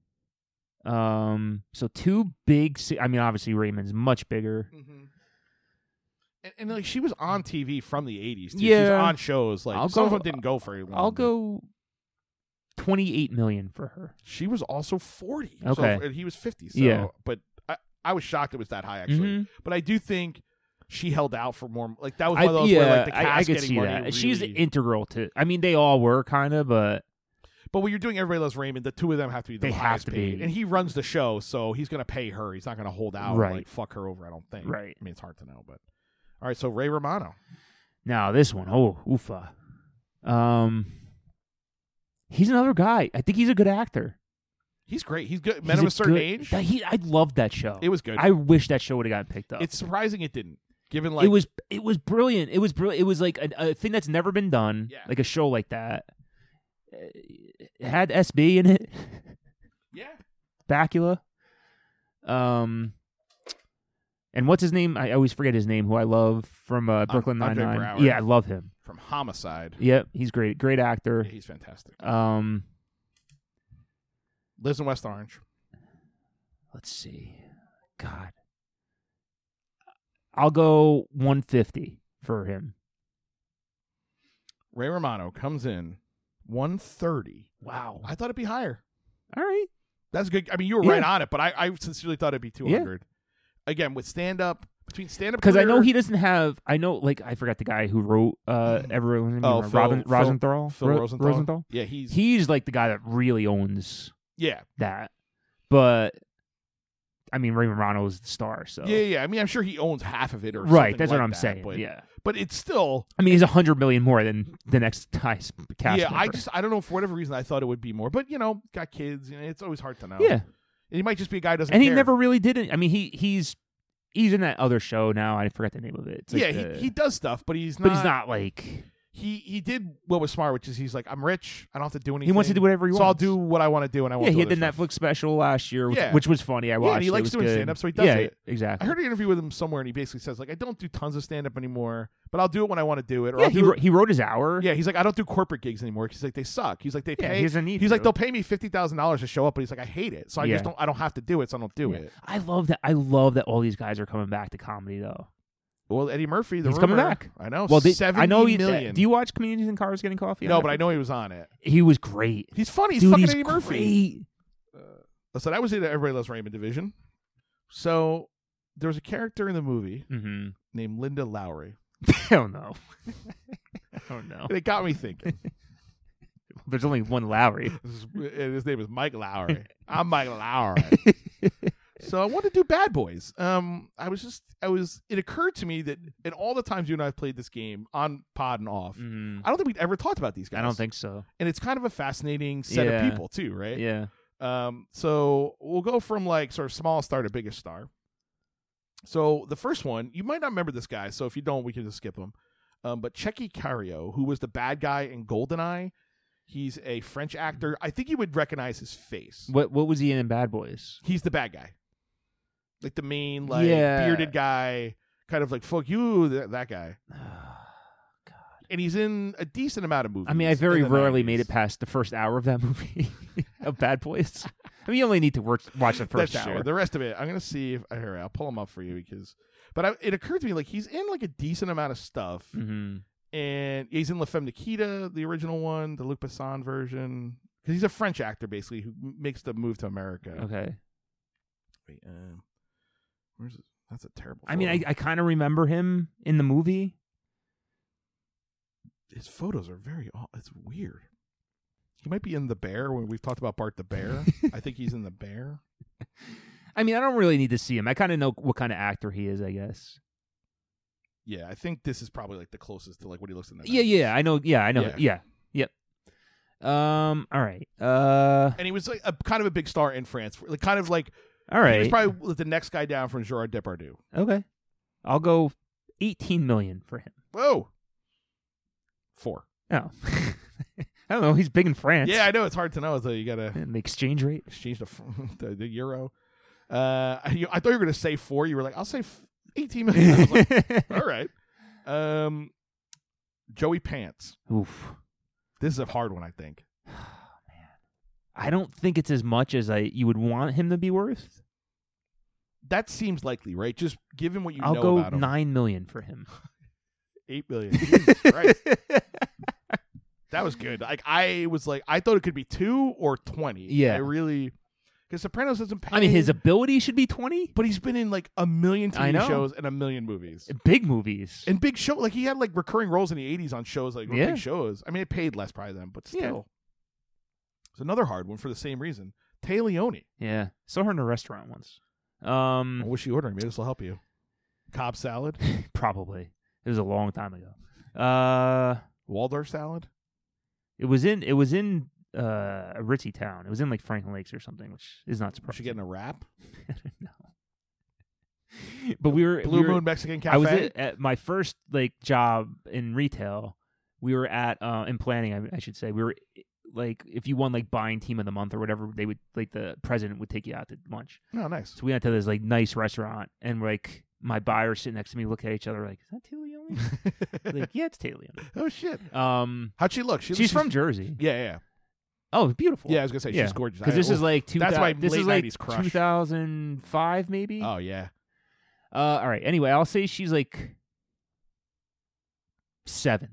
S1: Um, so two big. se- I mean, obviously Raymond's much bigger.
S2: And, and like she was on TV from the '80s. Too. she was
S1: Yeah.
S2: on shows like
S1: I'll
S2: some
S1: go-
S2: of them didn't go very long.
S1: I'll
S2: but
S1: go Um, twenty-eight million for her.
S2: She was also 40.
S1: Okay.
S2: so, and he was 50. So,
S1: Yeah.
S2: but I, I was shocked it was that high actually.
S1: Mhm.
S2: But I do think she held out for more. Like that was
S1: I-
S2: one of those
S1: yeah,
S2: where like the cast
S1: I, I could
S2: getting
S1: see
S2: money
S1: that.
S2: Really,
S1: She's integral to. I mean, they all were kind of, but
S2: But when you're doing Everybody Loves Raymond, the two of them have to be the
S1: They have
S2: highest
S1: to
S2: paid.
S1: be.
S2: And he runs the show, so he's going to pay her. He's not going to hold out and,
S1: Right.
S2: like fuck her over, I don't think.
S1: Right.
S2: I mean, it's hard to know, but. All right, so Ray Romano.
S1: now this one, oh, oofa. Um, he's another guy. I think he's a good actor.
S2: He's great. He's good.
S1: He's
S2: Men of a certain
S1: good-
S2: age.
S1: that- he, I loved that show.
S2: It was good.
S1: I wish that show would have gotten picked up.
S2: it's surprising it didn't. Given like
S1: it was it was brilliant. It was brilliant. It was like a, a thing that's never been done,
S2: Yeah.
S1: like a show like that. Uh, It had SB in it,
S2: yeah.
S1: Bacula, um, and what's his name? I always forget his name. Who I love from uh, Brooklyn Nine
S2: Andre
S1: Nine.
S2: Brower.
S1: Yeah, I love him.
S2: from Homicide.
S1: Yep, he's great. Great actor.
S2: Yeah, he's fantastic.
S1: Um,
S2: Lives in West Orange.
S1: let's see. God, I'll go one fifty for him.
S2: Ray Romano comes in 130.
S1: Wow.
S2: I thought it'd be higher.
S1: All right.
S2: That's good. I mean, you were
S1: Yeah.
S2: right on it, but I, I sincerely thought it'd be 200. Again, with stand up, between stand up
S1: because I know he doesn't have. I know, like I forgot the guy who wrote uh everyone.
S2: Oh, Phil-
S1: Robin
S2: Phil-
S1: Rosenthal.
S2: Phil
S1: Ro-
S2: Rosenthal. Yeah, he's
S1: He's like the guy that really owns
S2: yeah.
S1: that. But I mean, Ray Romano is the star, so
S2: Yeah, yeah. I mean, I'm sure he owns half of it or
S1: right.
S2: something
S1: That's
S2: like
S1: what I'm
S2: that,
S1: saying.
S2: But,
S1: yeah,
S2: but it's still
S1: I mean, he's a hundred million more than the next highest cast.
S2: yeah. I
S1: member.
S2: just I don't know for whatever reason I thought it would be more, but you know, got kids. You know, it's always hard to know.
S1: yeah,
S2: and he might just be a guy who doesn't.
S1: and he
S2: care.
S1: never really did it. I mean, he he's he's in that other show now. I forgot the name of it. It's like
S2: yeah,
S1: the-
S2: he, he does stuff, but he's not.
S1: but he's not like
S2: he he did what was smart, which is he's like, I'm rich. I don't have to do anything.
S1: He wants to do whatever he
S2: so
S1: wants.
S2: I'll do what I want to do, and I won't.
S1: Yeah,
S2: do
S1: he had the
S2: other stuff.
S1: Netflix special last year, which,
S2: Yeah.
S1: which was funny. I
S2: and
S1: watched.
S2: he
S1: it
S2: likes
S1: was
S2: doing
S1: good.
S2: stand-up, so he does
S1: yeah,
S2: it. I
S1: Exactly.
S2: heard an interview with him somewhere, and he basically says like, I don't do tons of stand up anymore, but I'll do it when I want to do it. Or
S1: yeah,
S2: I'll
S1: he
S2: do
S1: wrote, he wrote his hour.
S2: Yeah, he's like, I don't do corporate gigs anymore. 'cause He's like, they suck. He's like, they
S1: Yeah,
S2: pay.
S1: he doesn't need
S2: he's like,
S1: to.
S2: they'll pay me fifty thousand dollars to show up, but he's like, I hate it, so I
S1: Yeah.
S2: just don't. I don't have to do it, so I don't do
S1: Yeah.
S2: it.
S1: I love that. I love that all these guys are coming back to comedy though.
S2: Well, Eddie Murphy, the
S1: He's coming
S2: rumor-
S1: back.
S2: I know.
S1: Well, they,
S2: seven.
S1: I know he.
S2: Oh,
S1: uh,
S2: million.
S1: Do you watch Comedians in Cars Getting Coffee? on
S2: no, but I
S1: Netflix?
S2: know he was on it.
S1: he was great.
S2: He's funny. He's
S1: Dude,
S2: fucking
S1: he's
S2: Eddie Murphy.
S1: great.
S2: So that was it. Everybody loves Raymond division. So there was a character in the movie
S1: Mm-hmm.
S2: named Linda Lowry,
S1: Hell no. Hell no.
S2: and it got me thinking.
S1: There's only one Lowry.
S2: This is- and his name is Mike Lowry. I'm Mike Lowry. so I wanted to do Bad Boys. Um, I was just, I was. It occurred to me that in all the times you and I have played this game on pod and off,
S1: Mhm.
S2: I don't think we'd ever talked about these guys.
S1: I don't think so.
S2: and it's kind of a fascinating set
S1: Yeah.
S2: of people too, right?
S1: Yeah.
S2: Um, so we'll go from like sort of smallest star to biggest star. So the first one, you might not remember this guy, so if you don't, we can just skip him. Um, but Checky Cario, who was the bad guy in Goldeneye, he's a French actor. I think you would recognize his face.
S1: What What was he in in Bad Boys?
S2: He's the bad guy, like the main, like
S1: Yeah.
S2: bearded guy, kind of like fuck you, that, that guy. And he's in a decent amount of movies.
S1: I mean, I
S2: in
S1: very
S2: the
S1: rarely
S2: 90s.
S1: made it past the first hour of that movie of Bad Boys. I mean, you only need to work, watch the first
S2: That's true.
S1: hour.
S2: The rest of it, I'm gonna see if I hear. I'll pull him up for you because. But I, it occurred to me like he's in like a decent amount of stuff,
S1: hmm
S2: and he's in La Femme Nikita, the original one, the Luc Besson version, because he's a French actor basically who m- makes the move to America.
S1: Okay.
S2: Wait, um, where's it? That's a terrible.
S1: I mean, I,
S2: photo.
S1: I kind of remember him in the movie.
S2: his photos are very. aw- It's weird. He might be in the bear when we've talked about Bart the bear. I think he's in the bear.
S1: I mean, I don't really need to see him. I kind of know what kind of actor he is, I guess.
S2: Yeah, I think this is probably like the closest to like what he looks in. The
S1: Yeah,
S2: 90s.
S1: yeah, I know. Yeah, I know.
S2: Yeah.
S1: Yeah, yep. Um. All right. Uh.
S2: And he was like a kind of a big star in France, like kind of like
S1: All
S2: He was
S1: right.
S2: probably the next guy down from Gerard Depardieu.
S1: okay. I'll go eighteen million for him.
S2: Whoa. Four.
S1: Oh. I don't know. He's big in France.
S2: yeah, I know it's hard to know, though. You got to
S1: And the exchange rate.
S2: exchange the, fr- the, the euro. Uh, I, you- I thought you were going to say four. You were like, I'll say f- 18 million. I was like, All right. Um, Joey Pants.
S1: Oof.
S2: This is a hard one, I think.
S1: I don't think it's as much as I you would want him to be worth.
S2: That seems likely, right? Just give him what you
S1: I'll
S2: know
S1: go
S2: about him.
S1: nine million for him.
S2: Eight million. Jesus Christ. That was good. Like I was like, I thought it could be two or twenty.
S1: Yeah.
S2: I really because Sopranos doesn't pay.
S1: I mean, his ability should be twenty.
S2: but he's been in like a million
S1: I
S2: TV
S1: know.
S2: shows and a million movies.
S1: Big movies.
S2: And big show like he had like recurring roles in the 80s on shows like
S1: Yeah.
S2: big shows. I mean, it paid less probably then, but still.
S1: Yeah.
S2: It's another hard one for the same reason. Tay Leone.
S1: yeah, saw her in a restaurant once.
S2: I
S1: Um,
S2: wish you ordering me. This will help you. Cobb salad,
S1: probably it was a long time ago. Uh,
S2: Waldorf salad.
S1: it was in it was in uh a ritzy town. It was in like Franklin Lakes or something, which is not
S2: We
S1: surprising.
S2: should get in a wrap.
S1: no. But we were
S2: Blue
S1: we were-
S2: Moon Mexican Cafe.
S1: I was at, at my first like job in retail. We were at uh, in planning, I, I should say. We were like, if you won like buying team of the month or whatever, they would like the president would take you out to lunch.
S2: oh, nice.
S1: So we went to this like nice restaurant, and like my buyers sitting next to me look at each other like, "Is that Taylor Leone?" like, yeah, it's Taylor Leone.
S2: oh shit.
S1: Um,
S2: How'd she look? She
S1: she's,
S2: looks-
S1: from Jersey.
S2: Yeah, yeah.
S1: Oh, beautiful.
S2: Yeah, I was gonna say
S1: Yeah.
S2: she's gorgeous.
S1: because
S2: I-
S1: this is
S2: oof.
S1: like two.
S2: That's my
S1: this
S2: late
S1: is like
S2: 90s crush.
S1: 2005 maybe.
S2: oh yeah,
S1: Uh, all right. Anyway, I'll say she's like seven.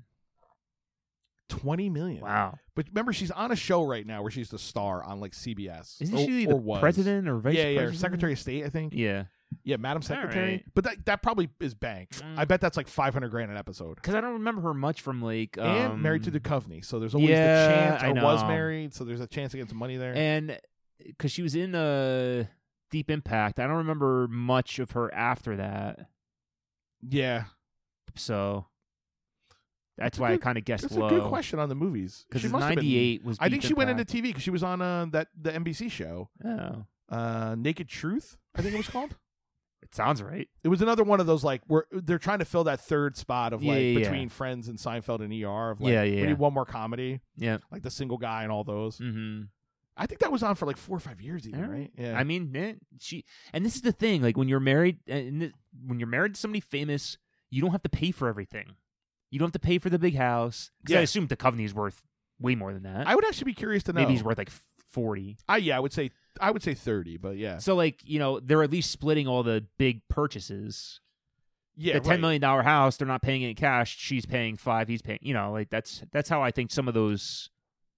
S2: twenty million.
S1: Wow.
S2: But remember, she's on a show right now where she's the star on like CBS.
S1: Isn't
S2: or,
S1: she
S2: Oh, or
S1: the
S2: was.
S1: president or vice
S2: yeah, yeah, or
S1: president?
S2: Secretary of State, I think.
S1: Yeah.
S2: Yeah, Madam Secretary.
S1: right.
S2: But that that probably is bank.
S1: Mm.
S2: I bet that's like five hundred grand an episode.
S1: Because I don't remember her much from like. Um,
S2: and married to Duchovny, so there's always
S1: yeah,
S2: the chance.
S1: I
S2: or was
S1: know.
S2: married, so there's a chance to get some money there.
S1: And because she was in uh, Deep Impact, I don't remember much of her after that.
S2: yeah,
S1: So that's
S2: That's a
S1: why I
S2: good-
S1: kind of guessed
S2: that's
S1: low.
S2: a good question on the movies. She
S1: Because
S2: must have been-
S1: '98 was.
S2: I think
S1: Deep
S2: she went into
S1: Impact.
S2: TV because she was on uh, that the NBC show,
S1: Oh.
S2: uh, Naked Truth. I think it was called.
S1: It sounds right.
S2: It was another one of those like where they're trying to fill that third spot of like
S1: Yeah, yeah, yeah.
S2: between Friends and Seinfeld and ER of like
S1: Yeah, yeah,
S2: we
S1: yeah.
S2: need one more comedy
S1: Yeah.
S2: like the single guy and all those.
S1: Mm-hmm.
S2: I think that was on for like four or five years even,
S1: All
S2: right?
S1: right.
S2: Yeah,
S1: I mean, eh, she and this is the thing. Like when you're married, and th- when you're married to somebody famous, you don't have to pay for everything. You don't have to pay for the big house. 'Cause
S2: Yeah.
S1: I assume Duchovny's worth way more than that.
S2: I would actually be curious to know.
S1: Maybe he's worth like f- forty.
S2: I yeah, I would say I would say thirty, but yeah,
S1: So like you know they're at least splitting all the big purchases.
S2: yeah,
S1: the ten
S2: right.
S1: million dollar house, they're not paying it in cash. She's paying five. He's paying. You know, like that's that's how I think some of those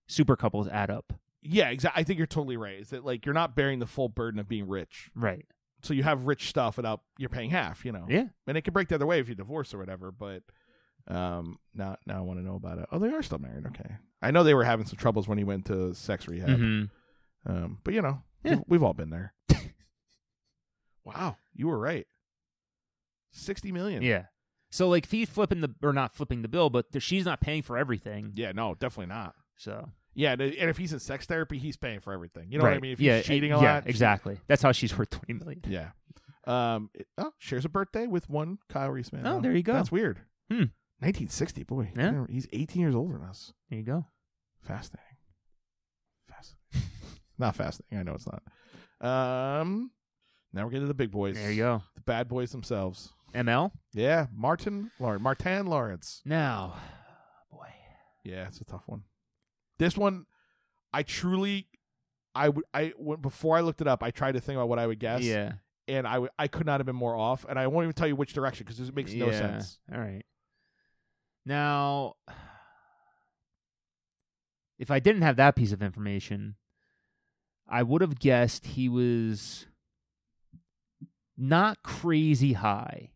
S1: super couples add up.
S2: Yeah, exactly. I think you're totally right. Is that like you're not bearing the full burden of being rich,
S1: Right.
S2: so you have rich stuff without you're paying half, you know?
S1: Yeah.
S2: and it can break the other way if you divorce or whatever. But um, now now I want to know about it. Oh, they are still married. Okay, I know they were having some troubles when he went to sex rehab.
S1: Mhm.
S2: Um, but you know,
S1: Yeah.
S2: we've, we've all been there. wow, you were right. Sixty million.
S1: Yeah. So like if he's flipping the or not flipping the bill, but th- she's not paying for everything.
S2: Yeah, no, definitely not.
S1: So
S2: Yeah, and and if he's in sex therapy, he's paying for everything. You know what I
S1: Right.
S2: mean? If
S1: yeah,
S2: he's cheating a
S1: yeah,
S2: lot,
S1: exactly. That's how she's worth twenty million.
S2: Yeah. Um. it- oh, shares a birthday with one Kyle Reese man. Um,
S1: Oh, there you go.
S2: That's weird.
S1: Hmm.
S2: 1960, boy.
S1: Yeah.
S2: Never- He's 18 years older than us.
S1: There you go.
S2: Fascinating. Fascinating. not fascinating. I know it's not. Um. Now we're getting to the big boys.
S1: There you go.
S2: The bad boys themselves.
S1: ML.
S2: Yeah, Martin Lawrence. Martin Lawrence.
S1: Now, boy.
S2: Yeah, it's a tough one. This one, I truly, I would, I when- before I looked it up, I tried to think about what I would guess.
S1: Yeah.
S2: and I, w- I could not have been more off. And I won't even tell you which direction because it makes no
S1: Yeah.
S2: sense.
S1: All right. Now, if I didn't have that piece of information, I would have guessed he was not crazy high.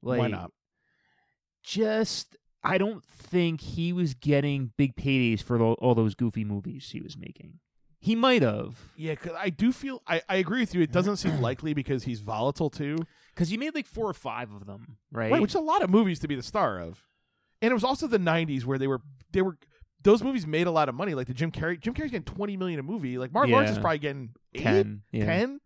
S1: Like,
S2: Why not?
S1: Just, I don't think he was getting big paydays for tho- all those goofy movies he was making. He might have,
S2: Yeah, because I do feel I, I agree with you. It doesn't seem likely because he's volatile too.
S1: because he made like four or five of them, right?
S2: Right, which is a lot of movies to be the star of, and it was also the '90s where they were they were those movies made a lot of money. Like the Jim Carrey, Jim Carrey's getting 20 million a movie. Like Martin Lawrence is
S1: Yeah.
S2: probably getting eight,
S1: ten, yeah.
S2: 10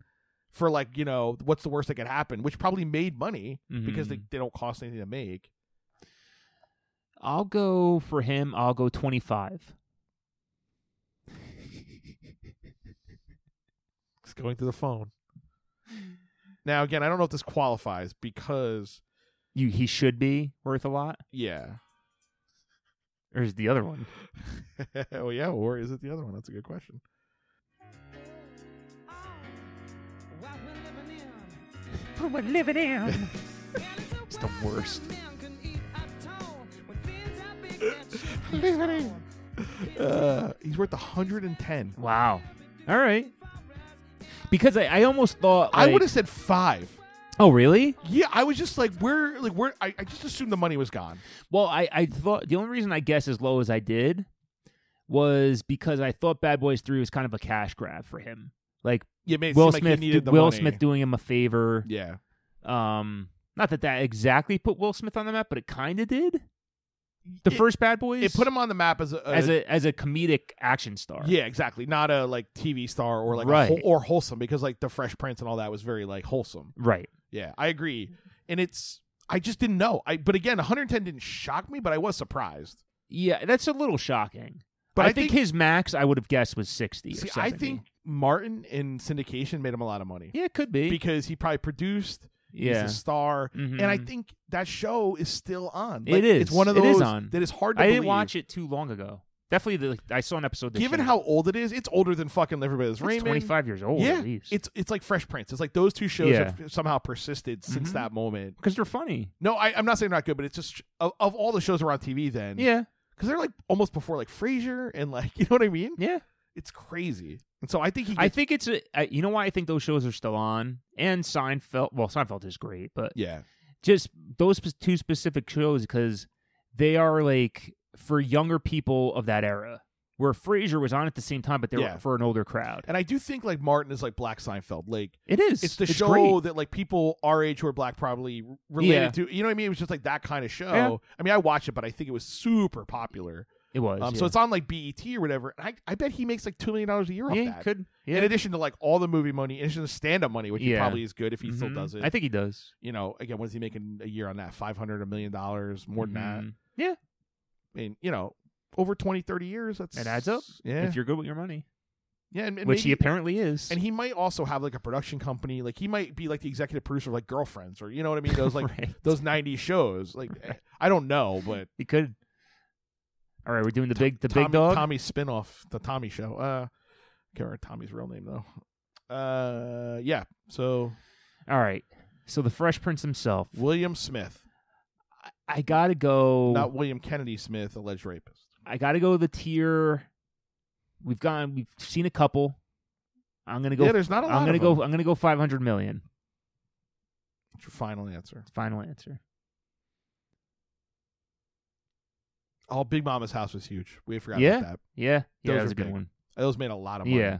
S2: for like you know what's the worst that could happen, which probably made money because
S1: Mhm.
S2: they, they don't cost anything to make.
S1: I'll go for him. I'll go 25.
S2: It's going through the phone. Now again, I don't know if this qualifies because
S1: You he should be worth a lot.
S2: yeah,
S1: Or is it the other one?
S2: oh yeah, or is it the other one? That's a good question.
S1: We're living in.
S4: It's the worst.
S2: Uh, he's worth 110.
S1: Wow. All right. Because I, I almost thought
S2: I
S1: like-
S2: would have said five.
S1: Oh really?
S2: Yeah, I was just like, where, like where? I, I just assumed the money was gone.
S1: Well, I I thought the only reason I guessed as low as I did was because I thought Bad Boys Three was kind of a cash grab for him. Like
S2: Yeah, it made it
S1: Will
S2: seem like he
S1: Smith,
S2: needed the
S1: Will
S2: money.
S1: Smith doing him a favor.
S2: Yeah,
S1: Um, not that that exactly put Will Smith on the map, but it kind of did. The
S2: It-
S1: first Bad Boys.
S2: it put him on the map as a,
S1: as a as a comedic action star.
S2: yeah, exactly. Not a like TV star or like a
S1: Right.
S2: whole, or wholesome because like the Fresh Prince and all that was very like wholesome.
S1: Right.
S2: Yeah, I agree. And it's I just didn't know. I but again, 110 didn't shock me, but I was surprised.
S1: Yeah, that's a little shocking.
S2: But
S1: But I, think, his max I would have guessed was 60 or
S2: see,
S1: 70.
S2: I think Martin in syndication made him a lot of money
S1: yeah, it could be.
S2: because he probably produced.
S1: yeah.
S2: He's a star,
S1: Mhm.
S2: and I think that show is still on.
S1: It
S2: Like,
S1: is.
S2: It's one of
S1: It
S2: those
S1: is on.
S2: that is hard to.
S1: I didn't
S2: believe.
S1: watch it too long ago. Definitely the like, I saw an episode this
S2: Given
S1: year.
S2: how old it is, it's older than fucking everybody that's
S1: It's 25 years old
S2: Yeah,
S1: at least.
S2: it's it's like Fresh Prince. It's like those two shows
S1: Yeah.
S2: have somehow persisted since
S1: Mhm.
S2: that moment.
S1: cuz they're funny.
S2: No, I, I'm not saying they're not good, but it's just of, of all the shows that were on TV then.
S1: Yeah.
S2: because they're like almost before like Frasier and like you know what I mean.
S1: Yeah.
S2: It's crazy, and so I think he.
S1: I
S2: Gets,
S1: think it's a, I, you know why I think those shows are still on and Seinfeld, well Seinfeld is great, but
S2: yeah,
S1: just those spe- two specific shows because they are like for younger people of that era. Where Frasier was on at the same time, but they
S2: Yeah.
S1: were for an older crowd.
S2: and I do think like Martin is like Black Seinfeld. Like
S1: It is.
S2: it's the show
S1: great.
S2: that like people our age who are black probably r- related to. You know what I mean? It was just like that kind of show.
S1: Yeah.
S2: I mean, I watched it, but I think it was super popular.
S1: It was.
S2: Um,
S1: yeah.
S2: So it's on like BET or whatever. And I, I bet he makes like two million dollars a year off
S1: yeah,
S2: that.
S1: could yeah.
S2: In addition to like all the movie money, in addition to stand up money, which he
S1: Yeah.
S2: probably is good if he still
S1: Mhm.
S2: does it.
S1: I think he does.
S2: you know, again, what is he making a year on that? Five hundred, a million dollars, more than that.
S1: Mhm.
S2: I mean, you know, over 20, 30 years. That's
S1: Mm-hmm. It adds up.
S2: Yeah,
S1: If you're good with your money,
S2: yeah, and, and
S1: which he
S2: maybe-
S1: apparently is.
S2: and he might also have like a production company. Like he might be like the executive producer of like Girlfriends or you know what I mean? Those like
S1: Right.
S2: those '90s shows. Like
S1: Right.
S2: I don't know, but
S1: he could. All right, we're doing the big the
S2: Tommy,
S1: big dog.
S2: Tommy's spinoff, the Tommy Show. Uh, can't remember Tommy's real name though. Uh, yeah. So
S1: All right. So the Fresh Prince himself.
S2: William Smith,
S1: I- I gotta go.
S2: not William Kennedy Smith, alleged rapist.
S1: I gotta go the tier. We've gone. We've seen a couple. I'm gonna go.
S2: yeah, there's not a lot.
S1: I'm gonna
S2: of
S1: go.
S2: them.
S1: I'm gonna go 500 million.
S2: What's your final answer.
S1: Final answer.
S2: Oh, Big Mama's house was huge. We forgot
S1: Yeah.
S2: about that.
S1: Yeah. Yeah,
S2: Those
S1: that was
S2: are
S1: a good
S2: big.
S1: one.
S2: Those made a lot of money.
S1: Yeah,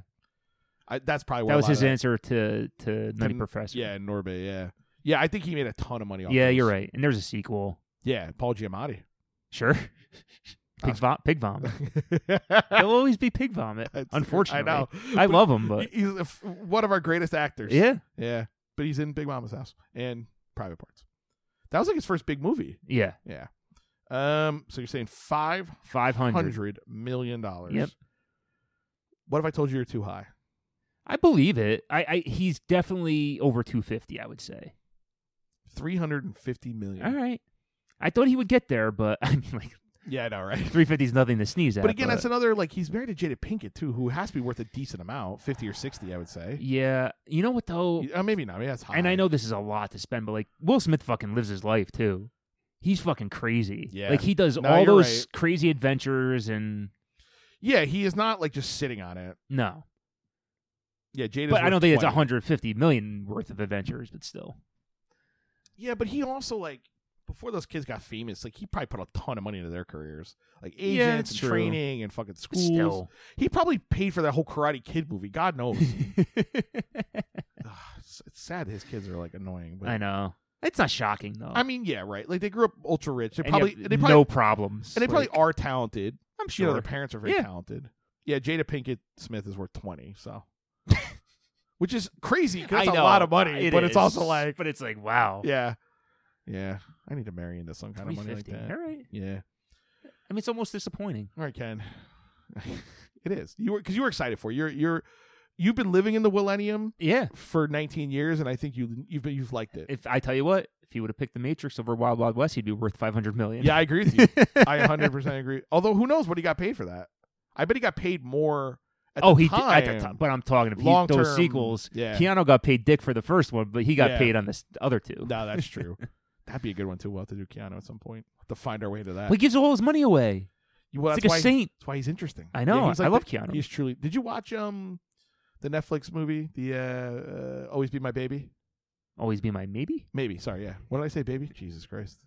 S2: I, that's probably where
S1: that
S2: a
S1: was
S2: lot
S1: his
S2: of
S1: answer to to Nutty
S2: To-
S1: Professor.
S2: Yeah, Norbit. Yeah, yeah. I think he made a ton of money. off
S1: Yeah,
S2: those.
S1: you're right. And there's a sequel.
S2: Yeah, Paul Giamatti.
S1: Sure. Pig, vom- pig vomit. He'll always be pig vomit.
S2: It's-
S1: Unfortunately,
S2: I know.
S1: I
S2: But
S1: love him, but
S2: he- he's a f- one of our greatest actors.
S1: yeah,
S2: yeah. But he's in Big Mama's house and Private Parts. That was like his first big movie.
S1: yeah,
S2: Yeah. Um. So you're saying five
S1: five hundred.
S2: hundred million dollars.
S1: Yep.
S2: What if I told you you're too high?
S1: I believe it. I, I he's definitely over two fifty. I would say.
S2: Three hundred and fifty million.
S1: All right. I thought he would get there, but I mean, like
S2: Yeah, I know, right?
S1: three fifty is nothing to sneeze at.
S2: But again, that's another like he's married to Jada Pinkett too, who has to be worth a decent amount, fifty or sixty, I would say.
S1: yeah. You know what though?
S2: Uh, maybe not. Maybe that's high.
S1: And I know this is a lot to spend, but like Will Smith fucking lives his life too. He's fucking crazy.
S2: Yeah.
S1: Like he does
S2: No,
S1: all
S2: you're
S1: those
S2: right.
S1: crazy adventures and
S2: Yeah, he is not like just sitting on it.
S1: no.
S2: Yeah, Jada.
S1: But I don't think it's 150 million worth of adventures, but still.
S2: Yeah, but he also like before those kids got famous, like he probably put a ton of money into their careers, like agents
S1: Yeah,
S2: and
S1: it's true.
S2: training and fucking
S1: But
S2: schools.
S1: still.
S2: He probably paid for that whole Karate Kid movie. God knows. Ugh, it's, it's sad his kids are like annoying. But
S1: I know. It's not shocking though.
S2: I mean, yeah, right. Like they grew up ultra rich. They
S1: And you
S2: probably
S1: have
S2: they probably
S1: no problems.
S2: and they probably
S1: Like,
S2: are talented.
S1: I'm
S2: You know,
S1: sure.
S2: their parents are very
S1: Yeah.
S2: talented. Yeah, Jada Pinkett Smith is worth twenty, so which is crazy because
S1: I
S2: that's a
S1: know.
S2: lot of money,
S1: It
S2: but it's also
S1: is.
S2: like,
S1: but it's like wow.
S2: yeah, yeah. I need to marry into some kind of money like
S1: 350.
S2: that.
S1: All right.
S2: Yeah.
S1: I mean, it's almost disappointing.
S2: All right, Ken. it is you were because you were excited for it. you're you're you've been living in the millennium
S1: Yeah.
S2: for 19 years, and I think you you've been, you've liked it.
S1: If I tell you what, if he would have picked the Matrix over Wild Wild West, he'd be worth 500 million.
S2: yeah, I agree with you. I 100 percent agree. Although who knows what he got paid for that? I bet he got paid more. At
S1: oh,
S2: the
S1: he did
S2: time,
S1: at the time, but I'm talking
S2: long
S1: about those
S2: term,
S1: sequels.
S2: Yeah.
S1: Keanu got paid dick for the first one, but he got
S2: Yeah.
S1: paid on the s- other two.
S2: No, that's true. That'd be a good one too. We'll have to do Keanu at some point. We'll have to find our way to that.
S1: Well, he gives all his money away.
S2: Well,
S1: it's
S2: that's
S1: like
S2: why,
S1: a saint.
S2: That's why he's interesting.
S1: I know.
S2: Yeah, he's like
S1: I love
S2: the-
S1: Keanu.
S2: He's truly. Did you watch um the Netflix movie, the uh, uh Always Be My Baby?
S1: Always be my maybe.
S2: Maybe. Sorry. Yeah. What did I say? Baby. Jesus Christ.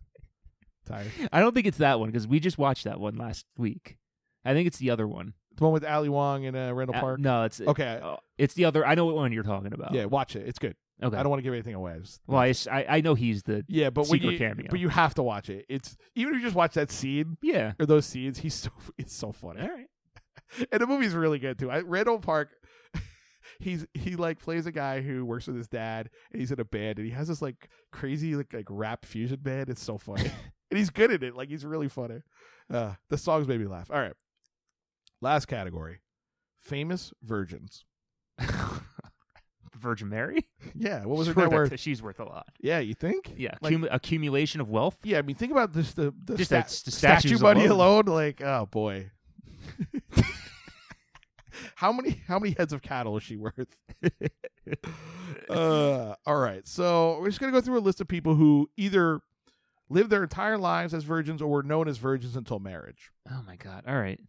S2: Tired.
S1: I don't think it's that one because we just watched that one last week. I think it's the other one.
S2: The one with Ali Wong and uh, Randall
S1: Uh,
S2: Park.
S1: no, it's
S2: Okay.
S1: uh, it's the other. I know what one you're talking about.
S2: Yeah. Watch it. It's good.
S1: Okay.
S2: I don't want to give anything away. I just-
S1: well, I, s- I- I know he's the.
S2: yeah, but when
S1: secret
S2: you,
S1: cameo.
S2: but you have to watch it. It's even if you just watch that scene
S1: Yeah.
S2: or those scenes. He's so it's so funny.
S1: All right.
S2: and the movie's really good too. I, Randall Park, he's he like plays a guy who works with his dad, and he's in a band, and he has this like crazy like like rap fusion band. It's so funny, and he's good at it. Like he's really funny. Uh, the songs made me laugh. All right, last category: famous virgins.
S1: Virgin Mary.
S2: Yeah, what was
S1: she's
S2: her net
S1: worth, a-
S2: worth?
S1: She's worth a lot.
S2: Yeah, you think?
S1: Yeah,
S2: like,
S1: accumu- accumulation of wealth.
S2: yeah. I mean, think about this: the the,
S1: Just
S2: sta-
S1: that s- the
S2: statue
S1: statues
S2: money alone.
S1: alone.
S2: Like, oh boy. How many how many heads of cattle is she worth? uh, all right. So we're just gonna go through a list of people who either lived their entire lives as virgins or were known as virgins until marriage.
S1: Oh my god! All right,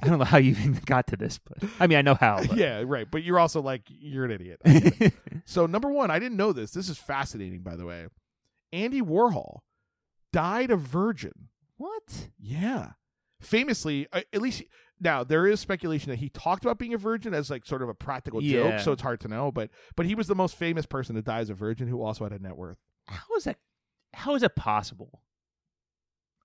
S1: I don't know how you even got to this, but I mean, I know how. But.
S2: Yeah, right. But you're also like you're an idiot. I get it. so number one, I didn't know this. This is fascinating, by the way. Andy Warhol died a virgin.
S1: What?
S2: Yeah. Famously, a- at least now there is speculation that he talked about being a virgin as like sort of a practical
S1: Yeah.
S2: joke, so it's hard to know, but but he was the most famous person to die as a virgin who also had a net worth.
S1: How is that? How is that possible?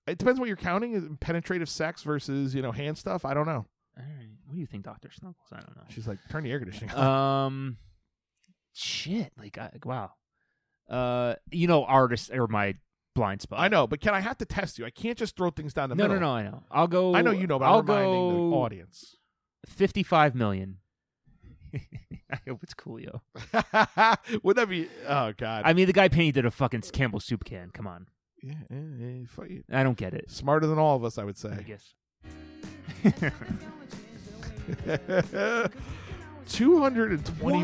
S2: It depends what you're counting. Is it Penetrative sex versus you know hand stuff. I don't know.
S1: All right. What do you think, Doctor Snuggles? I don't know.
S2: She's like, turn the air conditioning. on.
S1: Um, shit. Like, I, wow. Uh, you know, artists are my blind spot.
S2: I know, but can I have to test you? I can't just throw things down the
S1: No,
S2: middle.
S1: no, no. I know. I'll go.
S2: I know you know, but
S1: I'll
S2: I'm reminding
S1: go
S2: the audience.
S1: Fifty-five million. I hope it's Coolio.
S2: Would that be? Oh God.
S1: I mean, the guy painted a fucking Campbell soup can. Come on,
S2: yeah, yeah, yeah, fuck you.
S1: I don't get it.
S2: Smarter than all of us, I would
S1: I
S2: say.
S1: guess.
S2: Two hundred and twenty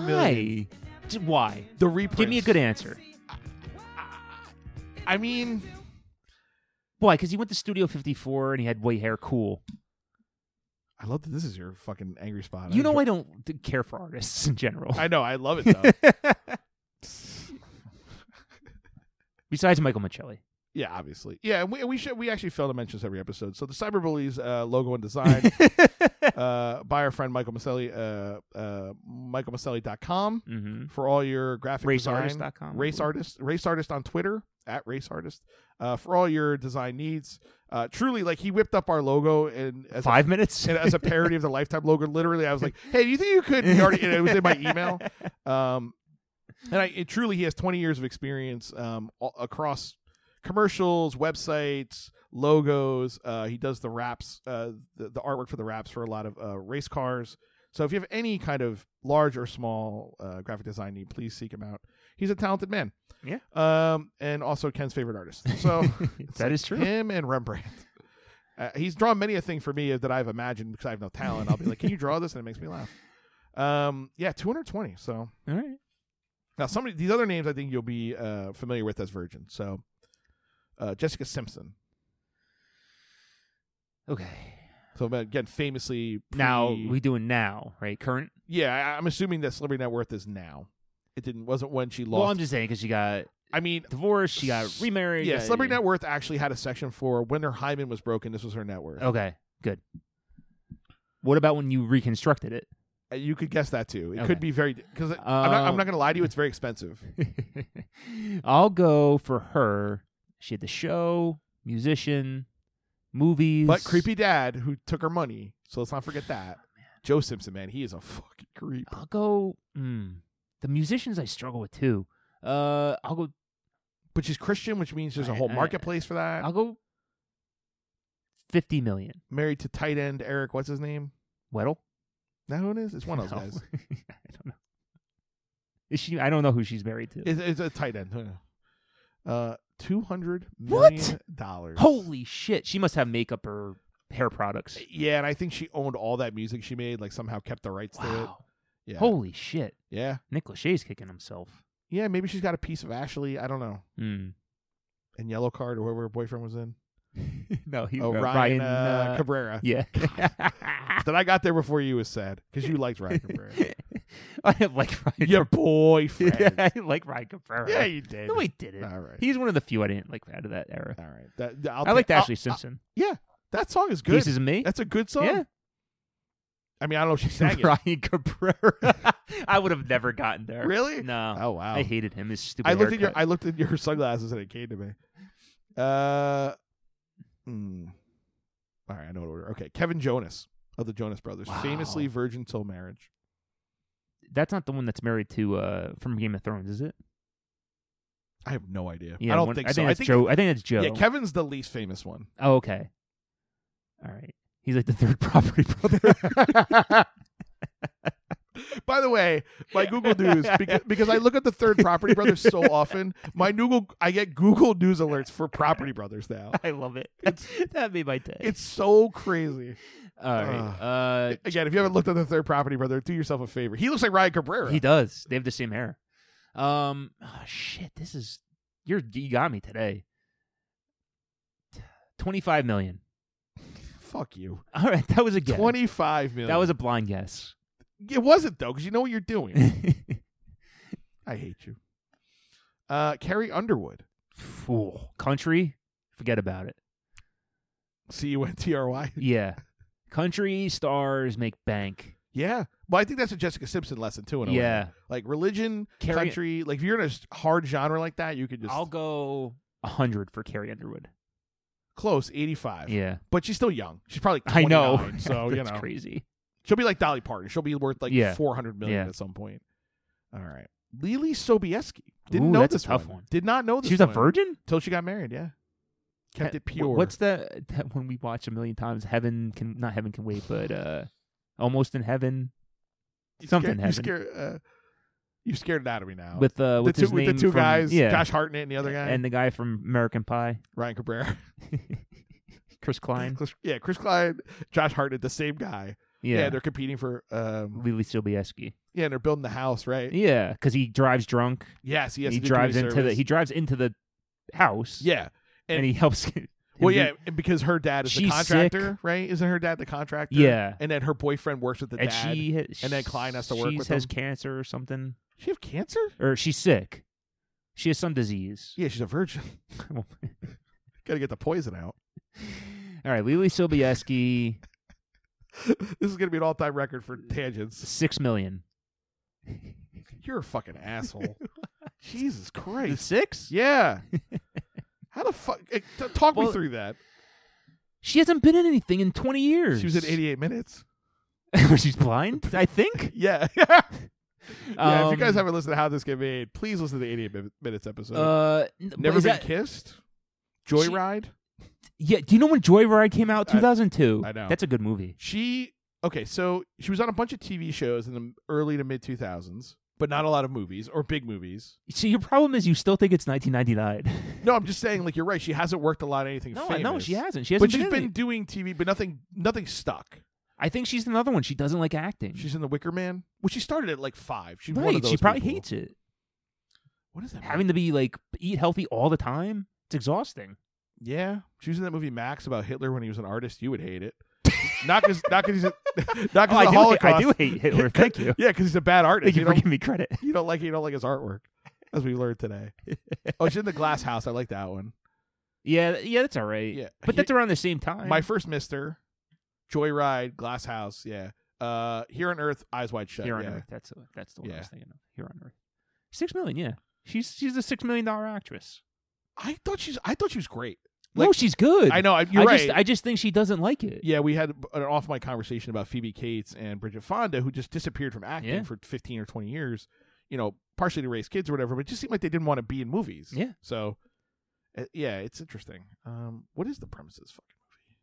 S1: Why?
S2: million.
S1: D- Why?
S2: The reprints.
S1: Give me a good answer.
S2: I mean,
S1: Why? Because he went to Studio 54 and he had white hair. Cool.
S2: I love that this is your fucking angry spot.
S1: You know I
S2: what?
S1: don't d- care for artists in general.
S2: I know. I love it though.
S1: Besides Michael Michelli.
S2: yeah, obviously. Yeah, and we, and we should we actually fail to mention this every episode. So the Cyberbullies uh, logo and design uh, by our friend Michael Maselli, uh, uh, michaelmaselli.com
S1: mm-hmm.
S2: for all your graphic design.
S1: Raceartist.com.
S2: race artist race artist on twitter at race artist uh, for all your design needs uh, truly like he whipped up our logo and as
S1: Five minutes?
S2: a, and as a parody of the lifetime logo literally i was like hey do you think you could he already and it was in my email um, and i it truly he has 20 years of experience um, all, across commercials websites logos uh, he does the wraps uh, the, the artwork for the wraps for a lot of uh, race cars so if you have any kind of large or small uh, graphic design need please seek him out he's a talented man
S1: Yeah.
S2: um, and also ken's favorite artist so it's
S1: That
S2: like
S1: is true.
S2: him and rembrandt uh, he's drawn many a thing for me that I've imagined because I have no talent. I'll be like, "Can you draw this?" and it makes me laugh. Um, yeah, two hundred twenty. So
S1: All right.
S2: now some of these other names I think you'll be uh, familiar with as Virgin. So uh, Jessica Simpson.
S1: Okay.
S2: So but again, famously pre-
S1: Now, we doing now, right? Current?
S2: yeah, I, I'm assuming that celebrity net worth is now. It didn't wasn't when she lost.
S1: Well, I'm just saying because she got
S2: I mean,
S1: divorced, she got remarried.
S2: yeah,
S1: uh,
S2: celebrity net worth actually had a section for when her hymen was broken. This was her net worth.
S1: Okay, good. What about when you reconstructed it?
S2: Uh, You could guess that too. It
S1: Okay.
S2: could be very because I'm not, I'm
S1: Um,
S2: not going to lie to you. It's very expensive.
S1: I'll go for her. She had the show, musician, movies.
S2: But creepy dad who took her money. So let's not forget that.
S1: Oh,
S2: Joe Simpson, man, he is a fucking creep.
S1: I'll go. Mm, the musicians I struggle with too. Uh, I'll go.
S2: But she's Christian, which means there's a
S1: I-
S2: whole
S1: I-
S2: marketplace for that.
S1: I'll go. Fifty million.
S2: Married to tight end Eric, what's his name?
S1: Weddle.
S2: Is that who it is? It's one of
S1: No.
S2: those guys.
S1: I don't know. Is she? I don't know who she's married to.
S2: It's, it's a tight end. Uh, two hundred
S1: What?
S2: million dollars.
S1: Holy shit! She must have makeup or hair products.
S2: Yeah, and I think she owned all that music she made. Like somehow kept the rights to it.
S1: Wow.
S2: Yeah.
S1: Holy shit!
S2: Yeah.
S1: Nick Lachey's kicking himself.
S2: Yeah. Maybe she's got a piece of Ashley. I don't know.
S1: Mm.
S2: And yellow card or whoever her boyfriend was in.
S1: no, he
S2: Oh,
S1: uh,
S2: Ryan, uh,
S1: uh,
S2: Cabrera.
S1: yeah.
S2: That I got there before you was sad because you liked Ryan Cabrera.
S1: I like Ryan.
S2: Your boyfriend.
S1: Cabrera. I like Ryan Cabrera.
S2: Yeah, you did.
S1: no, he didn't.
S2: All right.
S1: He's one of the few I didn't like out of that era.
S2: All right. That, that- I'll
S1: i liked
S2: take- I'll-
S1: Ashley Simpson.
S2: I'll- that song is good.
S1: Pieces of me.
S2: That's a good song.
S1: yeah,
S2: I mean, I don't know if she sang it.
S1: Ryan Cabrera. I would have never gotten there.
S2: Really?
S1: No,
S2: Oh wow.
S1: I hated him. His stupid.
S2: I looked at your
S1: haircut.
S2: I looked at your sunglasses and it came to me. Uh. hmm. All right, I know what order. Okay, Kevin Jonas of the Jonas Brothers,
S1: Wow.
S2: famously virgin till marriage.
S1: That's not the one that's married to uh from Game of Thrones, is it?
S2: I have no idea.
S1: Yeah,
S2: I don't
S1: one-
S2: think
S1: I
S2: so.
S1: think
S2: I
S1: that's
S2: think
S1: Joe. I think that's Joe.
S2: yeah, Kevin's the least famous one.
S1: Oh, okay. All right. He's like the third property brother.
S2: By the way, my Google News because, because I look at the third Property Brothers so often, my Google I get Google News alerts for Property Brothers now.
S1: I love it. that made my day.
S2: It's so crazy.
S1: All
S2: Uh,
S1: right. Uh,
S2: Again, if you haven't looked at the third property, brother, do yourself a favor. He looks like Ryan
S1: Uh,
S2: Cabrera.
S1: he does. They have the same hair. Um. Oh, shit. This is you're you got me today. Twenty five million.
S2: Fuck you.
S1: All right. That was a guess.
S2: Twenty five million.
S1: That was a blind guess.
S2: It wasn't though, because you know what you're doing. I hate you. Uh, Carrie Underwood.
S1: Fool. Country. Forget about it.
S2: C U N T R Y.
S1: Yeah. Country stars make bank.
S2: Yeah. Well, I think that's a Jessica Simpson lesson too. In a way.
S1: Yeah.
S2: Like religion,
S1: Carrie-
S2: country. Like if you're in a s- hard genre like that, you could just.
S1: I'll go hundred for Carrie Underwood.
S2: Close, 85.
S1: Yeah.
S2: But she's still young. She's probably
S1: I
S2: 29,
S1: know.
S2: So,
S1: That's
S2: you know.
S1: crazy.
S2: She'll be like Dolly Parton. She'll be worth like
S1: Yeah.
S2: 400 million
S1: Yeah.
S2: at some point. All right. Lily Sobieski. Didn't
S1: Ooh,
S2: know
S1: that's a
S2: this
S1: tough one.
S2: Did not know this
S1: She was a
S2: one
S1: virgin?
S2: Till she got married, yeah. Kept
S1: He-
S2: it pure.
S1: What's the that one we watch a million times? Heaven can not heaven can wait, but uh almost in heaven
S2: you
S1: something
S2: scared, you
S1: happened.
S2: scared, uh, you scared it out of me now.
S1: with uh
S2: Oh. the
S1: with
S2: two,
S1: his
S2: with
S1: name
S2: the two
S1: from-
S2: guys,
S1: yeah,
S2: Josh Hartnett and the other guy,
S1: and the guy from American Pie,
S2: Ryan Cabrera.
S1: Chris Klein.
S2: Chris- yeah, Chris Klein, Josh Hartnett, the same guy. Yeah,
S1: Yeah,
S2: they're competing for. Um,
S1: Lily Sobieski.
S2: yeah, and they're building the house, right?
S1: Yeah, because he drives drunk.
S2: Yes, he has
S1: he
S2: to do
S1: drives
S2: community
S1: into the
S2: service.
S1: he drives into the house.
S2: Yeah,
S1: and,
S2: and-
S1: he helps. him
S2: well,
S1: do-
S2: yeah, and because her dad is the
S1: She's sick.
S2: contractor, right? Isn't her dad the contractor?
S1: yeah.
S2: and then her boyfriend works with the
S1: And
S2: dad.
S1: she ha-
S2: and then Klein has to work
S1: she
S2: with
S1: has
S2: him.
S1: cancer or something,
S2: she have cancer?
S1: or she's sick. She has some disease.
S2: Yeah, she's a virgin. Got to get the poison out.
S1: All right, Lily Sobieski,
S2: this is gonna be an all-time record for tangents.
S1: six million.
S2: You're a fucking asshole. Jesus Christ.
S1: Six?
S2: Yeah. How the fuck? eh, t- Talk me
S1: Well,
S2: through that.
S1: She hasn't been in anything in twenty years.
S2: She was at 88 minutes.
S1: Where she's blind, I think.
S2: Yeah. yeah. if you
S1: Um,
S2: guys haven't listened to how this get made, please listen to the 88 mi- minutes episode.
S1: uh, n-
S2: Never
S1: is
S2: been
S1: that-
S2: kissed. Joyride.
S1: Yeah, do you know when Joyride came out?
S2: I-
S1: Two thousand two.
S2: I know.
S1: That's a good movie.
S2: She okay, so she was on a bunch of TV shows in the early to mid 2000s, but not a lot of movies or big movies.
S1: See, your problem is you still think it's nineteen ninety nine.
S2: No, I'm just saying, like you're right. She hasn't worked a lot of anything.
S1: No, I-
S2: famous,
S1: no, she hasn't. She hasn't.
S2: But she's
S1: in
S2: been
S1: any-
S2: doing TV, but nothing, nothing stuck.
S1: I think she's another one. She doesn't like acting.
S2: She's in The Wicker Man. Well, she started at like five. She's
S1: Mm-hmm. right.
S2: one of those
S1: she probably
S2: people.
S1: hates it.
S2: What is that?
S1: Having to be like eat healthy all the time. It's exhausting.
S2: Yeah, she was in that movie Max about Hitler when he was an artist. You would hate it. not because not because he's a, not because
S1: Oh, I,
S2: the
S1: do hate,
S2: Holocaust.
S1: I do hate Hitler. Thank you.
S2: Yeah, because he's a bad
S1: Thank
S2: artist.
S1: you
S2: You
S1: for
S2: don't,
S1: giving me credit.
S2: you don't like you don't like his artwork, as we learned today. oh, she's in the Glass House. I like that one.
S1: Yeah, yeah, that's all right.
S2: Yeah,
S1: But that's around the same time.
S2: my first Mister, Joyride, Glass House. Yeah, uh, Here on Earth, Eyes Wide Shut.
S1: Here on
S2: yeah.
S1: Earth. That's that's the one I
S2: Yeah.
S1: was thinking of. Here on Earth. Six million. Yeah, she's she's a six million dollar actress.
S2: I thought she's I thought she was great.
S1: no,
S2: Like,
S1: she's good.
S2: I know I- you're
S1: I
S2: right.
S1: just I just think she doesn't like it.
S2: yeah, we had an off mic conversation about Phoebe Cates and Bridget Fonda, who just disappeared from acting
S1: Yeah.
S2: for 15 or 20 years, you know, partially to raise kids or whatever, but it just seemed like they didn't want to be in movies.
S1: Yeah.
S2: So, uh, yeah, it's interesting. Um, what is the premise of this fucking movie?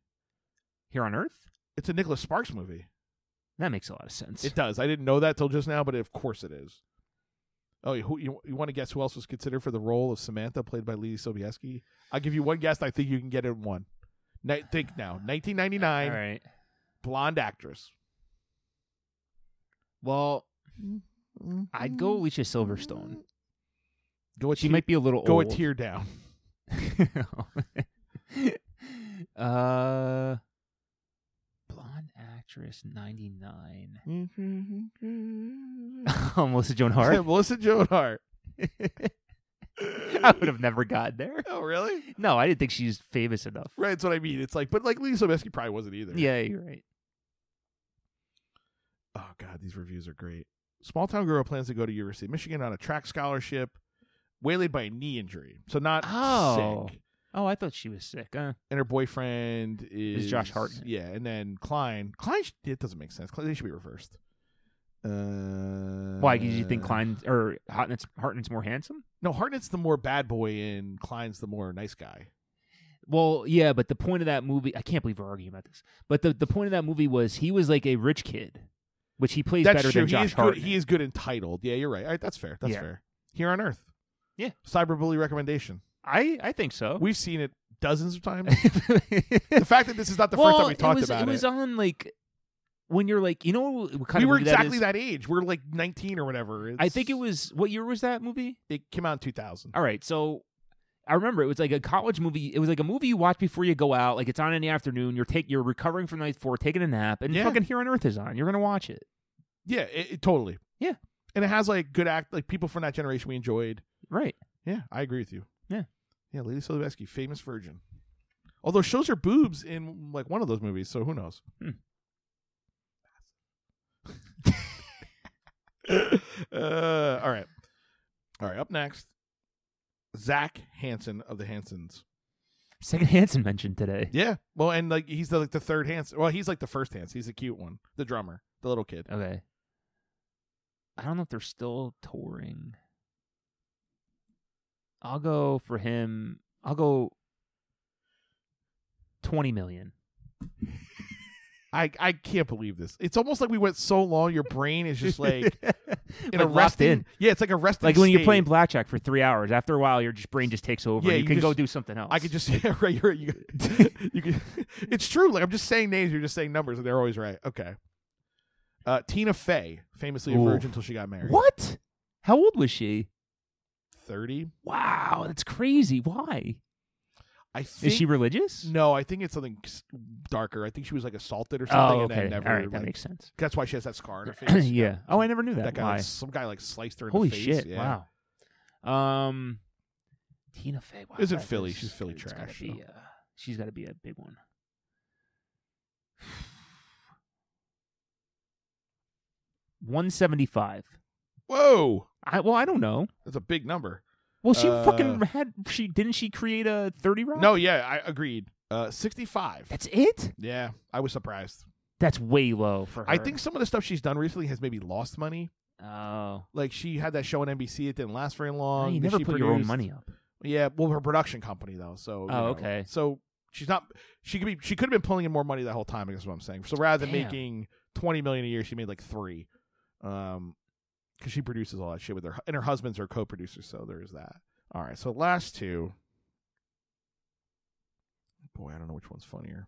S1: Here on Earth.
S2: It's a Nicholas Sparks movie.
S1: That makes a lot of sense.
S2: It does. I didn't know that till just now, but of course it is. Oh, who, you, you want to guess who else was considered for the role of Samantha, played by Lily Sobieski? I'll give you one guess. and I think you can get it in one. Ni- think now. 1999.
S1: All right.
S2: blonde actress. Well,
S1: I'd
S2: Mm.
S1: go Alicia Silverstone.
S2: Go a
S1: She
S2: tier,
S1: might be a little
S2: go a
S1: old.
S2: tear down.
S1: uh, blonde actress, ninety nine. Mm-hmm. Melissa Joan
S2: Yeah,
S1: Hart.
S2: Melissa Joan Hart.
S1: I would have never got there.
S2: Oh, really?
S1: No, I didn't think she's famous enough.
S2: Right. That's what I mean. It's like, but like Lisa Sobieski probably wasn't either.
S1: Yeah, you're right.
S2: Oh God, these reviews are great. Small town girl plans to go to University of Michigan on a track scholarship, waylaid by a knee injury, so not
S1: Oh.
S2: sick.
S1: Oh, I thought she was sick. Uh,
S2: And her boyfriend is,
S1: Josh Hartnett.
S2: Yeah, and then Klein. Klein. sh- It doesn't make sense. Klein, they should be reversed. Uh,
S1: why? Did you think Klein or Hartnett's, Hartnett's more handsome?
S2: No, Hartnett's the more bad boy, and Klein's the more nice guy.
S1: Well, yeah, but the point of that movie, I can't believe we're arguing about this. But the, the point of that movie was he was like a rich kid, which he plays
S2: that's
S1: better
S2: true.
S1: than
S2: he
S1: Josh
S2: is good.
S1: Hartnett.
S2: He is good entitled. Yeah, you're right. All right that's fair. That's
S1: Yeah.
S2: fair. Here on Earth.
S1: Yeah. Oh.
S2: Cyberbully recommendation.
S1: I, I think so.
S2: We've seen it dozens of times. the fact that this is not the
S1: well,
S2: first time we talked
S1: it was,
S2: about
S1: it was on like when you're like, you know, what kind
S2: we
S1: of
S2: were
S1: movie
S2: exactly
S1: that.
S2: that, age. We're like 19 or whatever.
S1: is? I think it
S2: It's-
S1: was what year was that movie?
S2: It came out in 2000.
S1: All right, so I remember it was like a college movie. It was like a movie you watch before you go out. Like it's on in the afternoon. You're take you're recovering from night four, taking a nap, and
S2: Yeah.
S1: fucking Here on Earth is on. You're gonna watch it,
S2: Yeah, it, it- totally.
S1: Yeah.
S2: and it has like good act, like people from that generation we enjoyed.
S1: right?
S2: Yeah, I agree with you.
S1: Yeah.
S2: yeah. Lady Sobieski, famous virgin. Although shows her boobs in like one of those movies, so who knows?
S1: Hmm.
S2: uh, all right, all right. Up next, Zach Hansen of the Hansons.
S1: Second Hanson mentioned today.
S2: Yeah. Well, and like he's the, like the third hands. Well, he's like the first hands. He's the cute one, the drummer, the little kid.
S1: Okay. I don't know if they're still touring. I'll go for him. I'll go 20 million.
S2: I I can't believe this. It's almost like we went so long. Your brain is just like in
S1: Like,
S2: a
S1: locked
S2: resting.
S1: in.
S2: Yeah, it's like a resting.
S1: Like when you're
S2: state.
S1: playing blackjack for three hours, after a while, your just brain just takes over.
S2: Yeah,
S1: and you,
S2: you
S1: can go
S2: just-
S1: do something else.
S2: I could just yeah, right. You're, you, you could, it's true. Like I'm just saying names. You're just saying numbers, and they're always right. Okay. Uh, Tina Fey, famously a
S1: Ooh.
S2: virgin until she got married.
S1: What? How old was she?
S2: Thirty.
S1: Wow, that's crazy. Why?
S2: I think
S1: Is she religious?
S2: No, I think it's something s- darker. I think she was like assaulted or something,
S1: Oh,
S2: and
S1: okay.
S2: then never.
S1: All right, that
S2: like-
S1: makes sense.
S2: that's why she has that scar on her face.
S1: yeah. Oh, I never knew that.
S2: that guy,
S1: Why?
S2: like, some guy, like sliced her in
S1: Holy
S2: the face.
S1: shit!
S2: Yeah.
S1: Wow. Um, Tina Fey. Wow,
S2: Is it
S1: that
S2: Philly?
S1: is-
S2: She's Philly
S1: it's gotta
S2: trash,
S1: be,
S2: though.
S1: uh, she's got to be a big one. One seventy-five.
S2: Whoa,
S1: I well, I don't know.
S2: that's a big number.
S1: Well, she
S2: Uh,
S1: fucking had. She didn't she create a thirty rock?
S2: No, yeah, I agreed. Uh, sixty-five.
S1: that's it.
S2: yeah, I was surprised.
S1: That's way low for her.
S2: I think some of the stuff she's done recently has maybe lost money.
S1: Oh,
S2: Like she had that show on NBC, it didn't last very
S1: Hey,
S2: long.
S1: you
S2: that
S1: never
S2: she
S1: put your own
S2: produced.
S1: money up.
S2: Yeah, well, her production company though. So you
S1: Oh,
S2: know.
S1: okay.
S2: So she's not. She could be. She could have been pulling in more money that whole time. I guess is what I'm saying. So rather than
S1: Damn.
S2: making twenty million a year, she made like three. Um, because she produces all that shit with her, and her husband's her co-producer. So there is that. All right. So last two. Boy, I don't know which one's funnier.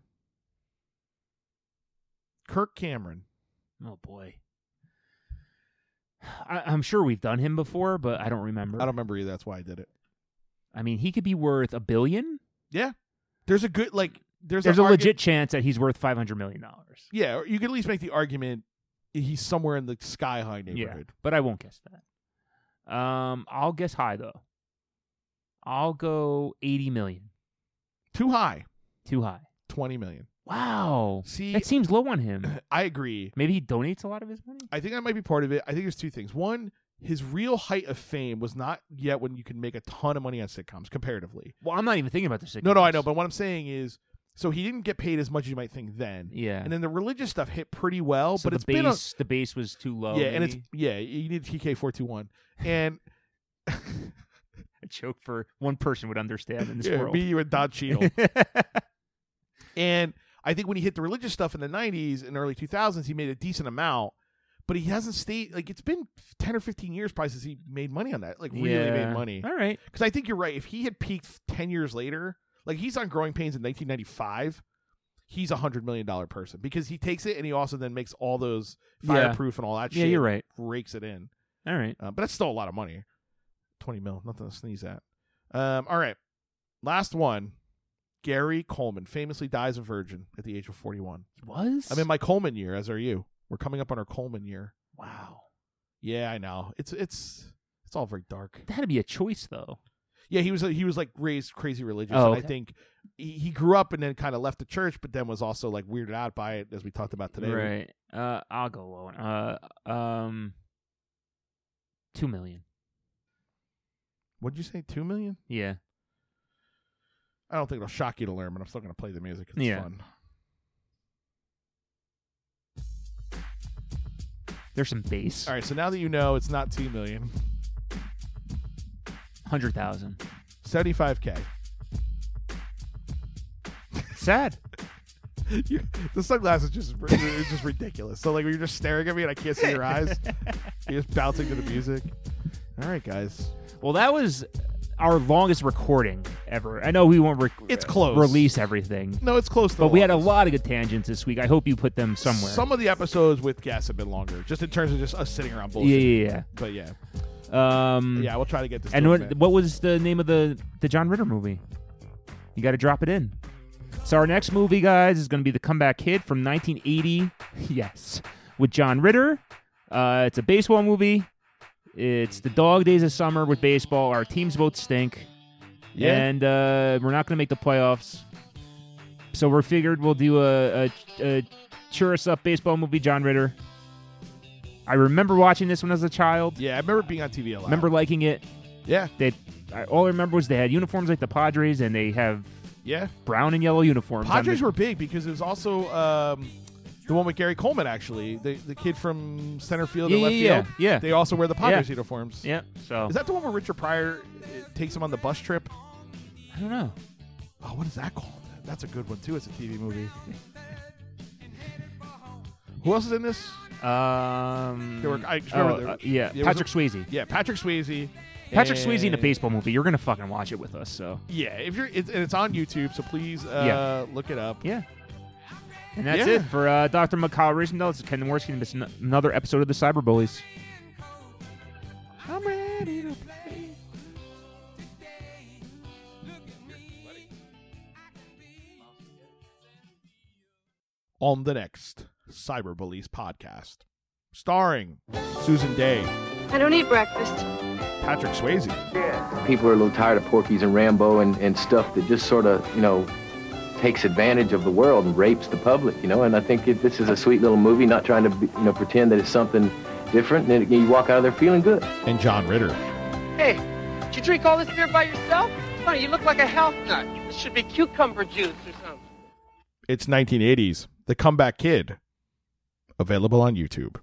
S2: Kirk Cameron.
S1: Oh boy. I, I'm sure we've done him before, but I don't remember.
S2: I don't remember either. That's why I did it.
S1: I mean, he could be worth a billion.
S2: There's a good like. There's,
S1: There's a
S2: an argu-
S1: legit chance that he's worth five hundred million dollars.
S2: Yeah, or you could at least make the argument he's somewhere in the sky high
S1: Yeah,
S2: neighborhood.
S1: but I won't guess that. Um, I'll guess high though. I'll go eighty million.
S2: Too high.
S1: Too high.
S2: 20 million.
S1: Wow,
S2: See,
S1: that seems low on him.
S2: I agree.
S1: Maybe he donates a lot of his money.
S2: I think that might be part of it. I think there's two things. One, his real height of fame was not yet when you could make a ton of money on sitcoms comparatively.
S1: Well, I'm not even thinking about the sitcoms.
S2: No, no, I know. But what I'm saying is, so he didn't get paid as much as you might think then.
S1: yeah,
S2: And then the religious stuff hit pretty well,
S1: so
S2: but
S1: the
S2: it's
S1: base
S2: been a,
S1: the base was too low.
S2: yeah, and it's
S1: maybe?
S2: yeah, you need TK four two one, and
S1: a joke for one person would understand in this
S2: yeah,
S1: world.
S2: me, you, and Don Cheadle. And I think when he hit the religious stuff in the 90s and early 2000s, he made a decent amount, but he hasn't stayed. Like, it's been 10 or 15 years probably since he made money on that. Like, really made money.
S1: All right.
S2: Because I think you're right. If he had peaked 10 years later, like, he's on Growing Pains in 1995. He's a hundred million dollar person because he takes it and he also then makes all those
S1: Yeah.
S2: fireproof and all that
S1: Yeah,
S2: shit.
S1: you're right.
S2: Rakes it in,
S1: All right.
S2: uh, but that's still a lot of money. Twenty mil, nothing to sneeze at. Um, all right, last one. Gary Coleman famously dies a virgin at the age of forty-one.
S1: He was.
S2: I'm in my Coleman year, as are you. We're coming up on our Coleman year.
S1: wow.
S2: Yeah, I know. It's it's it's all very dark.
S1: That'd be a choice though.
S2: Yeah, he was he was like raised crazy religious.
S1: Oh,
S2: and
S1: okay.
S2: I think he, he grew up and then kind of left the church, but then was also like weirded out by it, as we talked about today.
S1: Right. Uh, I'll go low. on- Uh, um, two million.
S2: What'd you say? Two million?
S1: Yeah.
S2: I don't think it'll shock you to learn, but I'm still gonna play the music. 'cause It's
S1: Yeah.
S2: fun.
S1: There's some base.
S2: All right, so now that you know it's not two million,
S1: Hundred thousand.
S2: seventy-five k.
S1: Sad.
S2: You- the sunglasses just it's just ridiculous. So like you're just staring at me and I can't see your eyes. You're just bouncing to the music. All right, guys.
S1: Well, that was our longest recording ever. I know we won't. Rec-
S2: It's close.
S1: Release everything.
S2: No, it's close. To
S1: But
S2: the
S1: we had a
S2: longest.
S1: lot of good tangents this week. I hope you put them somewhere.
S2: Some of the episodes with guests have been longer, just in terms of just us sitting
S1: yeah,
S2: around bullshit.
S1: yeah,
S2: But yeah,
S1: yeah. Um,
S2: yeah, we'll try to get this.
S1: And
S2: to a
S1: what
S2: bit.
S1: what was the name of the the John Ritter movie? You got to drop it in. So our next movie, guys, is going to be the comeback hit from 1980. Yes, with John Ritter. Uh, it's a baseball movie. It's the dog days of summer with baseball. Our teams both stink,
S2: Yeah.
S1: and uh, we're not going to make the playoffs. So we're figured we'll do a, a, a cheer us up baseball movie, John Ritter. I remember watching this when I was a child.
S2: yeah, I remember being on TV a lot.
S1: Remember liking it
S2: Yeah,
S1: they I, all I remember was they had uniforms like the Padres, and they have
S2: Yeah,
S1: brown and yellow uniforms. on
S2: Padres
S1: the-
S2: were big because it was also um, the one with Gary Coleman. Actually, the the kid from center field
S1: yeah,
S2: and left
S1: yeah, yeah,
S2: field.
S1: yeah.
S2: They also wear the Padres
S1: Yeah.
S2: uniforms.
S1: yeah. So
S2: Is that the one where Richard Pryor uh, takes him on the bus trip?
S1: I don't know.
S2: Oh, what is that called? That's a good one too. It's a TV movie. Who else is in this?
S1: Um,
S2: They were- I just remember they were-
S1: uh, yeah,
S2: it was
S1: Patrick
S2: a-
S1: Swayze.
S2: Yeah, Patrick Swayze.
S1: Patrick Swayze in a
S2: and-
S1: baseball movie. You're gonna fucking watch it with us. So
S2: Yeah, if you're, it's, and it's on YouTube, so please uh, look it up.
S1: yeah. And that's
S2: Yeah.
S1: it for uh, Dr. McCall Risendahl. This is Ken Dworsky. and This is an- another episode of the Cyber Bullies.
S2: I'm ready to play. On the next Cyber Bullies podcast, starring Susan Day,
S5: I don't eat breakfast.
S2: Patrick Swayze,
S6: people are a little tired of Porky's and Rambo and, and stuff that just sort of, you know, takes advantage of the world and rapes the public, you know. And I think it, this is a sweet little movie, not trying to, be, you know, pretend that it's something different. And then you walk out of there feeling good.
S2: and John Ritter.
S7: Hey, did you drink all this beer by yourself? Honey, you look like a health nut. This should be cucumber juice or something.
S2: It's 1980s, The Comeback Kid, available on YouTube.